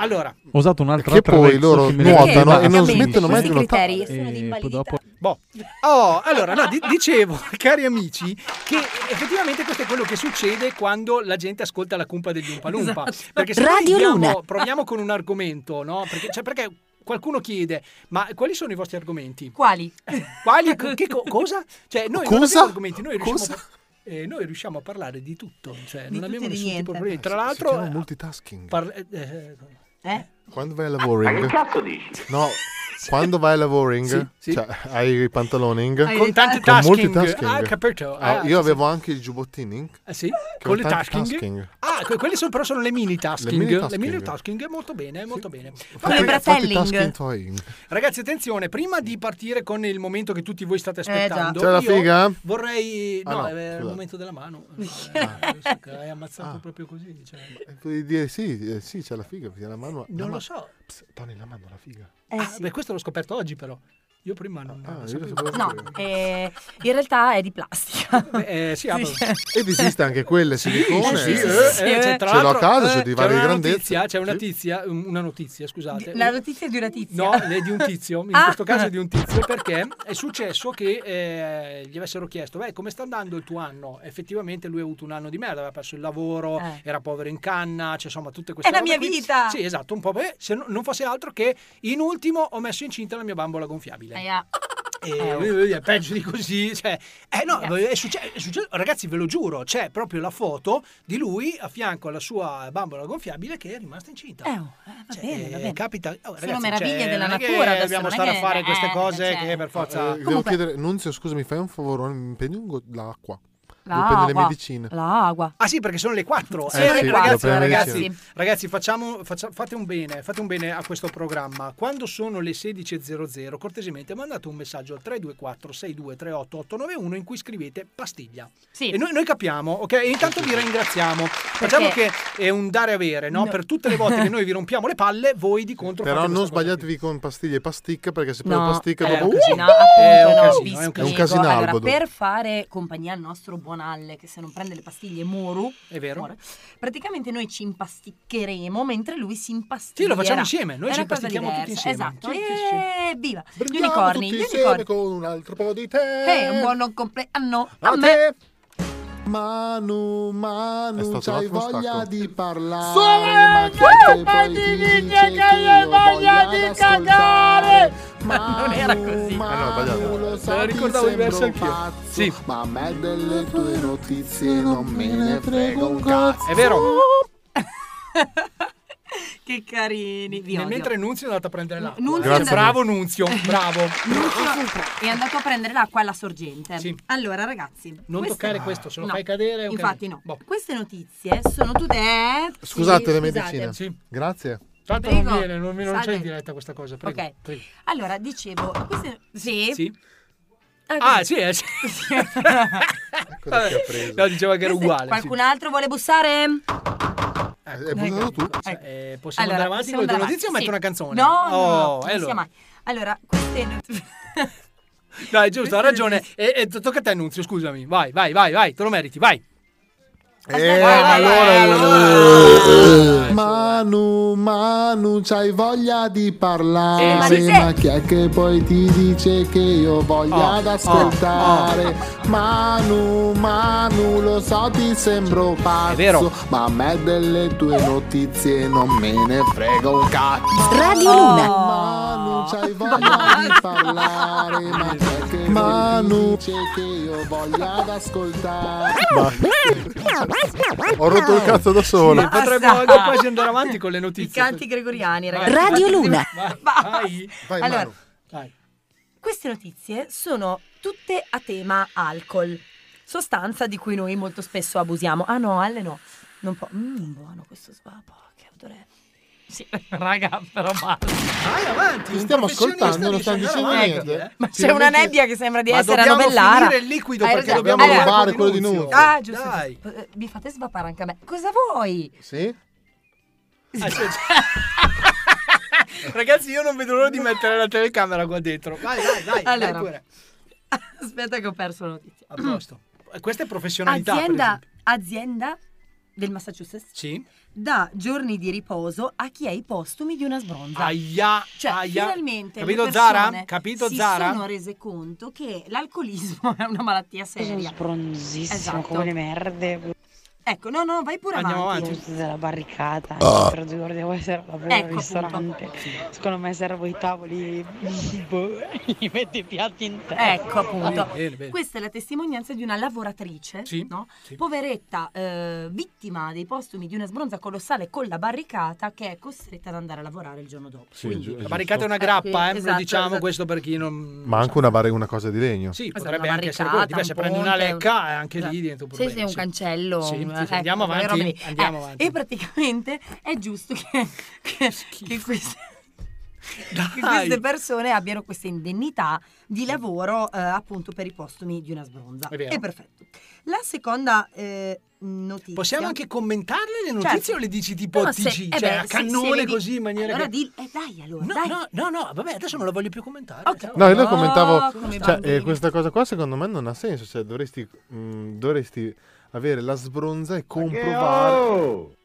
Allora, Ho usato un'altra Che poi attrezzo loro che mi nuotano ricordava- e non Perché smettono mai questi di nuotare. Eh, E criteri sono di poi dopo Boh. Oh, allora, no, di- dicevo, (laughs) cari amici, che effettivamente questo è quello che succede quando la gente ascolta la cumpa degli Umpalumpa. Esatto. Perché se Radio noi diamo- Luna. proviamo con un argomento, no? Perché, cioè, perché qualcuno chiede, ma quali sono i vostri argomenti? Quali? Quali? Co- Che co- cosa? Cioè, noi non Cosa? abbiamo argomenti, noi riusciamo, Cosa? a par- eh, noi riusciamo a parlare di tutto, cioè, Di non abbiamo tutto e di nessun tipo niente. di problemi. Ah, Tra Si- si l'altro... chiama eh, multitasking. parla- eh, eh, Quando vai al lavoring. ma che cazzo (laughs) No, quando vai al lavoring, Sì, sì. cioè hai i pantaloning Hai Con tanti con tasking. multitasking. Ah, capito. Ah, Ah, sì, io avevo anche i giubbottini. eh, sì? Che Con le ho tanti tasking? tasking. Ah, que- quelle sono, però sono le mini tasking. Le Le mini mini tasking. tasking, molto bene, molto bene. Fatti- Vabbè, fatti i tasking tuoi. Ragazzi, attenzione, prima di partire con il momento che tutti voi Eh, state già. aspettando, C'è la io figa? vorrei... Ah, No, no, eh, il scusa. momento (laughs) della mano. Ah, (laughs) Eh, Hai ammazzato proprio così. cioè. Puoi dire sì, eh, sì, c'è la figa, perché la mano... la Non Eh, ma- lo so. Psst, Tony, la mano, la figa. Eh, Ah, beh, questo l'ho scoperto oggi però. Io prima non... Ah, io non lo sapevo. sapevo No, eh, in realtà è di plastica. Eh, sì, ah, vabbè. Ed esiste anche quella Sì, silicone. sì, sì, eh. eh, eh, cioè, Ce tra l'ho a l'altro, casa, eh, c'ho di c'è varie una grandezze. notizia, c'è una tizia, um, una notizia, scusate. La notizia di una tizia. No, (laughs) è di un tizio, in Ah. questo caso è di (laughs) un tizio, perché è successo che eh, gli avessero chiesto, beh, come sta andando il tuo anno? Effettivamente lui ha avuto un anno di merda, aveva perso il lavoro, Eh. era povero in canna, cioè insomma tutte queste È la mia robe qui. vita. Sì, esatto, un po', beh, se no- non fosse altro che in ultimo ho messo incinta la mia bambola gonfiabile. Aia. E Eh, lui- oh. lui è Eh, peggio di così, cioè, eh no, è succe- è successo- ragazzi ve lo giuro, c'è proprio la foto di lui a fianco alla sua bambola gonfiabile che è rimasta incinta. Eh, oh, eh, va Cioè, bene, va bene. Capita, oh, Sono ragazzi, meraviglie cioè, della non è che natura, adesso Dobbiamo non è stare a che- fare queste eh, cose cioè. che per Eh, forza... devo chiedere, Nunzio, scusa, mi fai un favore, mi prendi un go- l'acqua. Devo L'acqua. prendere le medicine. L'acqua. Ah sì, perché sono le 4. Eh sì, ragazzi, devo prendere le ragazzi, medicine. ragazzi, facciamo, faccia- fate, un bene, fate un bene a questo programma. Quando sono le 16.00, cortesemente mandate un messaggio al 324-6238-891 in cui scrivete pastiglia. Sì. E noi, noi capiamo, ok? E intanto vi ringraziamo. Facciamo che Perché- è un dare avere, no? No. Per tutte le volte che noi vi rompiamo (laughs) le palle, voi di contro Però fate non questa cosa. sbagliatevi con pastiglie e pasticca perché se prendo No, pasticca eh, dopo... no, Uh! appunto, no, È un vi casino, è un spiego. casino Allora, albodo. per fare compagnia al nostro buon Alle, che se non prende le pastiglie moro, È vero. muore, praticamente noi ci impasticcheremo mentre lui si impasticchia. Sì, lo facciamo insieme, noi È ci una cosa impastichiamo tutti diversa, insieme. Esatto, Sì, e viva! Gli Andiamo unicorni, tutti gli insieme unicorni. con un altro po' di te. E un buon compleanno a, A me. te. Manu, È Manu, stato c'hai un attimo voglia stacco. di parlare. Suona ma che te poi ti dice che io voglia di cagare. Ma non era così. Ah, no, sbagliato. Lo Me so, la ti ricordavo sembro diversa un anch'io. pazzo, Sì. Ma a me delle tue notizie non me ne frega un cazzo. È vero. (laughs) Che carini. Vi Nel odio. mentre Nunzio è andato a prendere l'acqua. Nunzio Grazie. è andato- Bravo Nunzio, (laughs) bravo. Nunzio è andato a prendere l'acqua alla sorgente. Allora, ragazzi, Non queste- toccare questo, se lo No. fai cadere Boh. è un Infatti, no. Queste notizie sono tutte. eh? Scusate Sì, le medicine. Sì. Grazie. Tanto non Prego. viene, non, non c'è Salve. in diretta questa cosa. Prego. Ok. prego. Allora, dicevo, queste. Sì. Sì. così. Ah, sì, (laughs) eh, sì. (laughs) Vabbè. No, diceva che era Queste- uguale. sì. Qualcun altro vuole bussare? Eh, Ecco. buttato Cioè, eh, possiamo andare Allora, avanti possiamo con le andare notizie o avanti, metto una sì. canzone? No, no, Oh, no, non e sia allora. mai. Allora, queste notizie. No, è giusto, ha ragione. E, e to- tocca a te, Nunzio, scusami. Vai, vai, vai, vai, te lo meriti, vai. Eh, vai, ma vai, allora- allora. Manu, Manu, c'hai voglia di Eh, parlare, Sì, Eh, ma di Eh, ma chi è che poi ti dice che io voglio Oh, ad ascoltare? Manu, Manu, lo so ti sembro pazzo, ma a me delle tue notizie non me ne frega un cazzo. Radio Eh, Luna. Manu, c'hai voglia di parlare, ma chi è che Manu dice che io voglio ad ascoltare? Ho rotto il cazzo da solo. Sì, potremmo anche Ah. quasi andare avanti con le (laughs) I notizie. canti gregoriani, ragazzi. Radio Luna. Vai. Vai, allora, Manu. Vai. queste notizie sono tutte a tema alcol, sostanza di cui noi molto spesso abusiamo. Ah no, alle no. Non può. Mmm, buono questo svapo, che odore. Sì, (laughs) raga, però basta. Vai avanti. Ti un stiamo professionista ascoltando, non dice stanno dicendo andare avanti, niente. eh. Ma c'è una nebbia che sembra di essere a novellara. finire il liquido Hai perché ragione. dobbiamo Allora- rubare quello di Nunzio. Ah, giusto. Dai. giusto. Eh, Mi fate svapare anche a me. Cosa vuoi? Sì? Ah, (laughs) Ragazzi, io non vedo l'ora di mettere la telecamera qua dentro. Vai, vai, vai. vai Allora. pure. (laughs) Aspetta che ho perso la notizia. A posto. Eh, Questa è professionalità. per Azienda, esempio. azienda del Massachusetts Sì. dà giorni di riposo a chi è i postumi di una sbronza. Aia, Cioè, aia. finalmente Capito, le Zara? persone Capito, si Zara? sono rese conto che l'alcolismo (laughs) è una malattia seria. Bronzissimo Esatto. come le merde. Ecco, no, no, vai pure Andiamo avanti. avanti. Della barricata. Ah. Per due ore devo essere al lavoro Ecco, al ristorante. Secondo me servo i tavoli. (laughs) boh, Gli (laughs) metto i piatti in terra. Ecco appunto. Bene, bene. Questa è la testimonianza di una lavoratrice, no? poveretta, eh, vittima dei postumi di una sbronza colossale con la barricata che è costretta ad andare a lavorare il giorno dopo. Quindi- La barricata è una Eh, grappa, eh, sì, ve lo diciamo esatto. questo per chi non... Ma anche una, barre- una cosa di legno. Sì, Esatto, potrebbe una anche essere quello. barricata, Dipende se un prendi una ponte, lecca, eh, anche lì esatto. diventa un Sì, problema. sì, un cancello, Sì, un- sì, sì, ecco, andiamo quelle robe lì. avanti. Andiamo Eh, avanti. E praticamente è giusto che, che- che queste, che queste persone abbiano questa indennità di lavoro eh, appunto per i postumi di una sbronza. È vero. E perfetto. La seconda eh, notizia. Possiamo anche commentarle le notizie Certo. o le dici tipo No, se- TG? eh cioè, beh, a se- cannone se le di- così in maniera Allora che... di- eh, dai allora, No, dai. no, no, no, vabbè, adesso non la voglio più commentare. ciao. No, io le commentavo. come i Cioè, bambini. eh, questa cosa qua secondo me non ha senso. Cioè, dovresti, mm, dovresti avere la sbronza e comprovare.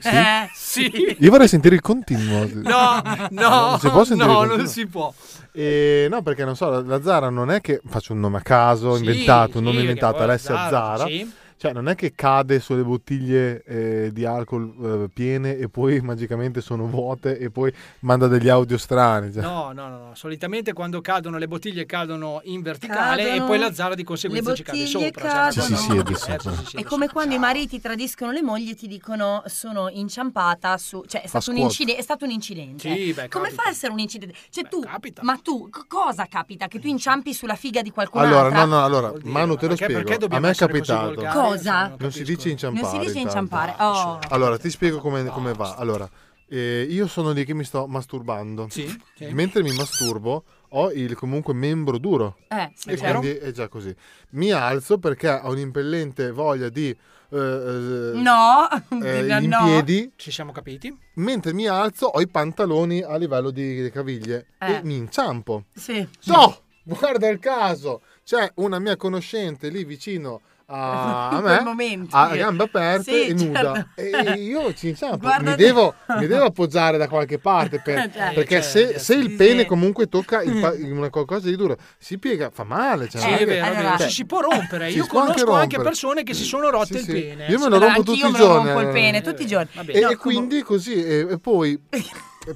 Eh, sì. Io vorrei sentire il continuo. No, (laughs) no, non si può sentire il no, continuo? non si può. Eh, no, perché non so, la, la Zara non è che faccio un nome a caso, Sì, inventato, un sì, nome perché inventato, poi Alessia Zara, Zara. sì. Cioè, non è che cade sulle bottiglie eh, di alcol eh, piene e poi (laughs) magicamente sono vuote e poi manda degli audio strani. Cioè. No, no, no, no, solitamente quando cadono le bottiglie cadono in verticale Cadono, e poi la zara di conseguenza le ci cade bottiglie sopra. cioè, cadono. una Sì, cosa- sì, adesso, eh, adesso. sì, sì, È come quando i mariti tradiscono le mogli e ti dicono sono inciampata su... Cioè è Fa stato, un, squat. incide- è stato un incidente. Sì, beh, come capita. fa a essere un incidente? Cioè tu... Ma tu c- cosa capita? Che tu inciampi sulla figa di qualcun Allora, altro? no, no, allora, Manu te lo perché- perché spiego. A dobbiamo me è essere così capitato. volgari? Cosa? Non si dice inciampare. Non si dice intanto. inciampare. Ah, Oh. cioè, Allora, ti spiego come, come va. Allora, eh, io sono lì che mi sto masturbando. sì. Mentre mi masturbo, ho il comunque membro duro. Eh, sì, e certo. quindi è già così. Mi alzo perché ho un'impellente voglia di. eh, eh, No, eh, (laughs) no, in no. piedi. Ci siamo capiti? Mentre mi alzo, ho i pantaloni a livello di, di caviglie Eh. e mi inciampo. Sì. No, guarda il caso, c'è una mia conoscente lì vicino a, a In me quel momento, a sì. gamba aperta Sì, e nuda. certo. E io ci inciampo, Guarda mi, te. devo, mi devo appoggiare da qualche parte per- Eh, certo, perché se, se il pene comunque tocca il pa- una qualcosa di duro si piega, fa male. Cioè, Sì, non è che- vero, è vero. cioè, Ci si può rompere. ci Io si può anche conosco anche rompere. persone che si sono rotte il Eh, Sì. pene. Io me lo rompo tutti i giorni. eh. Vabbè. E, No, e quindi così, e, e (laughs) poi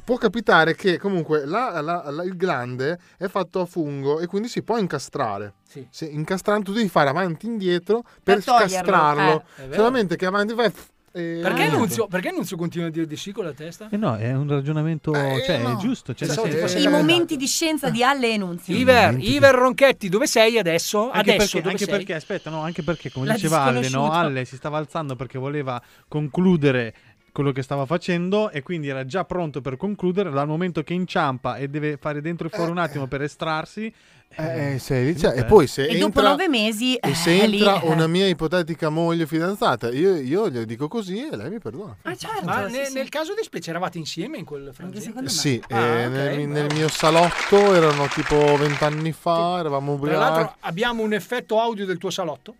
può capitare che comunque la- la- la- il glande è fatto a fungo e quindi si può incastrare. Se incastrando tu devi fare avanti e indietro per, Per toglierlo, scastrarlo. eh. È vero. Solamente che avanti fai... "Eh, e- Perché Nunzio, perché Nunzio continua a dire di sì con la testa? Eh no, è un ragionamento, cioè, è giusto. Cioè, Sì, nel sì, senso- sì. Eh. I momenti di scienza di Alle e Nunzio. Iver, Iver Ronchetti, dove sei adesso? Anche adesso perché, dove anche sei? perché, aspetta, no, anche perché, come La diceva Alle, no? disconosciuta. Alle si stava alzando perché voleva concludere quello che stava facendo e quindi era già pronto per concludere. Dal momento che inciampa e deve fare dentro e fuori Eh. un attimo per estrarsi, Eh, sei lì, cioè, eh. e poi se E entra, dopo nove mesi... e se eh, lì, entra eh. una mia ipotetica moglie fidanzata, io, io le dico così e lei mi perdona. Ah, certo, Ma ne- nel caso di specie eravate insieme in quel frangente? Sì, Ah, eh, ok, nel, nel bravo. mio salotto erano tipo vent'anni fa, eravamo Tra l'altro ubriachi. abbiamo un effetto audio del tuo salotto.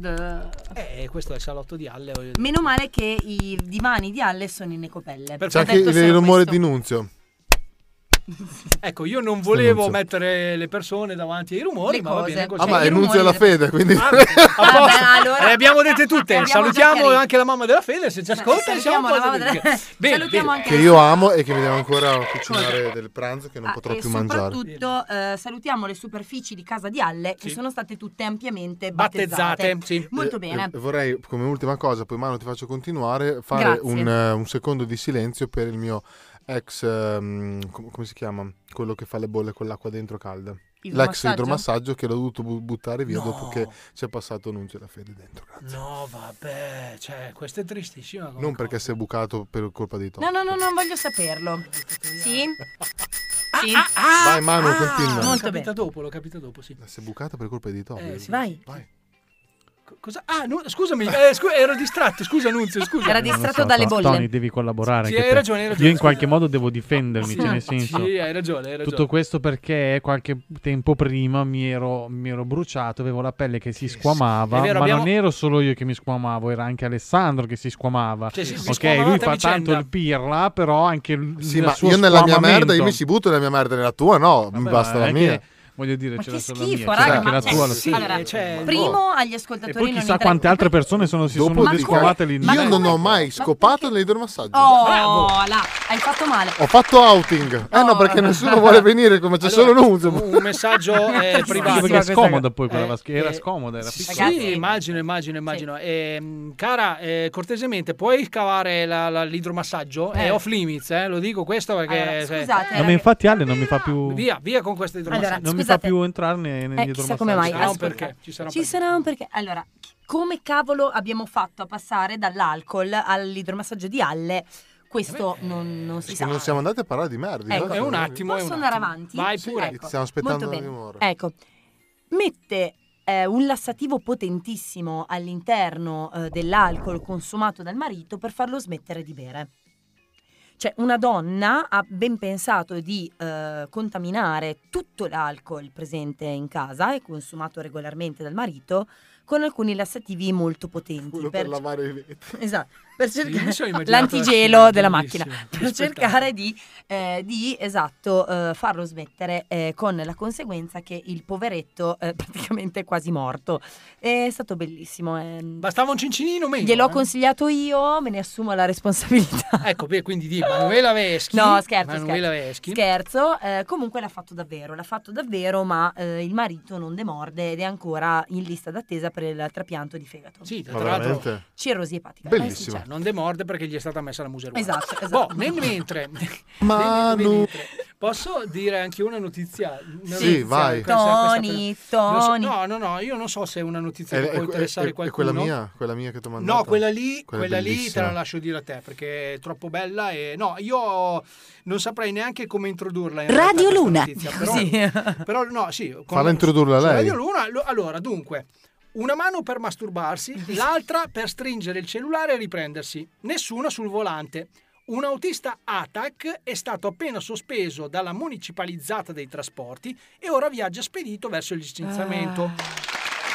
Eh, questo è il salotto di Alle. voglio dire. Meno male che i divani di Alle sono in ecopelle. C'è Ho anche detto il solo rumore questo. di Nunzio. Ecco, io non volevo Nunzio. mettere le persone davanti ai rumori, Le ma va bene cose. Cioè, così. Ah, ma è Nunzio alla (laughs) fede, quindi... Ah, A Vabbè, posto. allora- Le abbiamo dette tutte. Abbiamo già salutiamo chiarito. anche la mamma della Fede se ci ascolta. salutiamo siamo la quasi mamma della- tutti. Bene, Salutiamo bene. anche che io amo e che mi devo ancora cucinare del pranzo che non Ah, potrò e più mangiare. Soprattutto eh, salutiamo le superfici di casa di Alle che Sì. sono state tutte ampiamente battezzate. Battezzate, Molto Eh, bene. eh, vorrei, come ultima cosa, poi Mano ti faccio continuare, fare Grazie. un, eh, un secondo di silenzio per il mio ex, ehm, com- come si chiama? Quello che fa le bolle con l'acqua dentro calda. L'ex Idromassaggio? idromassaggio che l'ho dovuto bu- buttare via No. dopo che ci è passato Nunzio la fede dentro. No, vabbè, cioè, questa è tristissima. come Non perché si è bucato per colpa di Tom. No, no, no, non voglio saperlo. Sì? Sì. Vai Ah, Manu, continua. cosa. Non l'ho capita dopo, l'ho capita dopo, sì. Si è bucato per colpa di Oh, Tom. Eh, sì. Vai. Co- Cosa? Ah, no, scusami, eh, scu- ero distratto, scusa (laughs) Nunzio, scusa. Era Non lo so, To- Tony, devi collaborare. Sì, anche hai te. ragione, hai ragione, Io in qualche scusa. modo devo difendermi. Sì. cioè, nel Sì, senso, hai ragione, hai ragione. Tutto questo perché qualche tempo prima mi ero, mi ero bruciato, avevo la pelle che si squamava. È vero, ma abbiamo- non ero solo io che mi squamavo, era anche Alessandro che si squamava. Cioè, si- si ok, squamavate lui a fa tanto vicenda. il pirla, però anche il Sì, il ma suo io nella mia squamamento- merda, io mi ci butto nella mia merda, nella tua no, mi Vabbè, basta ma la è mia. che- Voglio dire, c'è la solo schifo, mia. raga, c'è anche ma- la tua. eh, lo sì, stesso. allora, cioè, Primo agli E ascoltatori poi non chissà interessa. quante altre persone sono, si Dopo sono dico- discamate lì. Io non ho mai scopato l'idromassaggio. Oh, là, hai fatto male. Ho fatto outing. Oh, Eh no, perché nessuno vuole venire, come c'è solo Nunzio. Un messaggio (laughs) eh, privato. Perché è scomoda poi quella Eh, vasca- Era eh, scomoda, era sì, piccola. Sì, immagino, immagino, immagino. Ehm, cara, eh, cortesemente, puoi cavare la- la- l'idromassaggio? È Eh. off limits, eh, lo dico questo perché... Allora, cioè, scusate, No, ma infatti Ale non mi fa più... Via, via con questo idromassaggio. Allora, non mi fa scusate. più entrarne negli Eh, chissà come mai. idromassaggi. sarà un ascolta. perché, ci sarà un Ci perché. sarà un perché. Allora, chi- come cavolo abbiamo fatto a passare dall'alcol all'idromassaggio di Alle? Eh Questo non, non si Perché sa. non siamo andati a parlare di merda. Ecco, guarda. Posso andare avanti? Vai pure. Ecco, Stiamo aspettando molto bene. un'ora. Ecco, mette eh, un lassativo potentissimo all'interno eh, dell'alcol consumato dal marito per farlo smettere di bere. Cioè, una donna ha ben pensato di eh, contaminare tutto l'alcol presente in casa e consumato regolarmente dal marito con alcuni lassativi molto potenti. Quello per lavare i vetri. (laughs) Esatto, per Sì, mi cercare sono immaginato la l'antigelo scena, della bellissimo, macchina, per cercare di, eh, di, esatto, eh, farlo smettere eh, con la conseguenza che il poveretto eh, (laughs) praticamente è quasi morto. È stato bellissimo. eh. Bastava un cincinino meno. Gliel'ho eh. consigliato io, me ne assumo la responsabilità. Ecco, beh, quindi di Manuela Veschi. No, scherzo, Manuela scherzo. Veschi. Scherzo, eh, comunque l'ha fatto davvero, l'ha fatto davvero, ma eh, il marito non demorde ed è ancora in lista d'attesa per il trapianto di fegato. Sì, tra Ma l'altro veramente? Cirrosi epatica. Eh certo. Bellissimo. cioè, non demorde perché gli è stata messa la museruola. Esatto, esatto. Boh, nel mentre, Ma nel no. mentre, posso dire anche una notizia? Una Sì, notizia, vai. questa- Tony, questa- non so- Tony. no, no, no, io non so se è una notizia È, che può è- interessare è- è qualcuno. eh, quella mia, quella mia che ti ho mandato. No, quella lì, Quella quella lì te bellissima. la lascio dire a te perché è troppo bella e no, io non saprei neanche come introdurla. in realtà Radio questa Luna. notizia, però, però no, sì. con- Falla introdurla su lei. Radio Luna, lo- allora, dunque, una mano per masturbarsi, l'altra per stringere il cellulare e riprendersi. Nessuna sul volante. Un autista ATAC è stato appena sospeso dalla municipalizzata dei trasporti e ora viaggia spedito verso il licenziamento.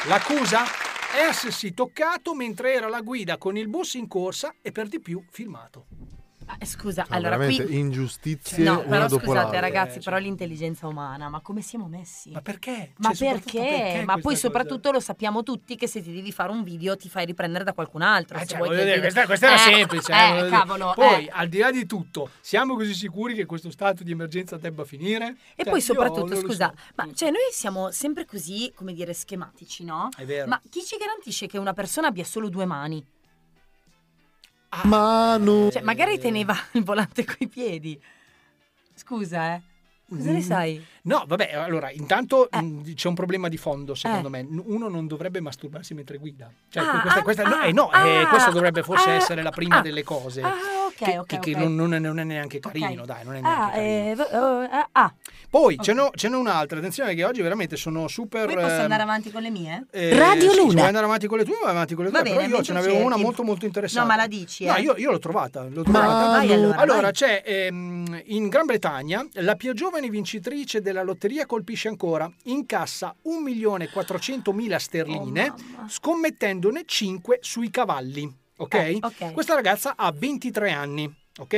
L'accusa? S si toccato mentre era la guida con il bus in corsa e per di più filmato. Scusa, Cioè, allora veramente qui... ingiustizie no, una però dopo scusate l'altra. ragazzi, però l'intelligenza umana, ma come siamo messi? Ma perché? Ma Cioè, soprattutto perché? perché Ma poi questa soprattutto lo sappiamo tutti che se ti devi fare un video ti fai riprendere da qualcun altro. se Cioè, vuoi voglio che il dire, video- questa, questa era Eh, semplice. eh, voglio Eh, dire. cavolo. Poi, eh. al di là di tutto, siamo così sicuri che questo stato di emergenza debba finire? E Cioè, poi io soprattutto, non lo scusa, so. ma cioè noi siamo sempre così, come dire, schematici, no? È vero. Ma chi ci garantisce che una persona abbia solo due mani? Ah. Manu. Cioè, magari teneva il volante coi piedi. Scusa, eh. Cosa Mm. ne sai? Eh. No, vabbè, allora, intanto mh, c'è un problema di fondo, secondo me. N- Uno non dovrebbe masturbarsi mentre guida. Cioè, Ah, questa, ah, questa- no, ah, eh, no, eh, ah, questa dovrebbe forse ah, essere la prima ah, delle cose. Ah, ok, che ok. che- che ok. non, non è, non è neanche carino, Ok. dai, non è neanche Ah, carino. eh, v- oh, ah, ah. Poi ce n'ho, ce n'ho un'altra, attenzione che oggi veramente sono super... Poi posso ehm, andare avanti con le mie? eh, sì, se vuoi andare avanti con le tue, vai avanti con le Va tue. bene, però io mentre ce n'avevo cerchi. una molto molto interessante. No, ma la dici, No, eh. io, io l'ho trovata. L'ho Ma- trovata. Vai, allora, vai. c'è ehm, in Gran Bretagna la più giovane vincitrice della lotteria colpisce ancora. Incassa 1.400.000 sterline, Oh, scommettendone 5 sui cavalli. Ok? Eh, ok. Questa ragazza ha 23 anni. Ok?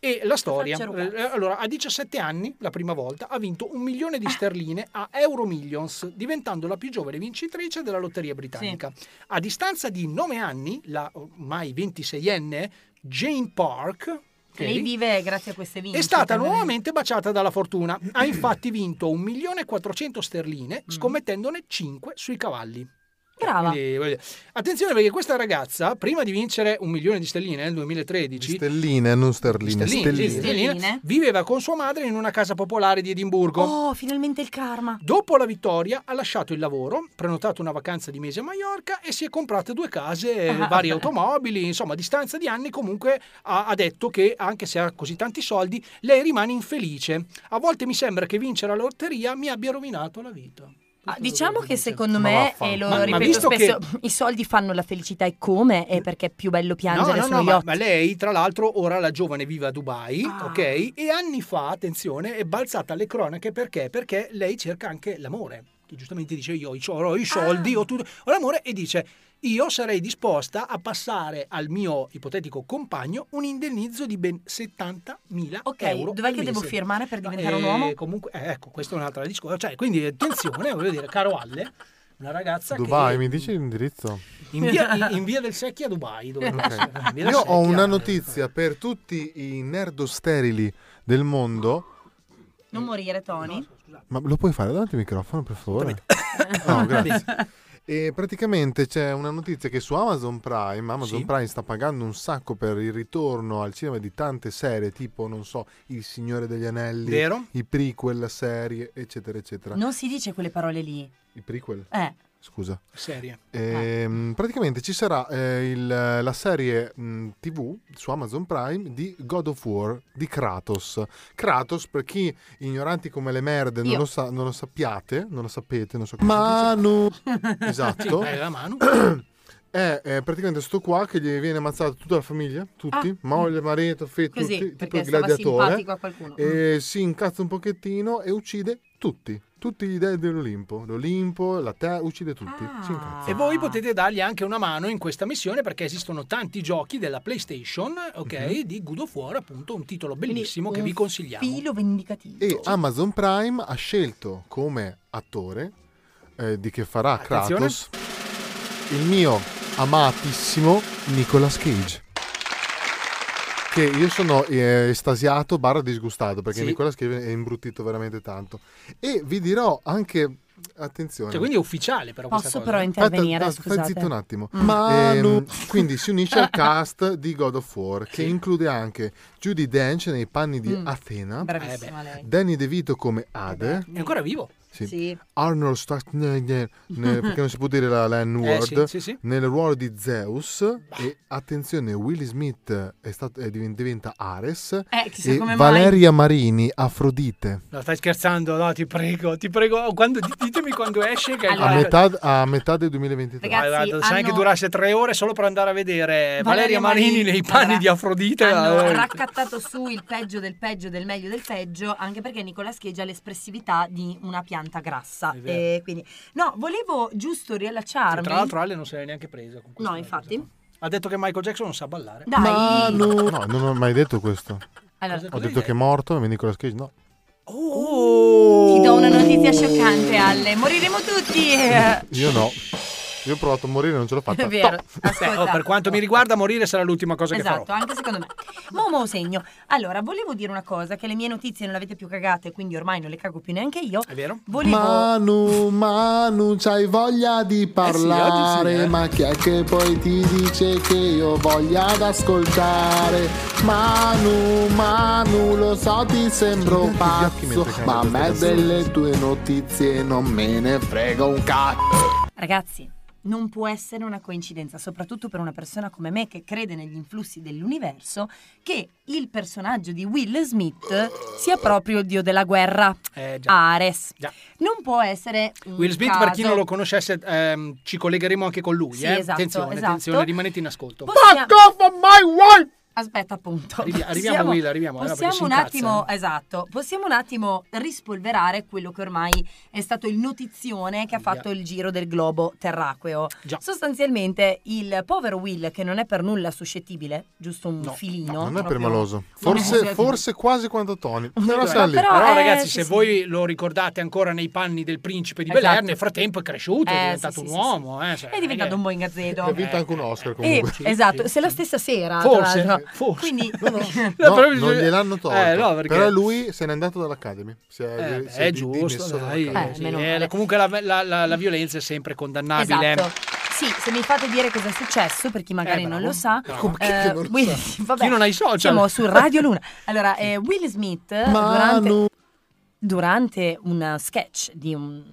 E la storia, faccia rubare. eh, allora a 17 anni, la prima volta, ha vinto un milione di sterline a Euro Millions, diventando la più giovane vincitrice della lotteria britannica. A distanza di 9 anni, la ormai 26enne Jane Park. ok, Lei vive grazie a queste vincite. È stata ovviamente. nuovamente baciata dalla fortuna. (clears throat) Ha infatti vinto 1.400.000 sterline, scommettendone 5 sui cavalli. Mm. Brava. Quindi, voglio dire, attenzione perché questa ragazza, prima di vincere un milione di stelline nel 2013, Stelline, non sterline, Stellini, stelline. sì, Stellini, viveva con sua madre in una casa popolare di Edimburgo. Oh, finalmente il karma. Dopo la vittoria ha lasciato il lavoro, prenotato una vacanza di mesi a Maiorca e si è comprata due case, (laughs) Ah. varie automobili, insomma a distanza di anni comunque ha, ha detto che anche se ha così tanti soldi lei rimane infelice. A volte mi sembra che vincere la lotteria mi abbia rovinato la vita. Ah, diciamo che secondo Ma me, vaffanculo. e lo Ma- ma ripeto visto spesso, che- (laughs) i soldi fanno la felicità e come? E perché è più bello piangere no, no, sugli no, ma, occhi. ma lei tra l'altro ora la giovane vive a Dubai, Ah. ok? E anni fa, attenzione, è balzata alle cronache perché? Perché lei cerca anche l'amore. Che giustamente dice io ho- ho i Ah. soldi, ho, tutto, ho l'amore e dice io sarei disposta a passare al mio ipotetico compagno un indennizzo di ben 70.000 Ok, euro. dov'è al che devo mese. firmare per No, diventare eh, un uomo? Comunque, eh, ecco, questa è un'altra discorso. Cioè, quindi attenzione, voglio dire, caro Alle, una ragazza Dubai, che... mi dici l'indirizzo? In (laughs) via, in- in via del Secchi a Dubai. dove- in via del Io ho Secchi a- una notizia per tutti i nerdosterili del mondo. Non morire, Tony. Ma lo puoi fare davanti al microfono, per favore? No, grazie. E praticamente c'è una notizia che su Amazon Prime, Amazon Sì. Prime sta pagando un sacco per il ritorno al cinema di tante serie, tipo, non so, Il Signore degli Anelli, Vero. i prequel, la serie, eccetera, eccetera. Non si dice quelle parole lì. I prequel? Eh. Scusa. Serie. Ehm, Ah. praticamente ci sarà eh, il- la serie mh, TV su Amazon Prime di God of War di Kratos. Kratos, per chi ignoranti come le merde non Io. lo, sa- non lo sappiate, non lo sapete, non so come Manu! (laughs) Esatto. Sì, eh, la mano. (clears throat) È, eh, praticamente sto qua che gli viene ammazzata tutta la famiglia, tutti, Ah. moglie, marito, figli, Così, tutti, tipo perché il stava gladiatore. simpatico a qualcuno. Mm. E si incazza un pochettino e uccide tutti, tutti gli dei dell'Olimpo. L'Olimpo, la terra, uccide tutti. Si incazza. E voi potete dargli anche una mano in questa missione perché esistono tanti giochi della PlayStation, ok, Mhm. di Good of War, appunto un titolo bellissimo che un vi consigliamo. Filo vendicativo. E Amazon Prime ha scelto come attore eh, di che farà Attenzione. Kratos il mio amatissimo Nicolas Cage. Che io sono eh, estasiato barra disgustato perché Sì. Nicolas Cage è imbruttito veramente tanto. E vi dirò anche. Attenzione. Cioè, quindi è ufficiale però Mm. questa Posso cosa. eh. però intervenire, Aspetta, aspetta, scusate. zitto un attimo. Ehm, quindi si unisce (laughs) al cast di God of War, che include anche Judy Dench nei panni di Mm. Athena, Bravissima Eh beh. lei. Danny DeVito come Ade, È ancora vivo. sì. Arnold Schwarzenegger, (laughs) ne- perché non si può dire la, la N-word, Eh, sì, sì, sì. nel ruolo di Zeus, e attenzione, Will Smith è stato- è diven- diventa Ares, Eh, chissà e come mai. Valeria Marini, Afrodite. No, stai scherzando, no, ti prego, ti prego. Oh, quando- di- ditemi quando esce che A, metà, a metà del 2023. Vai, guarda, se anche durasse tre ore solo per andare a vedere Valeria, Valeria Marini, Marini. nei panni di Afrodite. Hanno eh, raccattato su il peggio del peggio del meglio del peggio, anche perché Nicola Scheggia ha l'espressività di una pianta tanta grassa. È vero. E quindi... No, volevo giusto riallacciarmi. Tra l'altro Ale non se l'è neanche presa. con questa No, infatti. cosa. Ha detto che Michael Jackson non sa ballare. Dai. Ma no, no, non ho mai detto questo. Ah, Allora, ho detto che è morto, e Nicolas Cage no. Ti do una notizia scioccante, Alle. Moriremo tutti. È Io no. Io ho provato a morire e non ce l'ho fatta. vero. Beh, Ascolta. oh, per quanto mi riguarda, morire sarà l'ultima cosa che Esatto, farò. anche secondo me. Momo segno. Allora, volevo dire una cosa, che le mie notizie non le avete più cagate, quindi ormai non le cago più neanche io. È vero? (laughs) Volevo... Manu, Manu, c'hai voglia Eh di parlare, oggi sì, eh. ma chi è che poi ti dice che io voglia ad ascoltare? Manu, Manu, lo so ti sembro pazzo, ma a me delle tue notizie non me ne frega un cazzo. Ragazzi, non può essere una coincidenza, soprattutto per una persona come me che crede negli influssi dell'universo, che il personaggio di Will Smith sia proprio il dio della guerra, Eh, già. Ares. Non può essere un Will Smith, per chi caso. non lo conoscesse, ehm, ci collegheremo anche con lui. Sì, eh. esatto, attenzione, esatto. attenzione, rimanete in ascolto. Possiamo- Aspetta, appunto. Arri- arriviamo, Possiamo- Will, arriviamo, eh, no, perché Possiamo si un incazza, eh. attimo, esatto, possiamo un attimo rispolverare quello che ormai è stato il notizione che ha fatto il giro del globo terraqueo. Sostanzialmente il povero Will, che non è per nulla suscettibile, giusto un filino. Non è proprio- permaloso, Non è forse, suscettibile. forse quasi quanto Tony. Però Però siamo lì. però- Però eh, ragazzi, sì, se sì. voi lo ricordate ancora nei panni del principe di Esatto. Bel Air, nel frattempo è cresciuto, Eh, è sì, diventato sì, un sì, uomo. eh, cioè, È diventato un boingazzedo. Ha vinto anche un Oscar Eh, comunque. esatto, se la stessa sera. tra Forse, l'altro. forse. Quindi, (laughs) Eh, No, però- non gliel'hanno tolto. Eh, no, perché- Però lui se n'è andato dall'Academy. Si è, Eh, si è di- giusto, dimesso dai, dall'Academy. sì, eh, la- comunque la, la- la- la violenza è sempre condannabile. Esatto. Sì, se mi fate dire cosa è successo, per chi magari Eh, non bravo. lo sa, Bravo. Come chi eh, che non lo Will- (laughs) sa? (laughs) vabbè, Chi non ha i social? Siamo su (laughs) Radio Luna. Allora, eh, Will Smith durante, durante un sketch di un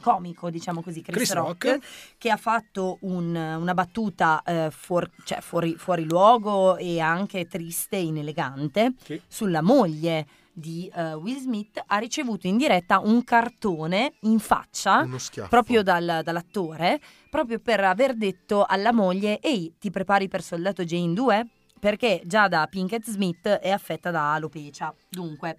comico, diciamo così, Chris, Chris Rock, Rock. che ha fatto un- una battuta eh, fuor- cioè, fuori, fuori luogo e anche triste e inelegante Sì. sulla moglie di eh, Will Smith, ha ricevuto in diretta un cartone in faccia Mm. Uno schiaffo. proprio dal- dall'attore, proprio per aver detto alla moglie: Ehi, ti prepari per Soldato Jane 2? Perché Giada Pinkett Smith è affetta da alopecia. Dunque,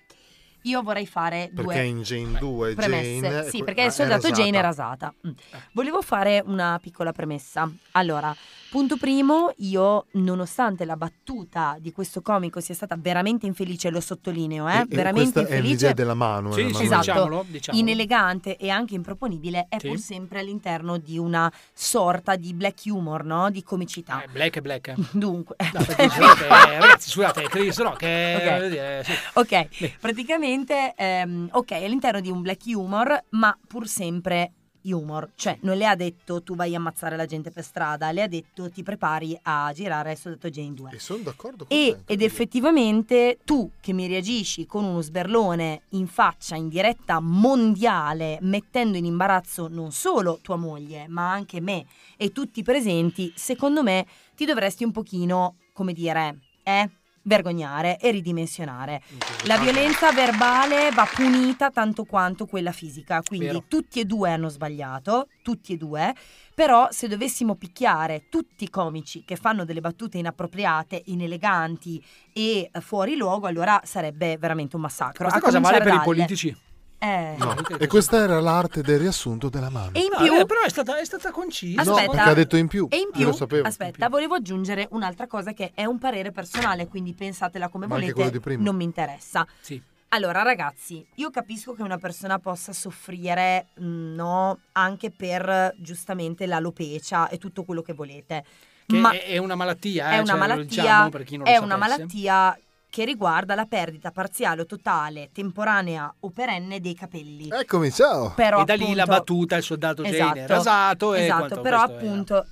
io vorrei fare Perché due in Jane 2 premesse. Jane eh, ah, sì, perché il soldato esatto. Jane è rasata. Mm. Volevo fare una piccola premessa. Allora, punto primo, io nonostante la battuta di questo comico sia stata veramente infelice, lo sottolineo, eh, E- e veramente questa è infelice. l'idea della Manu, Sì, eh, sì, Manu. esatto, diciamolo, diciamolo. inelegante e anche improponibile, è Sì. pur sempre all'interno di una sorta di black humor, no? Di comicità. Black e black. eh. (laughs) Dunque, Perché, scusate, (laughs) eh, ragazzi, scusate, Chris Rock è... Ok. voglio dire, sì. (laughs) Ok, praticamente, ehm, ok, all'interno di un black humor, ma pur sempre humor. Cioè, non le ha detto tu vai a ammazzare la gente per strada, le ha detto ti prepari a girare il soldato Jane 2. E sono d'accordo con E, ed effettivamente tu che mi reagisci con uno sberlone in faccia in diretta mondiale, mettendo in imbarazzo non solo tua moglie, ma anche me e tutti i presenti, secondo me ti dovresti un pochino, come dire, eh, vergognare e ridimensionare. La violenza verbale va punita tanto quanto quella fisica, quindi Vero. tutti e due hanno sbagliato, tutti e due, però se dovessimo picchiare tutti i comici che fanno delle battute inappropriate, ineleganti e eh, fuori luogo, allora sarebbe veramente un massacro. Questa A cosa vale per i cominciare politici? dalle- Eh. No. E questa era l'arte del riassunto della Manu. E in No, più... eh, però è stata, è stata concisa. No, perché ha detto in più. E in Io più, lo sapevo. aspetta, volevo aggiungere un'altra cosa che è un parere personale, quindi pensatela come Ma anche quello di volete, prima. non mi interessa. Sì. Allora, ragazzi, io capisco che una persona possa soffrire, mh, no, anche per eh, giustamente l'alopecia e tutto quello che volete. Che ma è, è una malattia, eh, è una cioè, lo malattia, diciamo per chi non lo è una sapesse. malattia che riguarda la perdita parziale o totale, temporanea o perenne dei capelli. Eccomi, ciao. Però e da lì la appunto- battuta, il soldato Jane è certo rasato e esatto, quanto però questo era. appunto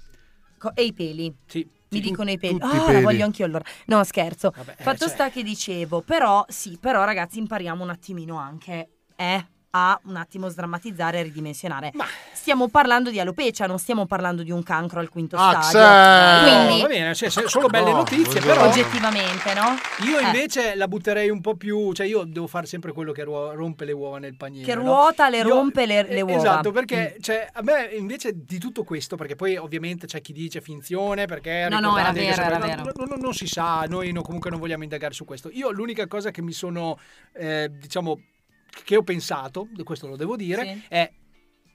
co- e i peli mi dicono i peli. tutti i Ah, la peli. voglio anch'io allora. (laughs) No, scherzo. eh, Fatto cioè. sta che dicevo, però sì, però ragazzi impariamo un attimino anche eh, a un attimo sdrammatizzare e ridimensionare. Ma stiamo parlando di alopecia, non stiamo parlando di un cancro al quinto Ah, stadio. No, Quindi va bene, cioè, se- solo belle No, notizie, voglio- però oggettivamente, no? io Eh. invece la butterei un po' più, cioè io devo fare sempre quello che ruo- rompe le uova nel panino. che no? ruota le Io- rompe le, le Eh, uova. Mm. Esatto, perché cioè, a me invece di tutto questo, perché poi ovviamente c'è chi dice finzione, perché No, no, era ricordate che vero, sempre- era no, vero. no, no, non si sa, noi no- comunque non vogliamo indagare su questo. Io l'unica cosa che mi sono, eh, diciamo, che ho pensato, questo lo devo dire, è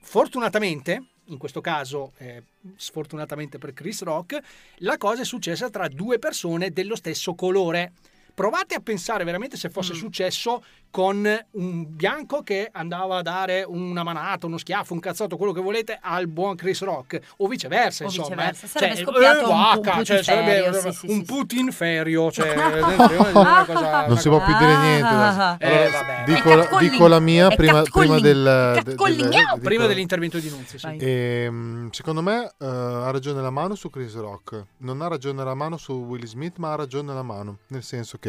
fortunatamente, in questo caso eh, sfortunatamente per Chris Rock, la cosa è successa tra due persone dello stesso colore. Provate a pensare veramente se fosse Mm. successo con un bianco che andava a dare una manata, uno schiaffo, un cazzotto, quello che volete al buon Chris Rock o viceversa, O insomma. viceversa. eh. Sarebbe Cioè, scoppiato un eh, pu- guacca, cioè, sarebbe putiferio, sì, sì, un Putin (laughs) ferio, cioè, Non (laughs) si può più dire niente. Ah. adesso. Allora, Eh, dico, vabbè, la, vabbè. È catcalling- dico la mia è prima, prima catcalling- del, de- del- dico- prima dell'intervento di Nunzio. sì. Ehm, secondo me eh, ha ragione la mano su Chris Rock, non ha ragione la mano su Will Smith, ma ha ragione la mano, nel senso Eh. che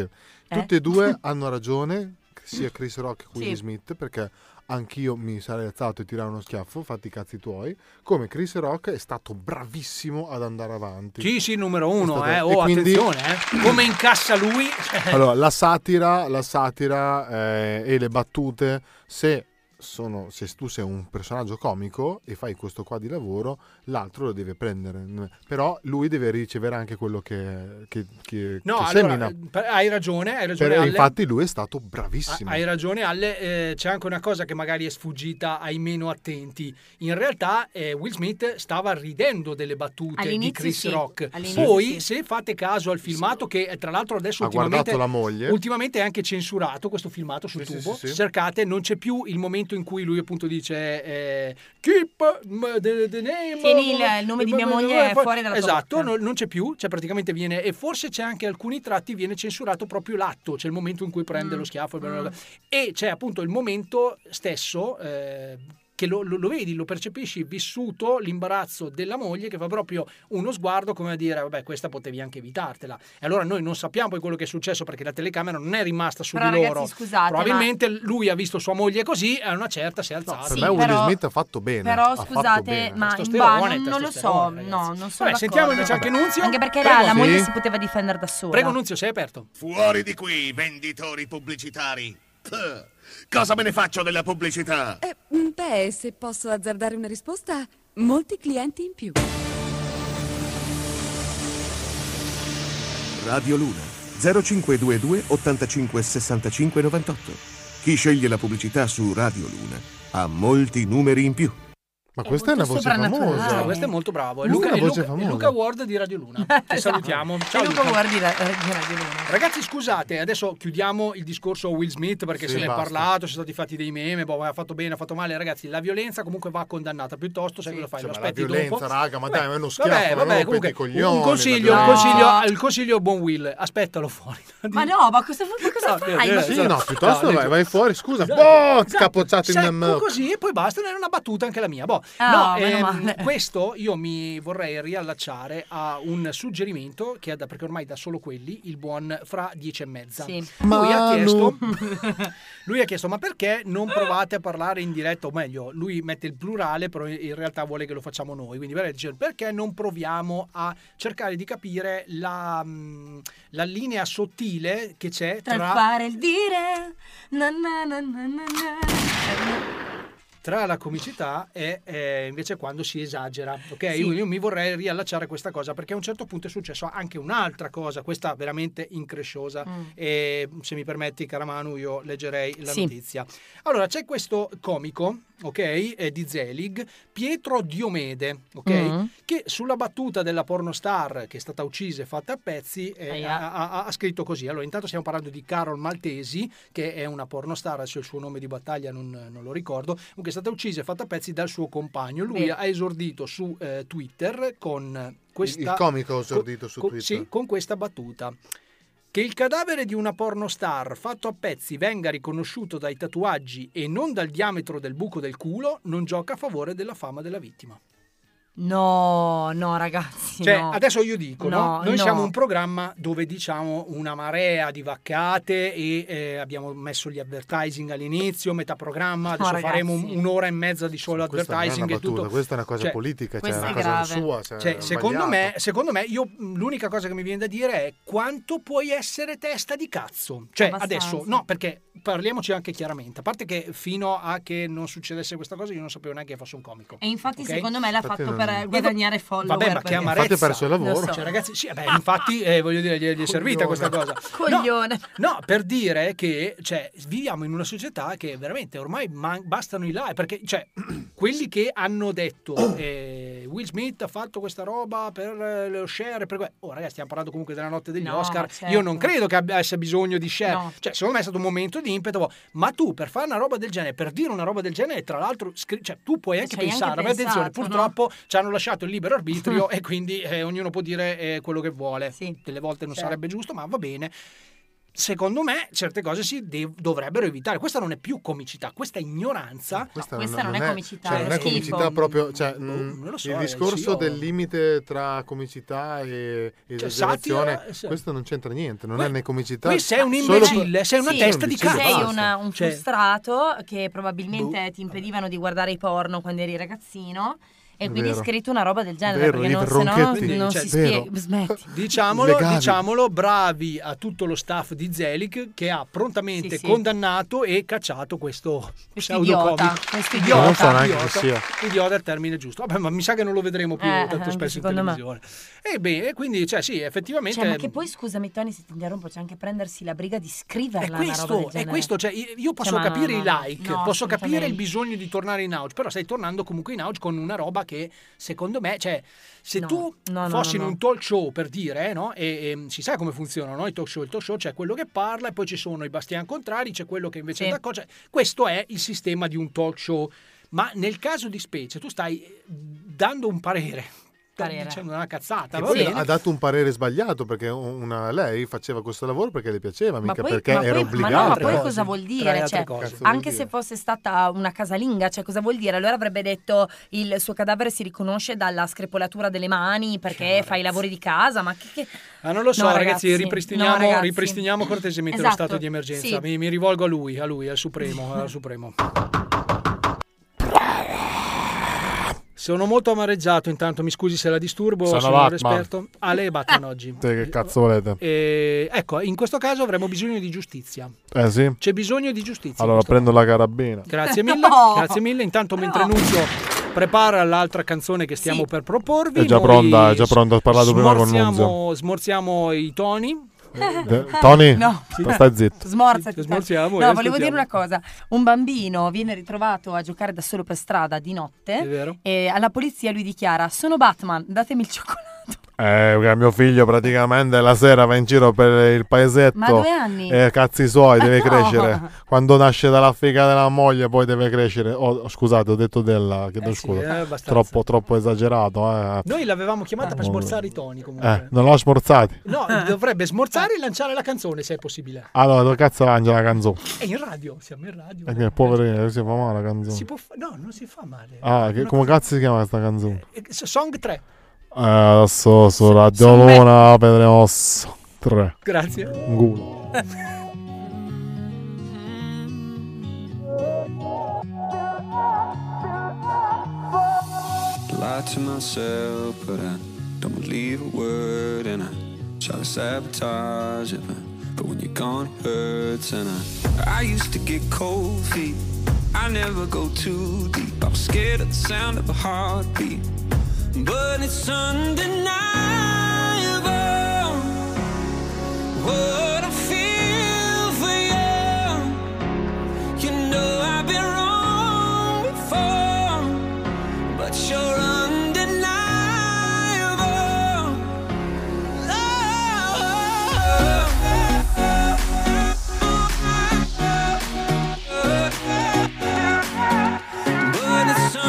tutti e due (laughs) hanno ragione, sia Chris Rock che Will Sì. Smith, perché anch'io mi sarei alzato e tirare uno schiaffo, fatti i cazzi tuoi, come Chris Rock è stato bravissimo ad andare avanti. Sì, sì, numero È uno, stato- eh. e Oh, quindi- attenzione, eh. Come incassa lui. Allora, la satira, la satira eh, e le battute, se, sono, se tu sei un personaggio comico e fai questo qua di lavoro, l'altro lo deve prendere. Però lui deve ricevere anche quello che, che, che- No, che allora, semina. per- hai ragione, hai ragione. Per- Ale. infatti lui è stato bravissimo. Ah, Hai ragione Ale, Eh, c'è anche una cosa che magari è sfuggita ai meno attenti. In realtà eh, Will Smith stava ridendo delle battute di All'inizio Chris sì, Rock. all'inizio Poi, sì. se fate caso al filmato che eh, tra l'altro adesso Ha ultimamente, guardato la moglie. ultimamente è anche censurato questo filmato su Sì, sì, tubo, sì, sì. cercate, non c'è più il momento in cui lui appunto dice eh, Keep m- the, the name Tieni of- il- il nome di mia eh, moglie poi- fuori dalla tua Esatto, bocca. no- non c'è più, cioè praticamente viene e forse c'è anche alcuni tratti viene censurato proprio l'atto, cioè il momento in cui prende Mm. lo schiaffo e bla bla bla. Mm. e c'è appunto il momento stesso eh, che lo, lo- lo vedi, lo percepisci vissuto l'imbarazzo della moglie che fa proprio uno sguardo come a dire vabbè questa potevi anche evitartela e allora noi non sappiamo poi quello che è successo perché la telecamera non è rimasta su Però, di ragazzi, loro scusate, probabilmente lui ha visto sua moglie così e a una certa si è alzata per me Will Smith ha fatto bene. Però ha fatto scusate, bene. ma in Testosterone, ba- non, non lo so, testosterone, no, non so. Vabbè, sentiamo invece anche Nunzio. Anche perché Prego. la, la moglie Sì. si poteva difendere da sola. prego Nunzio sei aperto Fuori di qui, venditori pubblicitari. Puh, Cosa me ne faccio della pubblicità? Beh, se posso azzardare una risposta, molti clienti in più. Radio Luna 0522 85 65 98. Chi sceglie la pubblicità su Radio Luna ha molti numeri in più. Ma questa è una voce Ah, famosa. questo è molto bravo. È Lui Luca, è una è voce Luca- è famosa. Luca Ward di (laughs) Radio Luna. Ti salutiamo. Ciao, Esatto. Luca Luca. Ward di Ra- eh, di Radio Luna. Ragazzi, scusate, adesso chiudiamo il discorso Will Smith perché Sì, se ne è basta. parlato, sono stati fatti dei meme, boh, ha fatto bene, ha fatto male. Ragazzi, la violenza comunque va condannata. Piuttosto, sai cosa fai? Cioè, Lo ma la aspetti violenza, dopo. raga, ma dai, ma è uno schiaffo. Vabbè, non rompete vabbè, i comunque, coglioni, un consiglio, la un violenza. consiglio, il consiglio è buon Will, aspettalo fuori. Ma no, ma cosa, ma cosa No, fai? Ma- eh, Sì, no, piuttosto No, vai, dico- vai fuori, scusa, Esatto, boh, esatto. scapocciato Secco in mezzo. così e poi basta, era una battuta anche la mia. Boh. Ah, no, meno ehm, male. questo io mi vorrei riallacciare a un suggerimento che ha da- perché ormai da solo quelli il buon fra 10 e mezza. Sì. Lui ha Manu. (laughs) chiesto lui ha chiesto ma perché non provate a parlare in diretta o meglio lui mette il plurale però in realtà vuole che lo facciamo noi quindi per dire, perché non proviamo a cercare di capire la, mh, la linea sottile che c'è Tra il tra fare e il dire. Na, na, na, na, na, na. tra la comicità e eh, invece quando si esagera. Ok, Sì. io, io mi vorrei riallacciare a questa cosa perché a un certo punto è successo anche un'altra cosa, questa veramente incresciosa. Mm. E se mi permetti, cara Manu, io leggerei la Sì. notizia. Allora, c'è questo comico, ok, eh, di Zelig, Pietro Diomede, ok, Mm. che sulla battuta della pornostar che è stata uccisa e fatta a pezzi eh, Aia. ha, ha- ha scritto così. Allora, intanto stiamo parlando di Carol Maltesi, che è una pornostar, adesso il suo nome di battaglia non, non lo ricordo, comunque è stata uccisa e fatta a pezzi dal suo compagno. Lui Bene. ha esordito su eh, Twitter con questa... Il- il comico ha esordito su Twitter. Sì, con questa battuta. Che il cadavere di una pornostar fatto a pezzi venga riconosciuto dai tatuaggi e non dal diametro del buco del culo non gioca a favore della fama della vittima. No, no, ragazzi. Cioè, no. adesso io dico, no? No, noi no. siamo un programma dove diciamo una marea di vaccate e eh, abbiamo messo gli advertising all'inizio, metà programma, adesso ragazzi. faremo un- un'ora e mezza di solo Questa non è una advertising e battuta, tutto. questa è una cosa Cioè, politica, cioè è questa una è cosa grave. sua. Cioè, Cioè, è secondo, me, sbagliato. secondo me, io mh, l'unica cosa che mi viene da dire è quanto puoi essere testa di cazzo. Cioè, Abbastanza. adesso, no, perché parliamoci anche chiaramente. A parte che fino a che non succedesse questa cosa, io non sapevo neanche che fosse un comico. E infatti ok? secondo me l'ha fatto per per guadagnare follower. Vabbè, ma che perché- amarezza. il lavoro. Lo so. Cioè, ragazzi, sì, beh, infatti, eh, voglio dire, gli gli è servita (laughs) questa cosa. Coglione. No, per dire che cioè, viviamo in una società che veramente ormai man- bastano i like, perché cioè, (clears throat) quelli che hanno (clears throat) detto eh, Will Smith ha fatto questa roba per eh, lo share, per que-". oh ragazzi stiamo parlando comunque della notte degli No, Oscar, certo. io non credo che abbia avesse bisogno di share, No. cioè secondo me è stato un momento di impeto, boh, ma tu per fare una roba del genere, per dire una roba del genere, tra l'altro scri- cioè, tu puoi anche Ci hai anche pensare, ma attenzione, pensato, no? purtroppo ci hanno lasciato il libero arbitrio e quindi eh, ognuno può dire eh, quello che vuole, delle volte non Certo. sarebbe giusto, ma va bene secondo me certe cose si de- dovrebbero evitare. Questa non è più comicità, questa è ignoranza. Questa, comicità, cioè, non è è tipo- comicità proprio. cioè, mh, non lo so, il eh, discorso io- Cioè, del limite tra comicità e esagerazione, satira, sì. questo non c'entra niente, non è né comicità. qui sei un solo- imbecille, sei una Sì, testa di un imbecille, cazzo. Sei basta. una- un Cioè, frustrato che probabilmente Boh. ti impedivano di guardare i porno quando eri ragazzino e È quindi hai vero. scritto una roba del genere Vero, perché non, Liber se no non, Ronchetti. non Cioè, si vero. spiega. (laughs) Smetti. Diciamolo, Legali. diciamolo, bravi a tutto lo staff di Zelig che ha prontamente Sì, sì. condannato e cacciato questo idiota, pseudocomico. questo idiota. Non so neanche idiota, chi sia. Idiota è il termine giusto. Vabbè, ma mi sa che non lo vedremo più Eh, tanto eh, spesso in secondo me. televisione. E beh, quindi, cioè, sì, effettivamente. Cioè, ma che poi scusami Tony se ti interrompo, c'è anche prendersi la briga di scriverla È una roba del Cioè, questo, è genere. questo, cioè, io- io posso Cioè, ma no, capire no, i no. like, No, posso capire il assolutamente. bisogno di tornare in ouch, però stai tornando comunque in ouch con una roba che secondo me, cioè, se tu no, no, fossi no, in no. un talk show per dire, no? E, e si sa come funzionano no? i talk show, il talk show c'è quello che parla e poi ci sono i bastian contrari, c'è quello che invece Sì. è d'accordo, cioè, questo è il sistema di un talk show, ma nel caso di specie tu stai eh, dando un parere, Parere. dicendo una cazzata, che va poi bene. ha dato un parere sbagliato perché una, lei faceva questo lavoro perché le piaceva, mica poi- perché ma era poi- obbligata. Ma no, ma poi cosa vuol Tra le dire? altre Cioè, cose. Cazzo vuol anche dire? se fosse stata una casalinga, cioè, cosa vuol dire? Allora avrebbe detto il suo cadavere si riconosce dalla screpolatura delle mani perché fa i lavori di casa, ma che... che- Ah, non lo so, No, ragazzi, ragazzi, ripristiniamo, no, ragazzi. ripristiniamo cortesemente lo Esatto, stato di emergenza. sì. Mi, mi rivolgo a lui, a lui, (laughs) al Supremo, al Supremo. Sono molto amareggiato, intanto mi scusi se la disturbo, Sono sono, Batman. l'esperto. Ah, lei è Batman oggi. Te che cazzo volete? Eh, ecco, in questo caso avremo bisogno di giustizia. Eh sì. C'è bisogno di giustizia. in Allora questo prendo la carabina. (laughs) Grazie mille, No. grazie mille. Intanto mentre Nunzio prepara l'altra canzone che stiamo per proporvi, È già noi pronta, è già pronta, ho parlato prima con smorziamo- Nunzio. Eh, Smorziamo i toni. De- Tony, sta- stai zitto. Smorzati. Smorziamo No, e volevo ascoltiamo. dire una cosa. Un bambino viene ritrovato a giocare da solo per strada di È notte vero. e alla polizia lui dichiara "Sono Batman, datemi il cioccolato". Eh, perché mio figlio praticamente la sera va in giro per il paesetto. Ma due anni? Eh, cazzi suoi, deve no. crescere. Quando nasce dalla figa della moglie poi deve crescere. Oh, scusate, ho detto della... Che Eh sì, eh, scusa. abbastanza. troppo, troppo esagerato. Eh. Noi l'avevamo chiamata per Ah. smorzare i toni comunque. Eh, non l'ho smorzati. No, dovrebbe smorzare e lanciare la canzone se è possibile. Allora, dove cazzo mangia la canzone? È in radio, siamo in radio. Eh, che poverino, si fa male la canzone. Si può fa- no, non si fa male. Ah, che- Una come cosa- cazzo si chiama questa canzone? Eh, Song 3. Eh, adesso su Radio Luna vedremo 3. Grazie. Un culo. Lie to myself, but I don't believe a word, and I try to sabotage it. But, but when you're gone, it hurts, and I I used to get cold feet. I never go too deep. I'm scared of the sound of a heartbeat, but it's undeniable what I feel for you. You know I've been wrong before. But you're undeniable. But it's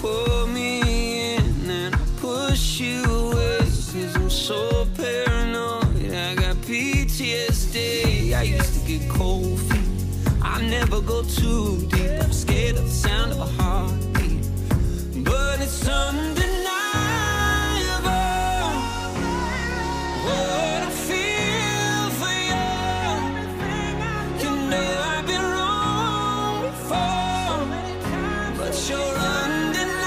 pull me in and I push you away. Cause I'm so paranoid. I got PTSD. I used to get cold feet. I never go too deep. I'm scared of the sound of a heartbeat. it's undeniable what I feel for you. You know I've been wrong before, but you're undeniable.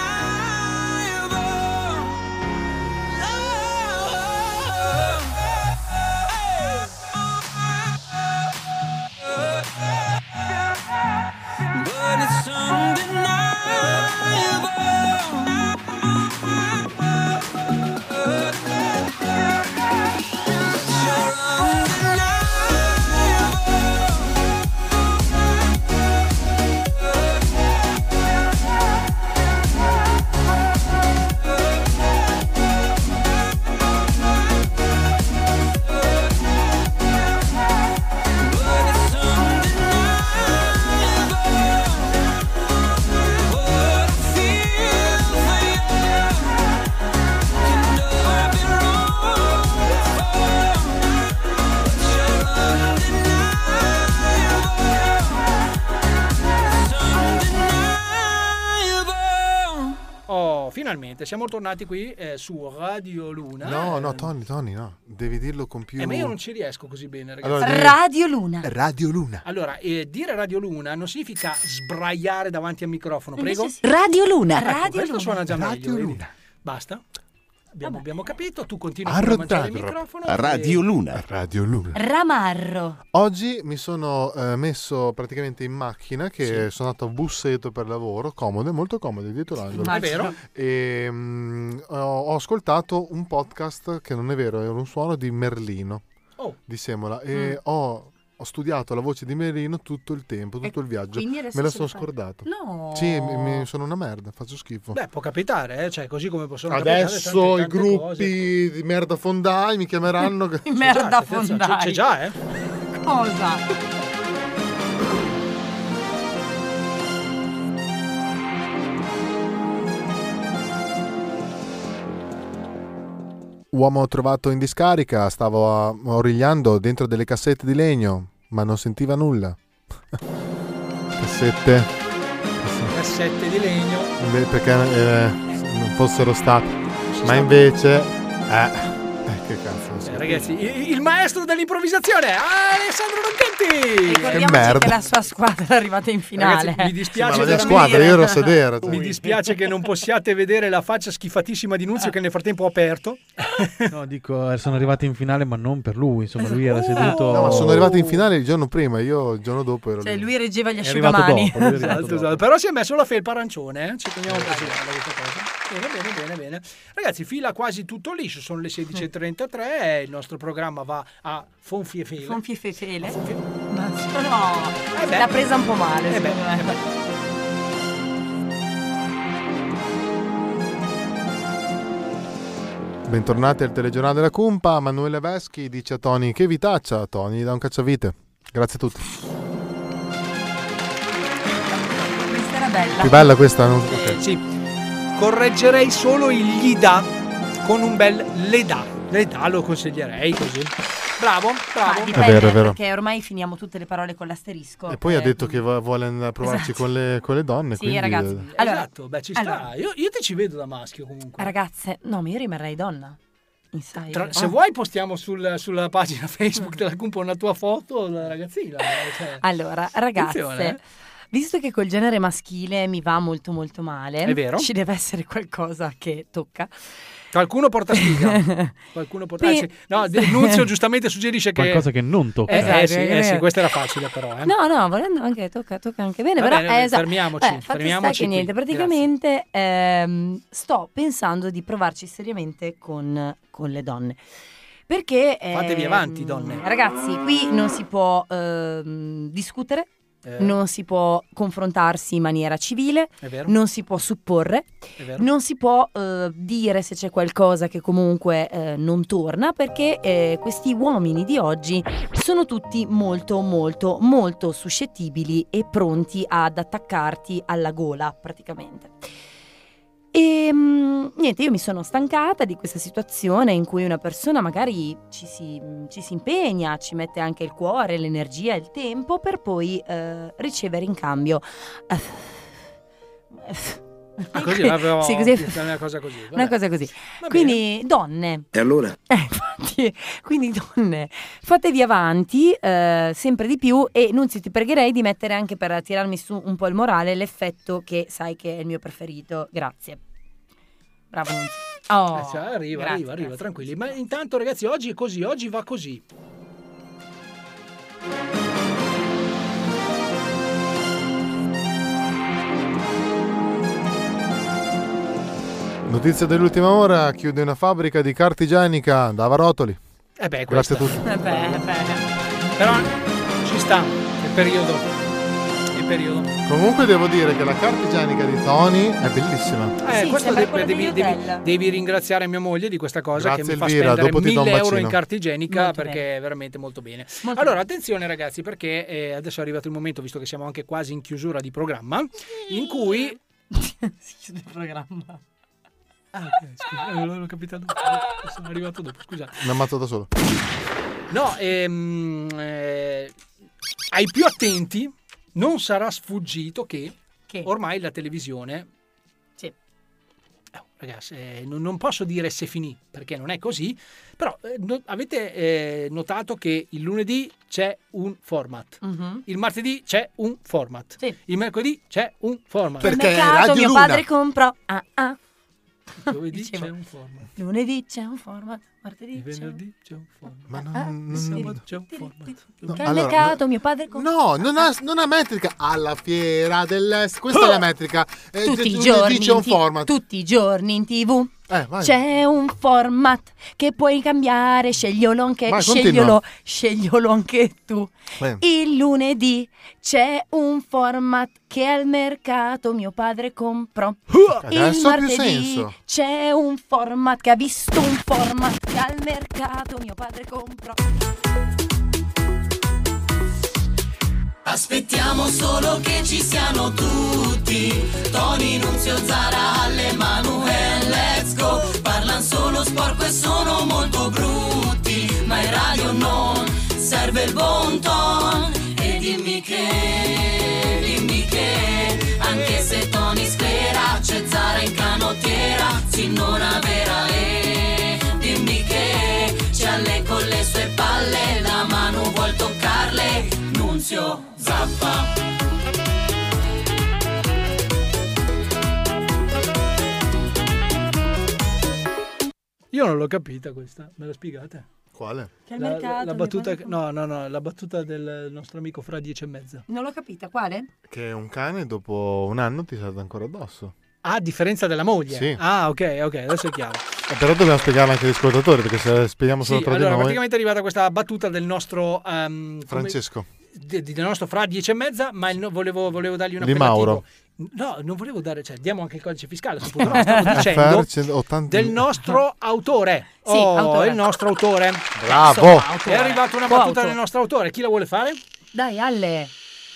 But it's undeniable. Oh, finalmente siamo tornati qui eh, su Radio Luna. No, Eh, no, Tony, Tony, no. Devi dirlo con più... eh, ma io non ci riesco così bene, ragazzi. Allora, devi- Radio Luna. Allora, eh, dire Radio Luna non significa sbraiare davanti al microfono, Invece prego. sì. Radio Luna. Ecco, Radio questo Luna. suona già Radio meglio. vedi? Luna. Basta. Abbiamo, abbiamo capito, tu continui a mangiare il Arrotato. microfono. Radio Luna. Radio Luna. Ramarro. Oggi mi sono eh, messo praticamente in macchina che sono andato a Busseto per lavoro, comodo, molto comodo, dietro l'angolo. È vero. E, mm, ho, ho ascoltato un podcast che non è vero, era un suono di Merlino, Oh. di Semola, e Mm. ho, ho studiato la voce di Merlino tutto il tempo, tutto il viaggio. quindi adesso Me la ce sono la fai? scordato. No. Sì, mi, mi- sono una merda, faccio schifo. Beh, può capitare, eh, cioè così come possono Adesso capitare i tante, tante gruppi cose. di merda fondai mi (laughs) chiameranno. (laughs) I merda C'è già, c'è già, c'è già, eh. Cosa? Uomo trovato in discarica, stava origliando dentro delle cassette di legno, ma non sentiva nulla. (laughs) cassette. Cassette di legno. Beh, Perché eh, non fossero state. Ma invece. Eh, eh, che cazzo. non so. Eh, ragazzi, i- il maestro dell'improvvisazione, Alessandro Ronchetti! Che merda. che la sua squadra è arrivata in finale. (laughs) Ragazzi, mi (laughs) Ma dispiace la mia veramente- squadra, io ero a sedere. cioè. (laughs) Mi dispiace che non possiate vedere la faccia schifatissima di Nunzio che nel frattempo ha aperto. No, dico, eh, sono arrivati in finale, ma non per lui. Insomma, lui era Oh. seduto. No, ma sono arrivati in finale il giorno prima, io il giorno dopo ero Cioè, lì. lui reggeva gli È arrivato (laughs) asciugamani. dopo, lui è arrivato Esatto, esatto. Però si è messo la felpa arancione, eh? ci teniamo così bella questa cosa. Bene, bene, bene, bene. Ragazzi, fila quasi tutto liscio, sono le 16.33 e eh, il nostro programma va a Fonfi e Fele. Fonfi e Fefele. Ma no, Eh beh. l'ha presa un po' male, Eh beh, secondo me. eh beh. (laughs) Bentornati al telegiornale della Cumpa. Manuele Veschi dice a Tony che vi taccia. Tony gli dà un cacciavite. Grazie a tutti. Questa era bella. Più bella questa, non? Eh, sì. Correggerei solo il gli dà con un bel le dà. Le dà lo consiglierei così. Bravo, bravo. Ma dipende, È vero, è vero. perché ormai finiamo tutte le parole con l'asterisco. E poi ha Eh, detto che vo- vuole andare a provarci con, le, con le donne. Esatto. Sì, quindi, ragazzi. eh, Allora- esatto, beh, ci sta. allora- Io, io ti ci vedo da maschio comunque. Ragazze, no, ma io rimarrei donna. Inside. Tra- se Oh. vuoi postiamo sul- sulla pagina (laughs) Facebook della Cumpa una tua foto da ragazzina. cioè. Allora, ragazze, Attenzione, eh. visto che col genere maschile mi va molto molto male, È vero. ci deve essere qualcosa che tocca. Qualcuno (laughs) porta sfiga. Qualcuno porta... eh, Sì. sì. No, (laughs) De- Nunzio giustamente suggerisce che... Qualcosa che non tocca. Eh, eh, sì, Esatto, eh, sì, eh. questa era facile però. Eh. No, no, volendo anche tocca, tocca anche bene, Va però bene, va bene, eh, esatto. fermiamoci, Beh, fatto fermiamoci sta che qui, niente, praticamente ehm, sto pensando di provarci seriamente con, con le donne. Perché eh, Fatevi avanti, donne. Ragazzi, qui non si può ehm, discutere, Eh. non si può confrontarsi in maniera civile, È vero. non si può supporre, È vero. non si può eh, dire se c'è qualcosa che comunque eh, non torna, perché eh, questi uomini di oggi sono tutti molto, molto, molto suscettibili e pronti ad attaccarti alla gola praticamente. E mm, niente, io mi sono stancata di questa situazione in cui una persona magari ci si, ci si impegna, ci mette anche il cuore, l'energia, il tempo per poi eh, ricevere in cambio Ah, Così, ma però, Sì, così- una cosa così. vabbè. Una cosa così. Quindi, donne, (laughs) E allora? Eh? Sì, Quindi donne, fatevi avanti eh, sempre di più e Nunzio ti pregherei di mettere anche per tirarmi su un po' il morale l'effetto che sai che è il mio preferito. Grazie. Bravo Nunzio. Oh, Eh, cioè, arriva, grazie, arriva, arriva, grazie. tranquilli. Ma intanto, ragazzi, oggi è così, oggi va così. Notizia dell'ultima ora, chiude una fabbrica di carta igienica andava a rotoli. Eh beh, Grazie questa. a tutti. Vabbè, Però ci sta, è periodo. È periodo. Comunque devo dire che la carta igienica di Tony è bellissima. Eh, Sì, questo sembra de- quello devi, degli devi- hotel. devi ringraziare mia moglie di questa cosa Grazie, che mi fa Elvira, dopo spendere ti do un 1000 euro in bacino. carta igienica Molto perché bene. è veramente molto bene. Molto allora, attenzione ragazzi, perché eh, adesso è arrivato il momento, visto che siamo anche quasi in chiusura di programma, in (laughs) cui... Chiude il programma. Ah, ok, scusa, eh, l'ho capitato. Sono arrivato dopo, scusate. Mi ammazzo da solo. No, ehm, eh, ai più attenti non sarà sfuggito che, ormai la televisione... Sì. Ragazzi, eh, non, non posso dire se finì, perché non è così, però eh, no- avete eh, notato che il lunedì c'è un format, Mm-hmm. Mhm. il martedì c'è un format, il mercoledì c'è un format. Al mercato mio padre comprò. Ah, ah. Giovedì Dicevo. c'è un format. Lunedì c'è un format, martedì Il c'è un venerdì c'è un format. Ma Ah, non, sì. non- C'è un format. No, Che al allora, mercato mio padre comprò. No, non ha, non ha metrica. Alla fiera dell'est. Questa è la metrica. Eh, Oh! Tutti i lunedì giorni, c'è un in ti- format. Eh, tutti i giorni in tv vai. c'è un format che puoi cambiare, scegliolo anche, Vai, continua. scegliolo, scegliolo anche tu. Bene. Il lunedì c'è un format che al mercato mio padre comprò. Il Adesso ha più martedì senso. c'è un format che ha visto un format che al mercato mio padre comprò. Aspettiamo solo che ci siano tutti Tony, Nunzio, Zara, Ale, Manuel, let's go Parlan solo sporco e sono molto brutti Ma in radio non serve il buon ton E dimmi che, dimmi che Anche se Tony spera c'è Zara in canottiera Signora vera e dimmi che C'è Ale con le sue palle La mano vuol toccarle Nunzio Zappa. Io non l'ho capita questa, me la spiegate? Quale? Che al la, mercato, la mi battuta, pare- no, no, no, la battuta del nostro amico fra 10 e mezza. Non l'ho capita, quale? Che un cane dopo un anno ti salta ancora addosso. Ah, a differenza della moglie. Sì. Ah, ok, ok, adesso è chiaro. Eh, Però dobbiamo spiegarla anche agli ascoltatori perché se la spieghiamo solo Sì, tra allora, di noi. praticamente è arrivata questa battuta del nostro ehm, come- Francesco. de- de- del nostro fra 10 e mezza, ma il no- volevo, volevo dargli un Di appellativo. Mauro. No, non volevo dare, cioè, diamo anche il (laughs) codice fiscale, a questo punto, no, Eh, stavo dicendo FR 180. del nostro autore. Sì, Oh, autore. il nostro autore. Bravo. Insomma, Autore. È arrivata una battuta Coauto. del nostro autore, chi la vuole fare? Dai, Alle.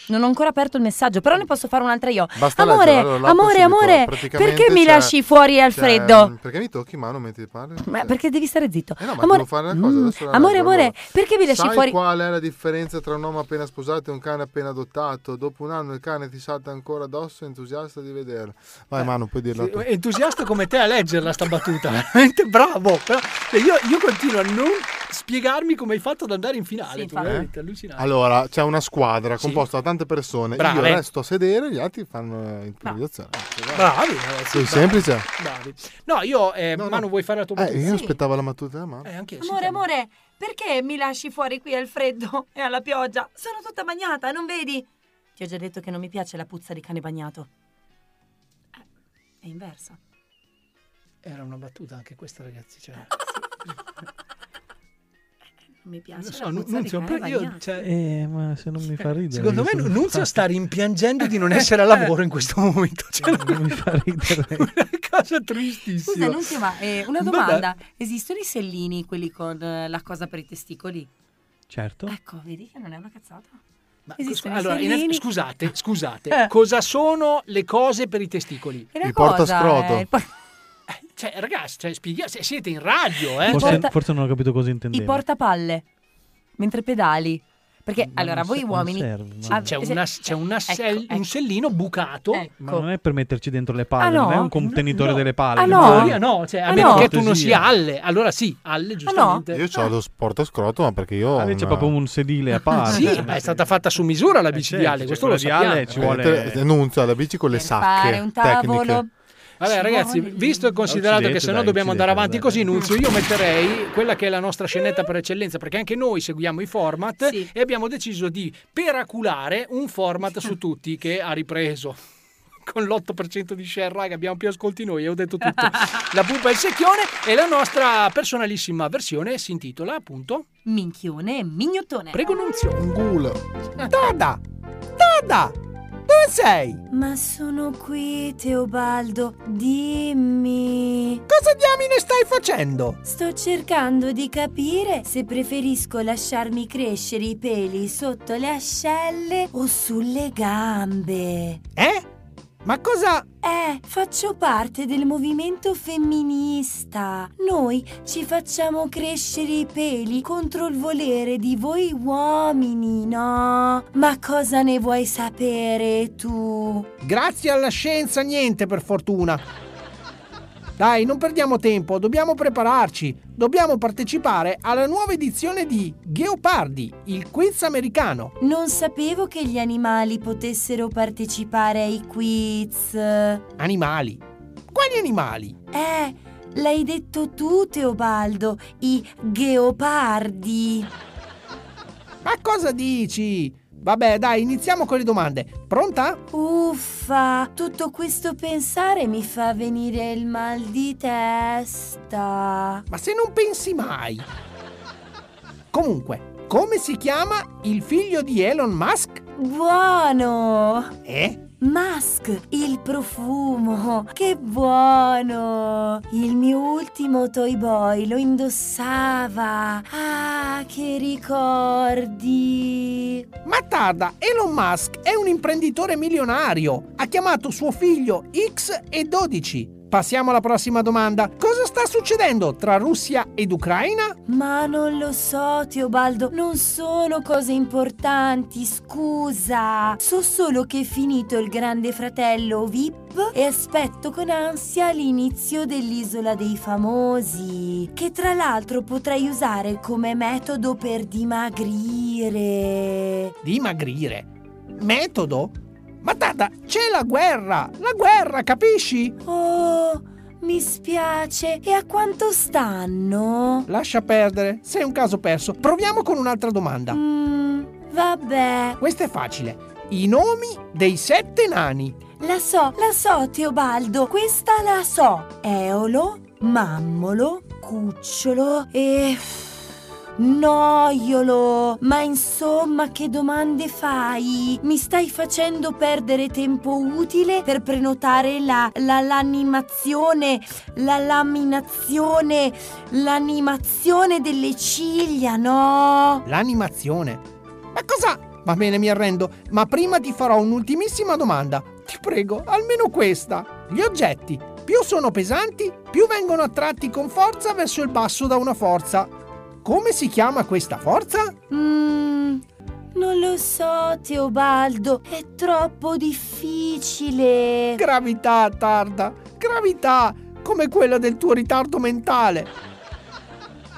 Non ho ancora aperto il messaggio, però ne posso fare un'altra io. Basta amore, leggere, allora, l'app amore, subito. amore, Praticamente perché mi c'è- lasci fuori al c'è- freddo? Perché mi tocchi ma non metti di parli? Ma perché devi stare zitto? Eh no, ma amore, devo fare una cosa. Mm, adesso la amore, leggo. amore, Allora, perché mi lasci sai fuori? qual è la differenza tra un uomo appena sposato e un cane appena adottato? Dopo un anno il cane ti salta ancora addosso, entusiasta di vederla. Vai, Manu, puoi dirla tu. entusiasta come te a leggerla sta battuta, veramente bravo. Però, cioè, io, io continuo a non spiegarmi come hai fatto ad andare in finale, tu, eh? infatti. Eh? veramente, allucinante. Allora, c'è una squadra composta da tante persone. Brave. Io resto a sedere, gli altri fanno eh, improvvisazione. Bravi, Sei ragazzi, bravi. semplice? Bravi. No, io, eh, Manu, vuoi fare la tua Eh, battuta? io aspettavo la mattuta della Eh, mano. Eh, Amore, amore, perché mi lasci fuori qui al freddo (laughs) e alla pioggia? Sono tutta bagnata, non vedi? Ti ho già detto che non mi piace la puzza di cane bagnato. Eh, È inversa. Era una battuta anche questa, ragazzi. (laughs) Cioè, Non mi piace non la so, puzza di Nunzio, cane però io, bagnato. cioè, Eh, ma se non mi fa ridere. Secondo io me sono Nunzio fatto. sta rimpiangendo di (laughs) non essere a lavoro in questo momento. Cioè, non mi fa ridere. Una cosa tristissima. Scusa, Nunzio, ma eh, una Vabbè. domanda. Esistono i sellini, quelli con eh, la cosa per i testicoli? Certo. Ecco, vedi che non è una cazzata. Ma Esistono i Allora, in- sellini. scusate, scusate, (laughs) Eh. cosa sono le cose per i testicoli? È una Il cosa, portascroto. eh, il Eh, cioè, ragazzi, cioè, spiega- se siete in radio, eh? Forse, cioè- porta- forse non ho capito cosa I intendevo. portapalle, mentre pedali. Perché allora voi uomini Sì, Mm. c'è, una- c'è eh, una ecco, sell- un sellino bucato. ecco. Ma non è per metterci dentro le palle, Ah, no? non è un contenitore delle palle. Ah, no? In teoria no, cioè, a Ah, meno no? che tu non sia Cortesia. alle. Allora sì, Ah, alle giustamente. Io ho lo sport scroto, ma perché io. lì c'è Ah, proprio un sedile a parte. Ah, Sì, Cioè, ma è stata fatta su misura la bici di certo, Ale, questo cioè, lo sappiamo. Eh, Denunzia la bici con le sacche. Tecniche. Vabbè, Ci ragazzi, vuole- visto e considerato Uccidete, che se no dai, dobbiamo andare avanti uccidete, così, Nunzio, io metterei quella che è la nostra scenetta per eccellenza, perché anche noi seguiamo i format e abbiamo deciso di peraculare un format su tutti che ha ripreso. (laughs) Con l'8% di share, raga, abbiamo più ascolti noi, e ho detto (laughs) tutto. La pupa e il secchione e la nostra personalissima versione si intitola appunto Minchione e mignottone. Prego Nunzio. Dada! Dada! Dove sei? Ma sono qui, Teobaldo, dimmi. Cosa diamine stai facendo? Sto cercando di capire se preferisco lasciarmi crescere i peli sotto le ascelle o sulle gambe. Eh? Ma cosa... Eh, faccio parte del movimento femminista. Noi ci facciamo crescere i peli contro il volere di voi uomini, no? Ma cosa ne vuoi sapere tu? Grazie alla scienza niente per fortuna. Dai, non perdiamo tempo, dobbiamo prepararci. Dobbiamo partecipare alla nuova edizione di Geopardi, il quiz americano. Non sapevo che gli animali potessero partecipare ai quiz. Animali. Quali animali? Eh, l'hai detto tu, Teobaldo, i geopardi. Ma cosa dici? Vabbè, dai, iniziamo con le domande. Pronta? Uffa, tutto questo pensare mi fa venire il mal di testa. Ma se non pensi mai. Comunque, come si chiama il figlio di Elon Musk? Buono! Eh? Musk, il profumo, che buono! Il mio ultimo Toy Boy lo indossava. Ah, che ricordi! Ma tarda, Elon Musk è un imprenditore milionario. Ha chiamato suo figlio X e 12. Passiamo alla prossima domanda. Cosa sta succedendo tra Russia ed Ucraina? Ma non lo so, Teobaldo, non sono cose importanti, scusa. So solo che è finito il grande fratello VIP e aspetto con ansia l'inizio dell'isola dei famosi, che tra l'altro potrei usare come metodo per dimagrire. Dimagrire. Metodo? Ma tarda, c'è la guerra! La guerra, capisci? Oh, mi spiace, e a quanto stanno? Lascia perdere, sei un caso perso. Proviamo con un'altra domanda. Mm, vabbè. Questa è facile. I nomi dei sette nani. La so, la so, Teobaldo, questa la so. Eolo, mammolo, cucciolo e... Noiolo! Ma insomma, che domande fai? Mi stai facendo perdere tempo utile per prenotare la, la l'animazione, la laminazione, l'animazione delle ciglia, no? L'animazione. Ma cosa? Va bene, mi arrendo, ma prima ti farò un'ultimissima domanda. Ti prego, almeno questa. Gli oggetti, più sono pesanti, più vengono attratti con forza verso il basso da una forza. Come si chiama questa forza? Mm, non lo so, Teobaldo, è troppo difficile. Gravità, tarda. Gravità, come quella del tuo ritardo mentale.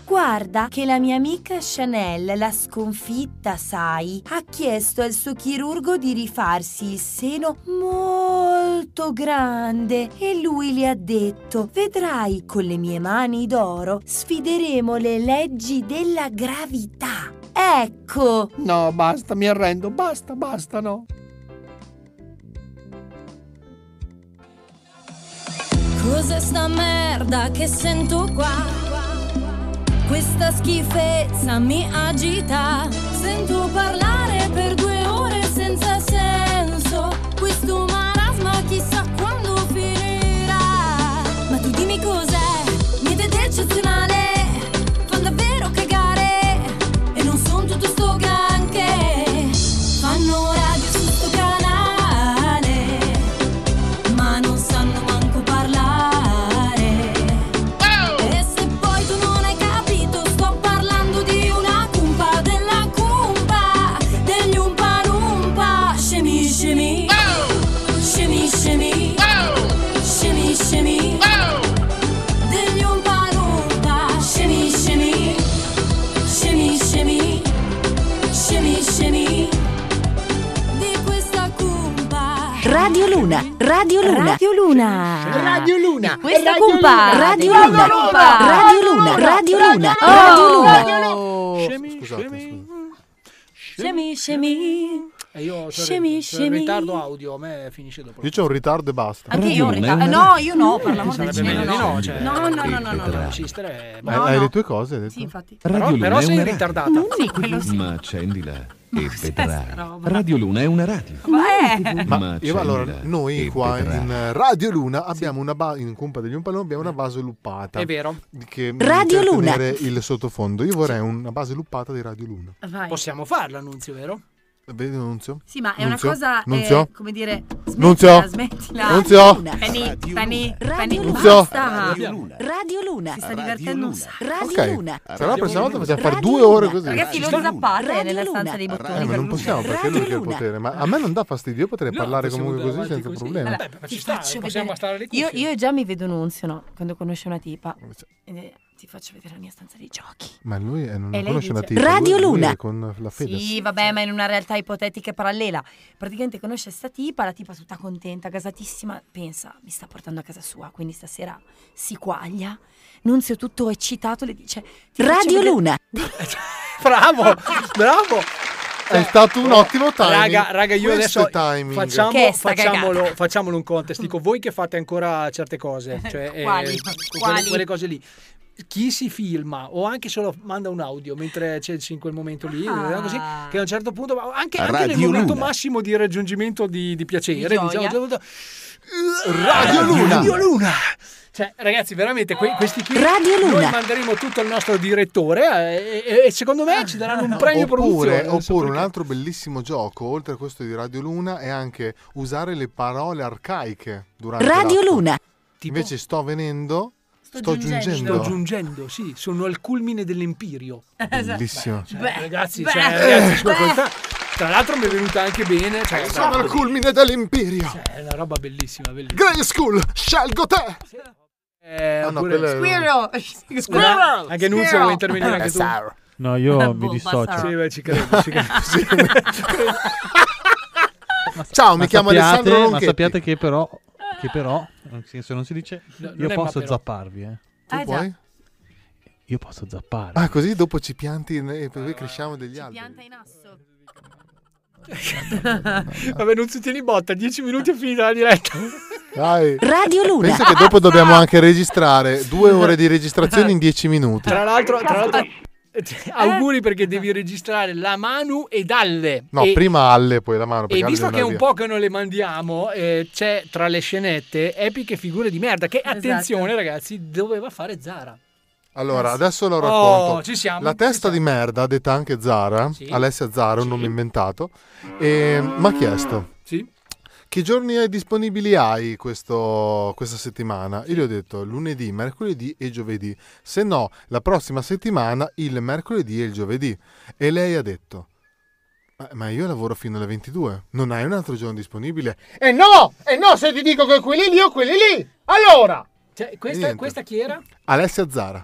Guarda che la mia amica Chanel, la sconfitta, sai, ha chiesto al suo chirurgo di rifarsi il seno molto grande e lui le ha detto, vedrai, con le mie mani d'oro sfideremo le leggi della gravità. Ecco! No, basta, mi arrendo, basta, basta, no. Cos'è sta merda che sento qua? Questa schifezza mi agita. Sento parlare per due ore senza senso. Questo marasma chissà quando finirà. Ma tu dimmi cos'è? Niente di eccezionale. Fa davvero cagare. E non son tutto sto granché. Fanno radio su sto canale. Ma non sanno manco parlare. E se poi tu non hai capito, sto parlando di una cumpa della cumpa Luna, Radio Luna, Radio Luna. Radio Luna. Questa Radio cumpa, Luna. Radio Radio Luna, Luna. Radio Luna, Radio Luna, Radio Luna. Scemi, scemi. E io sono Scemi, in scemi. ritardo audio, a me finisce dopo. Io c'ho un ritardo e basta. Anche io ho un Eh, ritardo. No, io no, per l'amor del Sarebbe cielo. meglio di No, no, cioè. no, no, no, no, no. non no. insistere. Hai, hai le tue cose? hai detto? Sì, infatti. Però, Radio Luna però è sei una ritardata. Sì, quello sì. Ma accendila e sta vedrai. roba. Radio Luna è una radio. Ma io, accendila allora, noi e qua vedrai. in eh, Radio Luna abbiamo una ba- in Cumpa degli Umpalum abbiamo una base luppata. È vero. Che Radio per Luna. tenere il sottofondo. Io vorrei una base luppata di Radio Luna. Vai. Possiamo farlo, annunzio, (laughs) vero? Vedi, Nunzio? Sì, ma è una Nunzio? cosa, eh, Nunzio? come dire, Nunzio? smettila, smettila. Nunzio? Eh, Fanny, Fanny, Fanny, Nunzio? basta. Radio Radio Luna. Si sta divertendo un sacco. Ok, Luna. se no la prossima volta facciamo fare Radio due ore Luna. così. Ragazzi, non zappate nella stanza dei bottoni. Eh, ma per non lui. possiamo perché lui che ha il potere. Ma a me non dà fastidio, io potrei parlare possiamo comunque andare così senza avanti così. problemi. Vabbè, ma ci sta, faccio possiamo vedere. bastare le Io, cuffie. io già mi vedo Nunzio, no? Quando conosce una tipa. Eh, ti faccio vedere la mia stanza dei giochi. Ma lui eh, non E lei conosce una dice- tipa. Radio lui- lui Luna. è con la fede. Sì, vabbè, ma in una realtà ipotetica e parallela. Praticamente conosce sta tipa, la tipa tutta contenta, gasatissima, pensa, mi sta portando a casa sua, quindi stasera si quaglia. Nunzio tutto eccitato le dice "Ti faccio Radio vedere- Luna. Bravo, bravo. È stato un ottimo timing. Eh, Raga, raga, io Questo adesso è timing. facciamo, Che è sta facciamolo, cagata. facciamolo un contest. Dico, voi che fate ancora certe cose, cioè, eh, Quali? Quelle, Quali? quelle cose lì. Chi si filma o anche solo manda un audio mentre c'è in quel momento lì, Ah. eh, così, che a un certo punto, ma anche, anche nel Radio momento Luna. massimo di raggiungimento di, di piacere, Di gioia. diciamo, a un certo punto, Radio Luna. Radio Luna. Cioè, ragazzi, veramente que- questi qui Radio Luna. noi manderemo tutto al nostro direttore eh, e, e secondo me ci daranno un premio produzione. Oppure, oppure un altro bellissimo gioco, oltre a questo di Radio Luna, è anche usare le parole arcaiche durante Radio l'atto. Luna. Invece sto venendo, sto, giungendo. Sto giungendo, sì, sono al culmine dell'empirio. Bellissimo. Beh, cioè, ragazzi, beh, cioè, beh. ragazzi, ascolta, tra l'altro mi è venuta anche bene. Cioè, Sono al culmine dell'imperio. È una roba bellissima, bellissima. Grey School, scelgo te. Eh, Ah, no, oppure- quello è- Eh, Squirrel! Anche Nunzio vuoi intervenire anche tu? Bastardo. No, io mi Boh, dissocio. basta. Sì, beh, ci credo, ci credo. Ciao, mi chiamo sappiate- Alessandro Ma Ronchetti. sappiate che però, che però, nel senso non si dice, No, non io è posso ma però. zapparvi, eh. Tu puoi? puoi? Io posso zapparvi. Ah, così dopo ci pianti e poi cresciamo degli alberi. Pianta in asso. (laughs) Vabbè, non si tieni botta, 10 minuti e finita la diretta. Dai. Radio Luna. Pensa che dopo dobbiamo anche registrare due ore di registrazione (laughs) in dieci minuti. Tra l'altro, tra l'altro eh, auguri perché devi registrare la Manu e Dalle. No, e, prima alle, poi la mano. E perché visto alle che è non un via. po' che non le mandiamo, eh, c'è tra le scenette epiche figure di merda che, Esatto. attenzione ragazzi, doveva fare Zara. Allora, adesso lo Oh, racconto. ci siamo, La ci testa di merda, detta anche Zara, Alessia Zara, un nome inventato, e mi ha chiesto Sì? che giorni hai disponibili hai questo- questa settimana. Io gli ho detto lunedì, mercoledì e giovedì. Se no, la prossima settimana il mercoledì e il giovedì. E lei ha detto, ma, ma io lavoro fino alle 22, non hai un altro giorno disponibile? E no, eh, e no, se ti dico che quelli lì o quelli lì. Allora, Cioè, Niente. questa, questa chi era? Alessia Zara.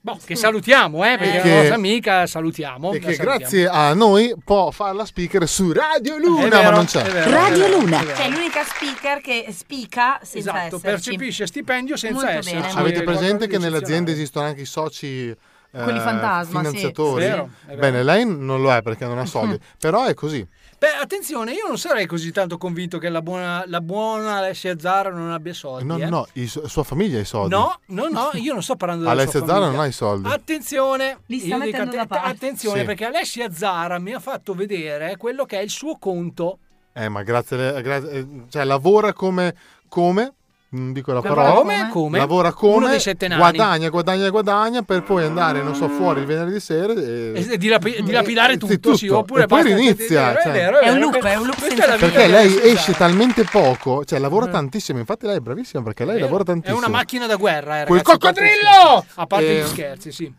Boh, che salutiamo, eh, perché Mm. è Che- una nostra amica, salutiamo. E la che salutiamo. grazie a noi può fare la speaker su Radio Luna, È vero, ma non c'è. è vero, Radio è vero, Luna. è vero. Cioè, è l'unica speaker che spica senza Esatto, esserci. percepisce stipendio senza Molto esserci. bene. Avete presente qualcosa che di nelle aziende esistono anche i soci eh, Quelli fantasma, sì. finanziatori? È vero, è vero. Bene, lei non lo è perché non ha (laughs) soldi, però è così. Beh, attenzione, io non sarei così tanto convinto che la buona, la buona Alessia Zara non abbia soldi. No, eh. no, no, i su- sua famiglia ha i soldi. No, no, no, io non sto parlando della Alessia sua Zara famiglia. non ha i soldi. Attenzione, Li sta io dico mettendo da atten- parte. attenzione Sì. perché Alessia Zara mi ha fatto vedere quello che è il suo conto. Eh, ma grazie, alle- grazie- eh, cioè lavora come, come, non dico la Lavora parola, come? Come? lavora come, Uno dei sette nani. guadagna, guadagna, guadagna per poi andare, non so, fuori il venerdì sera E e... se dilapi- dilapidare tutto, sì, Eh, tutto. oppure E poi basta- rinizia, è vero, cioè. è vero, è È un vero. loop, è un loop Questa è la senza vita Perché di lei Alessia esce Zara. talmente poco, cioè lavora tantissimo, infatti lei è bravissima perché lei lavora Eh. È tantissimo. una macchina da guerra, eh, Quel ragazzi, coccodrillo! A parte Eh, gli scherzi, sì.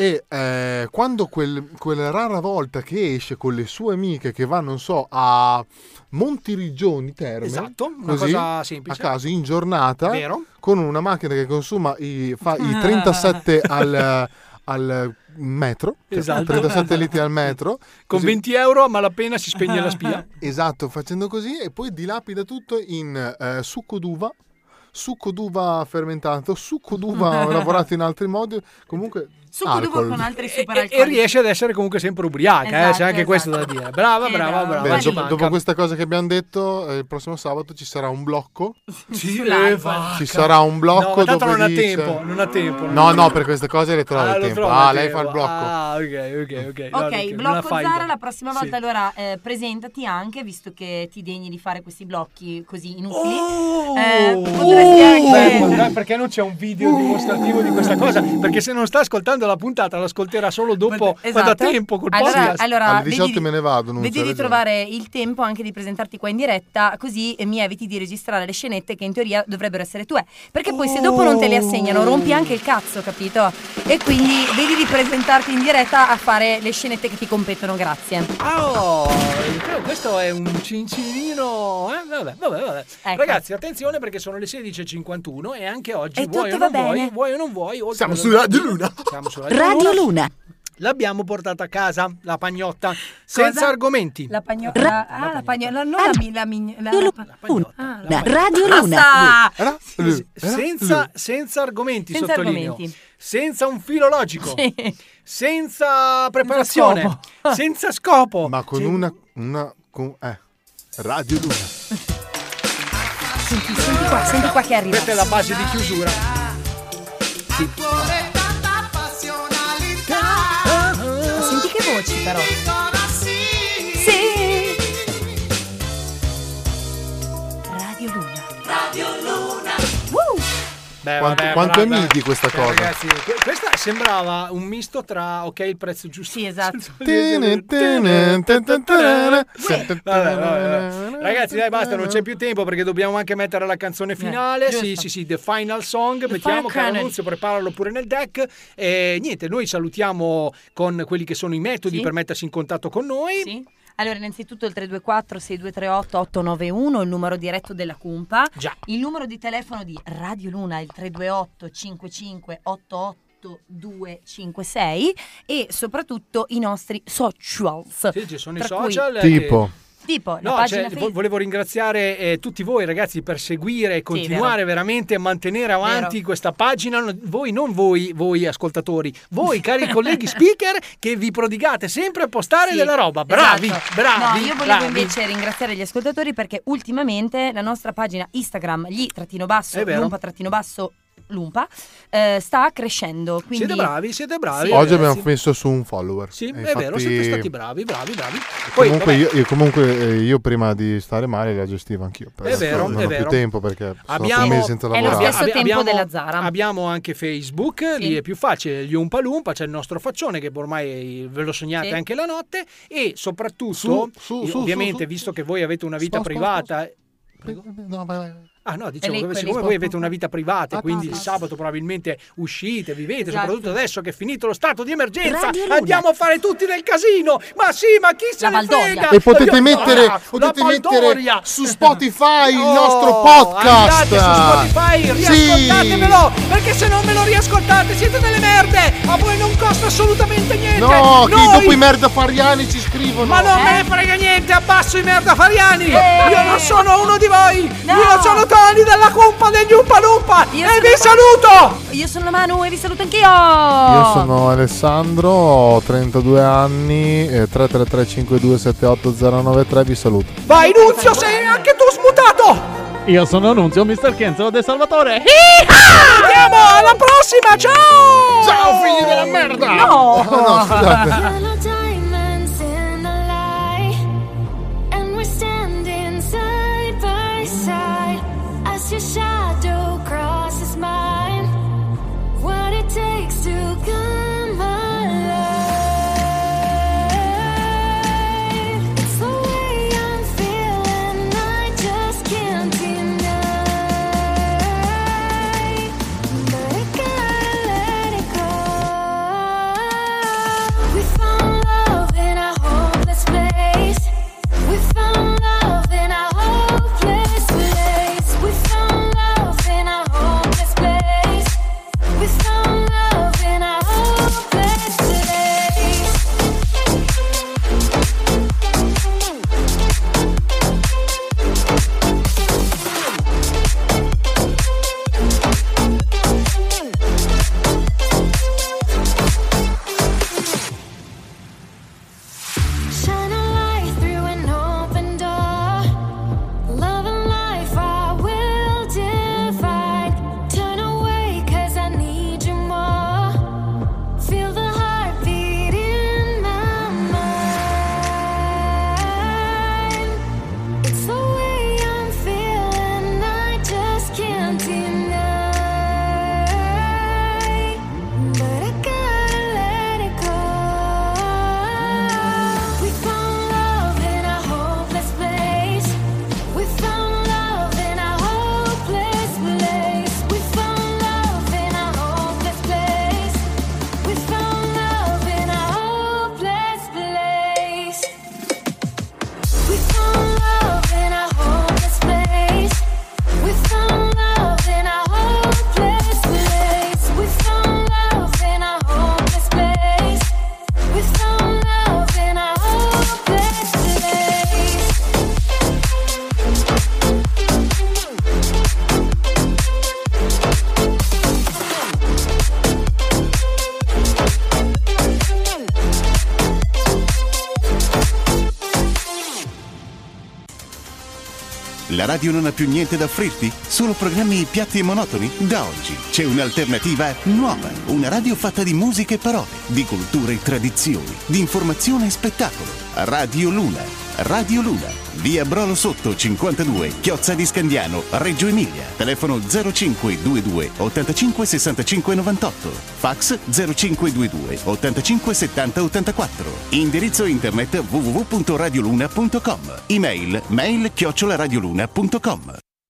E eh, quando quel- quella rara volta che esce con le sue amiche che va, non so, a Montiriggioni Terme, Esatto, una così, cosa semplice. a caso in giornata, Vero. con una macchina che consuma i, fa i 37 al, al metro, cioè Esatto. 30 satelliti al metro. Con così- 20 euro a malapena si spegne (laughs) la spia. Ah. Esatto, facendo così e poi dilapida tutto in eh, succo d'uva, succo d'uva fermentato, succo (laughs) d'uva lavorato in altri modi, comunque alcol. altri super e, e riesce ad essere comunque sempre ubriaca, eh, c'è Esatto, anche questo da dire. Brava, Eh, brava, brava. brava. Bene, ci dopo, manca. dopo questa cosa che abbiamo detto, eh, il prossimo sabato ci sarà (laughs) un blocco. Sì, eh, vacca. ci sarà un blocco. No, ma tanto dove non ha dice- tempo, non ha tempo. No, no, per queste cose le trova Ah, il lo tempo. trova il Ah, lei fa tempo. il blocco. Ah, ok, ok, ok. Ok, Dai, non la blocco fai, Zara dai. la prossima Sì. volta. Allora, eh, presentati anche, visto che ti degni di fare questi blocchi così inutili. Eh, Uh! potresti Oh! Beh, anche... guarda, perché non c'è un video dimostrativo di questa cosa? Perché se non sta ascoltando la puntata, l'ascolterà solo dopo quando ha tempo col esatto. Allora- podcast. allora, Alle vedi 18 di- me ne vado. Vedi di trovare il tempo anche di presentarti qua in diretta, così eh, mi eviti di registrare le scenette che in teoria dovrebbero essere tue. Perché poi se dopo non te le assegnano, rompi anche il cazzo, capito? E quindi vedi di presentarti in diretta a fare le scenette che ti competono, grazie. Oh, però questo è un cincinino. eh? Vabbè, vabbè, vabbè. Ecco. Ragazzi, attenzione perché sono le 16.51 e anche oggi E vuoi o tutto non va vuoi, bene. vuoi o non vuoi. oltre Siamo alla- su Radio Luna. Siamo su Radio, Radio Luna. Luna. L'abbiamo portata a casa, la pagnotta, senza Cosa? argomenti. La pagnola. Ah, la pagnola, non la mi- la mi- la- la pagnotta. Ah, la pagnotta. Radio Luna. Basta! Senza, senza argomenti, Senza sottolineo. argomenti. Senza un filo logico. Senza preparazione. scopo. Senza scopo. Ma con una, una con, eh, Radio Luna. Senti, senti qua, senti qua che arriva. Questa è la base di chiusura. Cuore tanta passionalità. Senti che voci però. Radio Luna. Radio Luna. Beh, Quanto- vabbè, quanto è guarda. midi questa Beh, cosa? Ragazzi, que- questa sembrava un misto tra ok, il prezzo giusto. Sì, esatto. Tene, tene, ten, ten, ten, ten, ten, (laughs) Ragazzi, dai, basta, non c'è più tempo perché dobbiamo anche mettere la Eh, canzone finale. sì, sì, sì, The Final Song. Mettiamo final caro canon. Nunzio, preparalo pure nel deck. E niente, noi salutiamo con quelli che sono i metodi Sì. per mettersi in contatto con noi. Allora, innanzitutto il 324-6238-891, il numero diretto della Cumpa. Già. Il numero di telefono di Radio Luna è il 328 55 88 256 e soprattutto i nostri socials. Sì, ci sono i Tra cui- social. eh, Tipo. Tipo, la No, pagina cioè, vo- Facebook. volevo ringraziare eh, tutti voi ragazzi per seguire e continuare veramente a mantenere avanti questa pagina. No, Voi, non voi, voi ascoltatori, voi cari (laughs) colleghi speaker che vi prodigate sempre a postare Sì, della roba. esatto. Bravi, bravi. No, io volevo bravi. invece ringraziare gli ascoltatori perché ultimamente la nostra pagina Instagram, gli trattino basso, È vero. lumpa trattino basso, lumpa, eh, sta crescendo. Quindi... Siete bravi, siete bravi. Oggi ragazzi. abbiamo messo su un follower. Sì, E è vero, Eh, infatti- siete stati bravi, bravi, bravi. Poi, Comunque, vabbè, io, io- comunque, eh, io prima di stare male la gestivo anch'io. È vero, non è ho vero. più tempo perché sono Abbiamo, un mese senza lavorare. stesso tempo della Zara. Abbiamo anche Facebook, lì è più facile, gli Umpa Lumpa, c'è il nostro faccione che ormai ve lo sognate Sì. anche la notte e soprattutto, Su, su, eh, su, ovviamente su, su. visto che voi avete una vita Sto, sto, privata... No, vai, vai. Ah no, dicevo, lì, che quelli, siccome sto, voi sto, avete sto. una vita privata, Ah, quindi ah, il ah. sabato probabilmente uscite, vivete, Esatto. soprattutto adesso che è finito lo stato di emergenza, Radio Luna. andiamo a fare tutti nel casino! Ma sì, ma chi se ne Valdoria. frega? E potete Voglio- mettere, Ah, potete la mettere Valdoria! su Spotify il Oh, nostro podcast. Andate su Spotify, riascoltatevelo, Sì. perché se non me lo riascoltate siete delle merde. A voi non costa assolutamente niente. No, che Noi- dopo i merdafariani ci scrivono. Ma non me ne frega niente, abbasso i merdafariani. Io non sono uno di voi. Io sono Tony della cumpa degli Umpa Lumpa e vi saluto. Io sono Manu e vi saluto anch'io. Io sono Alessandro, ho 32 anni, eh, 333-5278093, vi saluto. Vai Nunzio, sei anche tu smutato. Io sono Nunzio, Mr. Kenzo De Salvatore. Andiamo alla prossima, ciao. Ciao figli della Eh, merda. (laughs) (laughs) No. No, scusate. Yellow diamonds in the light, and we're standing side by side as your shadow crosses mine. What it takes to come alive. It's the way I'm feeling, I just can't deny. But I gotta let it go. We found La radio non ha più niente da offrirti? Solo programmi piatti e monotoni? Da oggi c'è un'alternativa nuova. Una radio fatta di musica e parole, di cultura e tradizioni, di informazione e spettacolo. Radio Luna. Radio Luna. Via Brolo Sotto 52, Chiozza di Scandiano, Reggio Emilia. Telefono 0522 85 65 98. Fax 0522 85 70 84. Indirizzo internet www.radioluna.com. Email mail chiocciolaradioluna.com.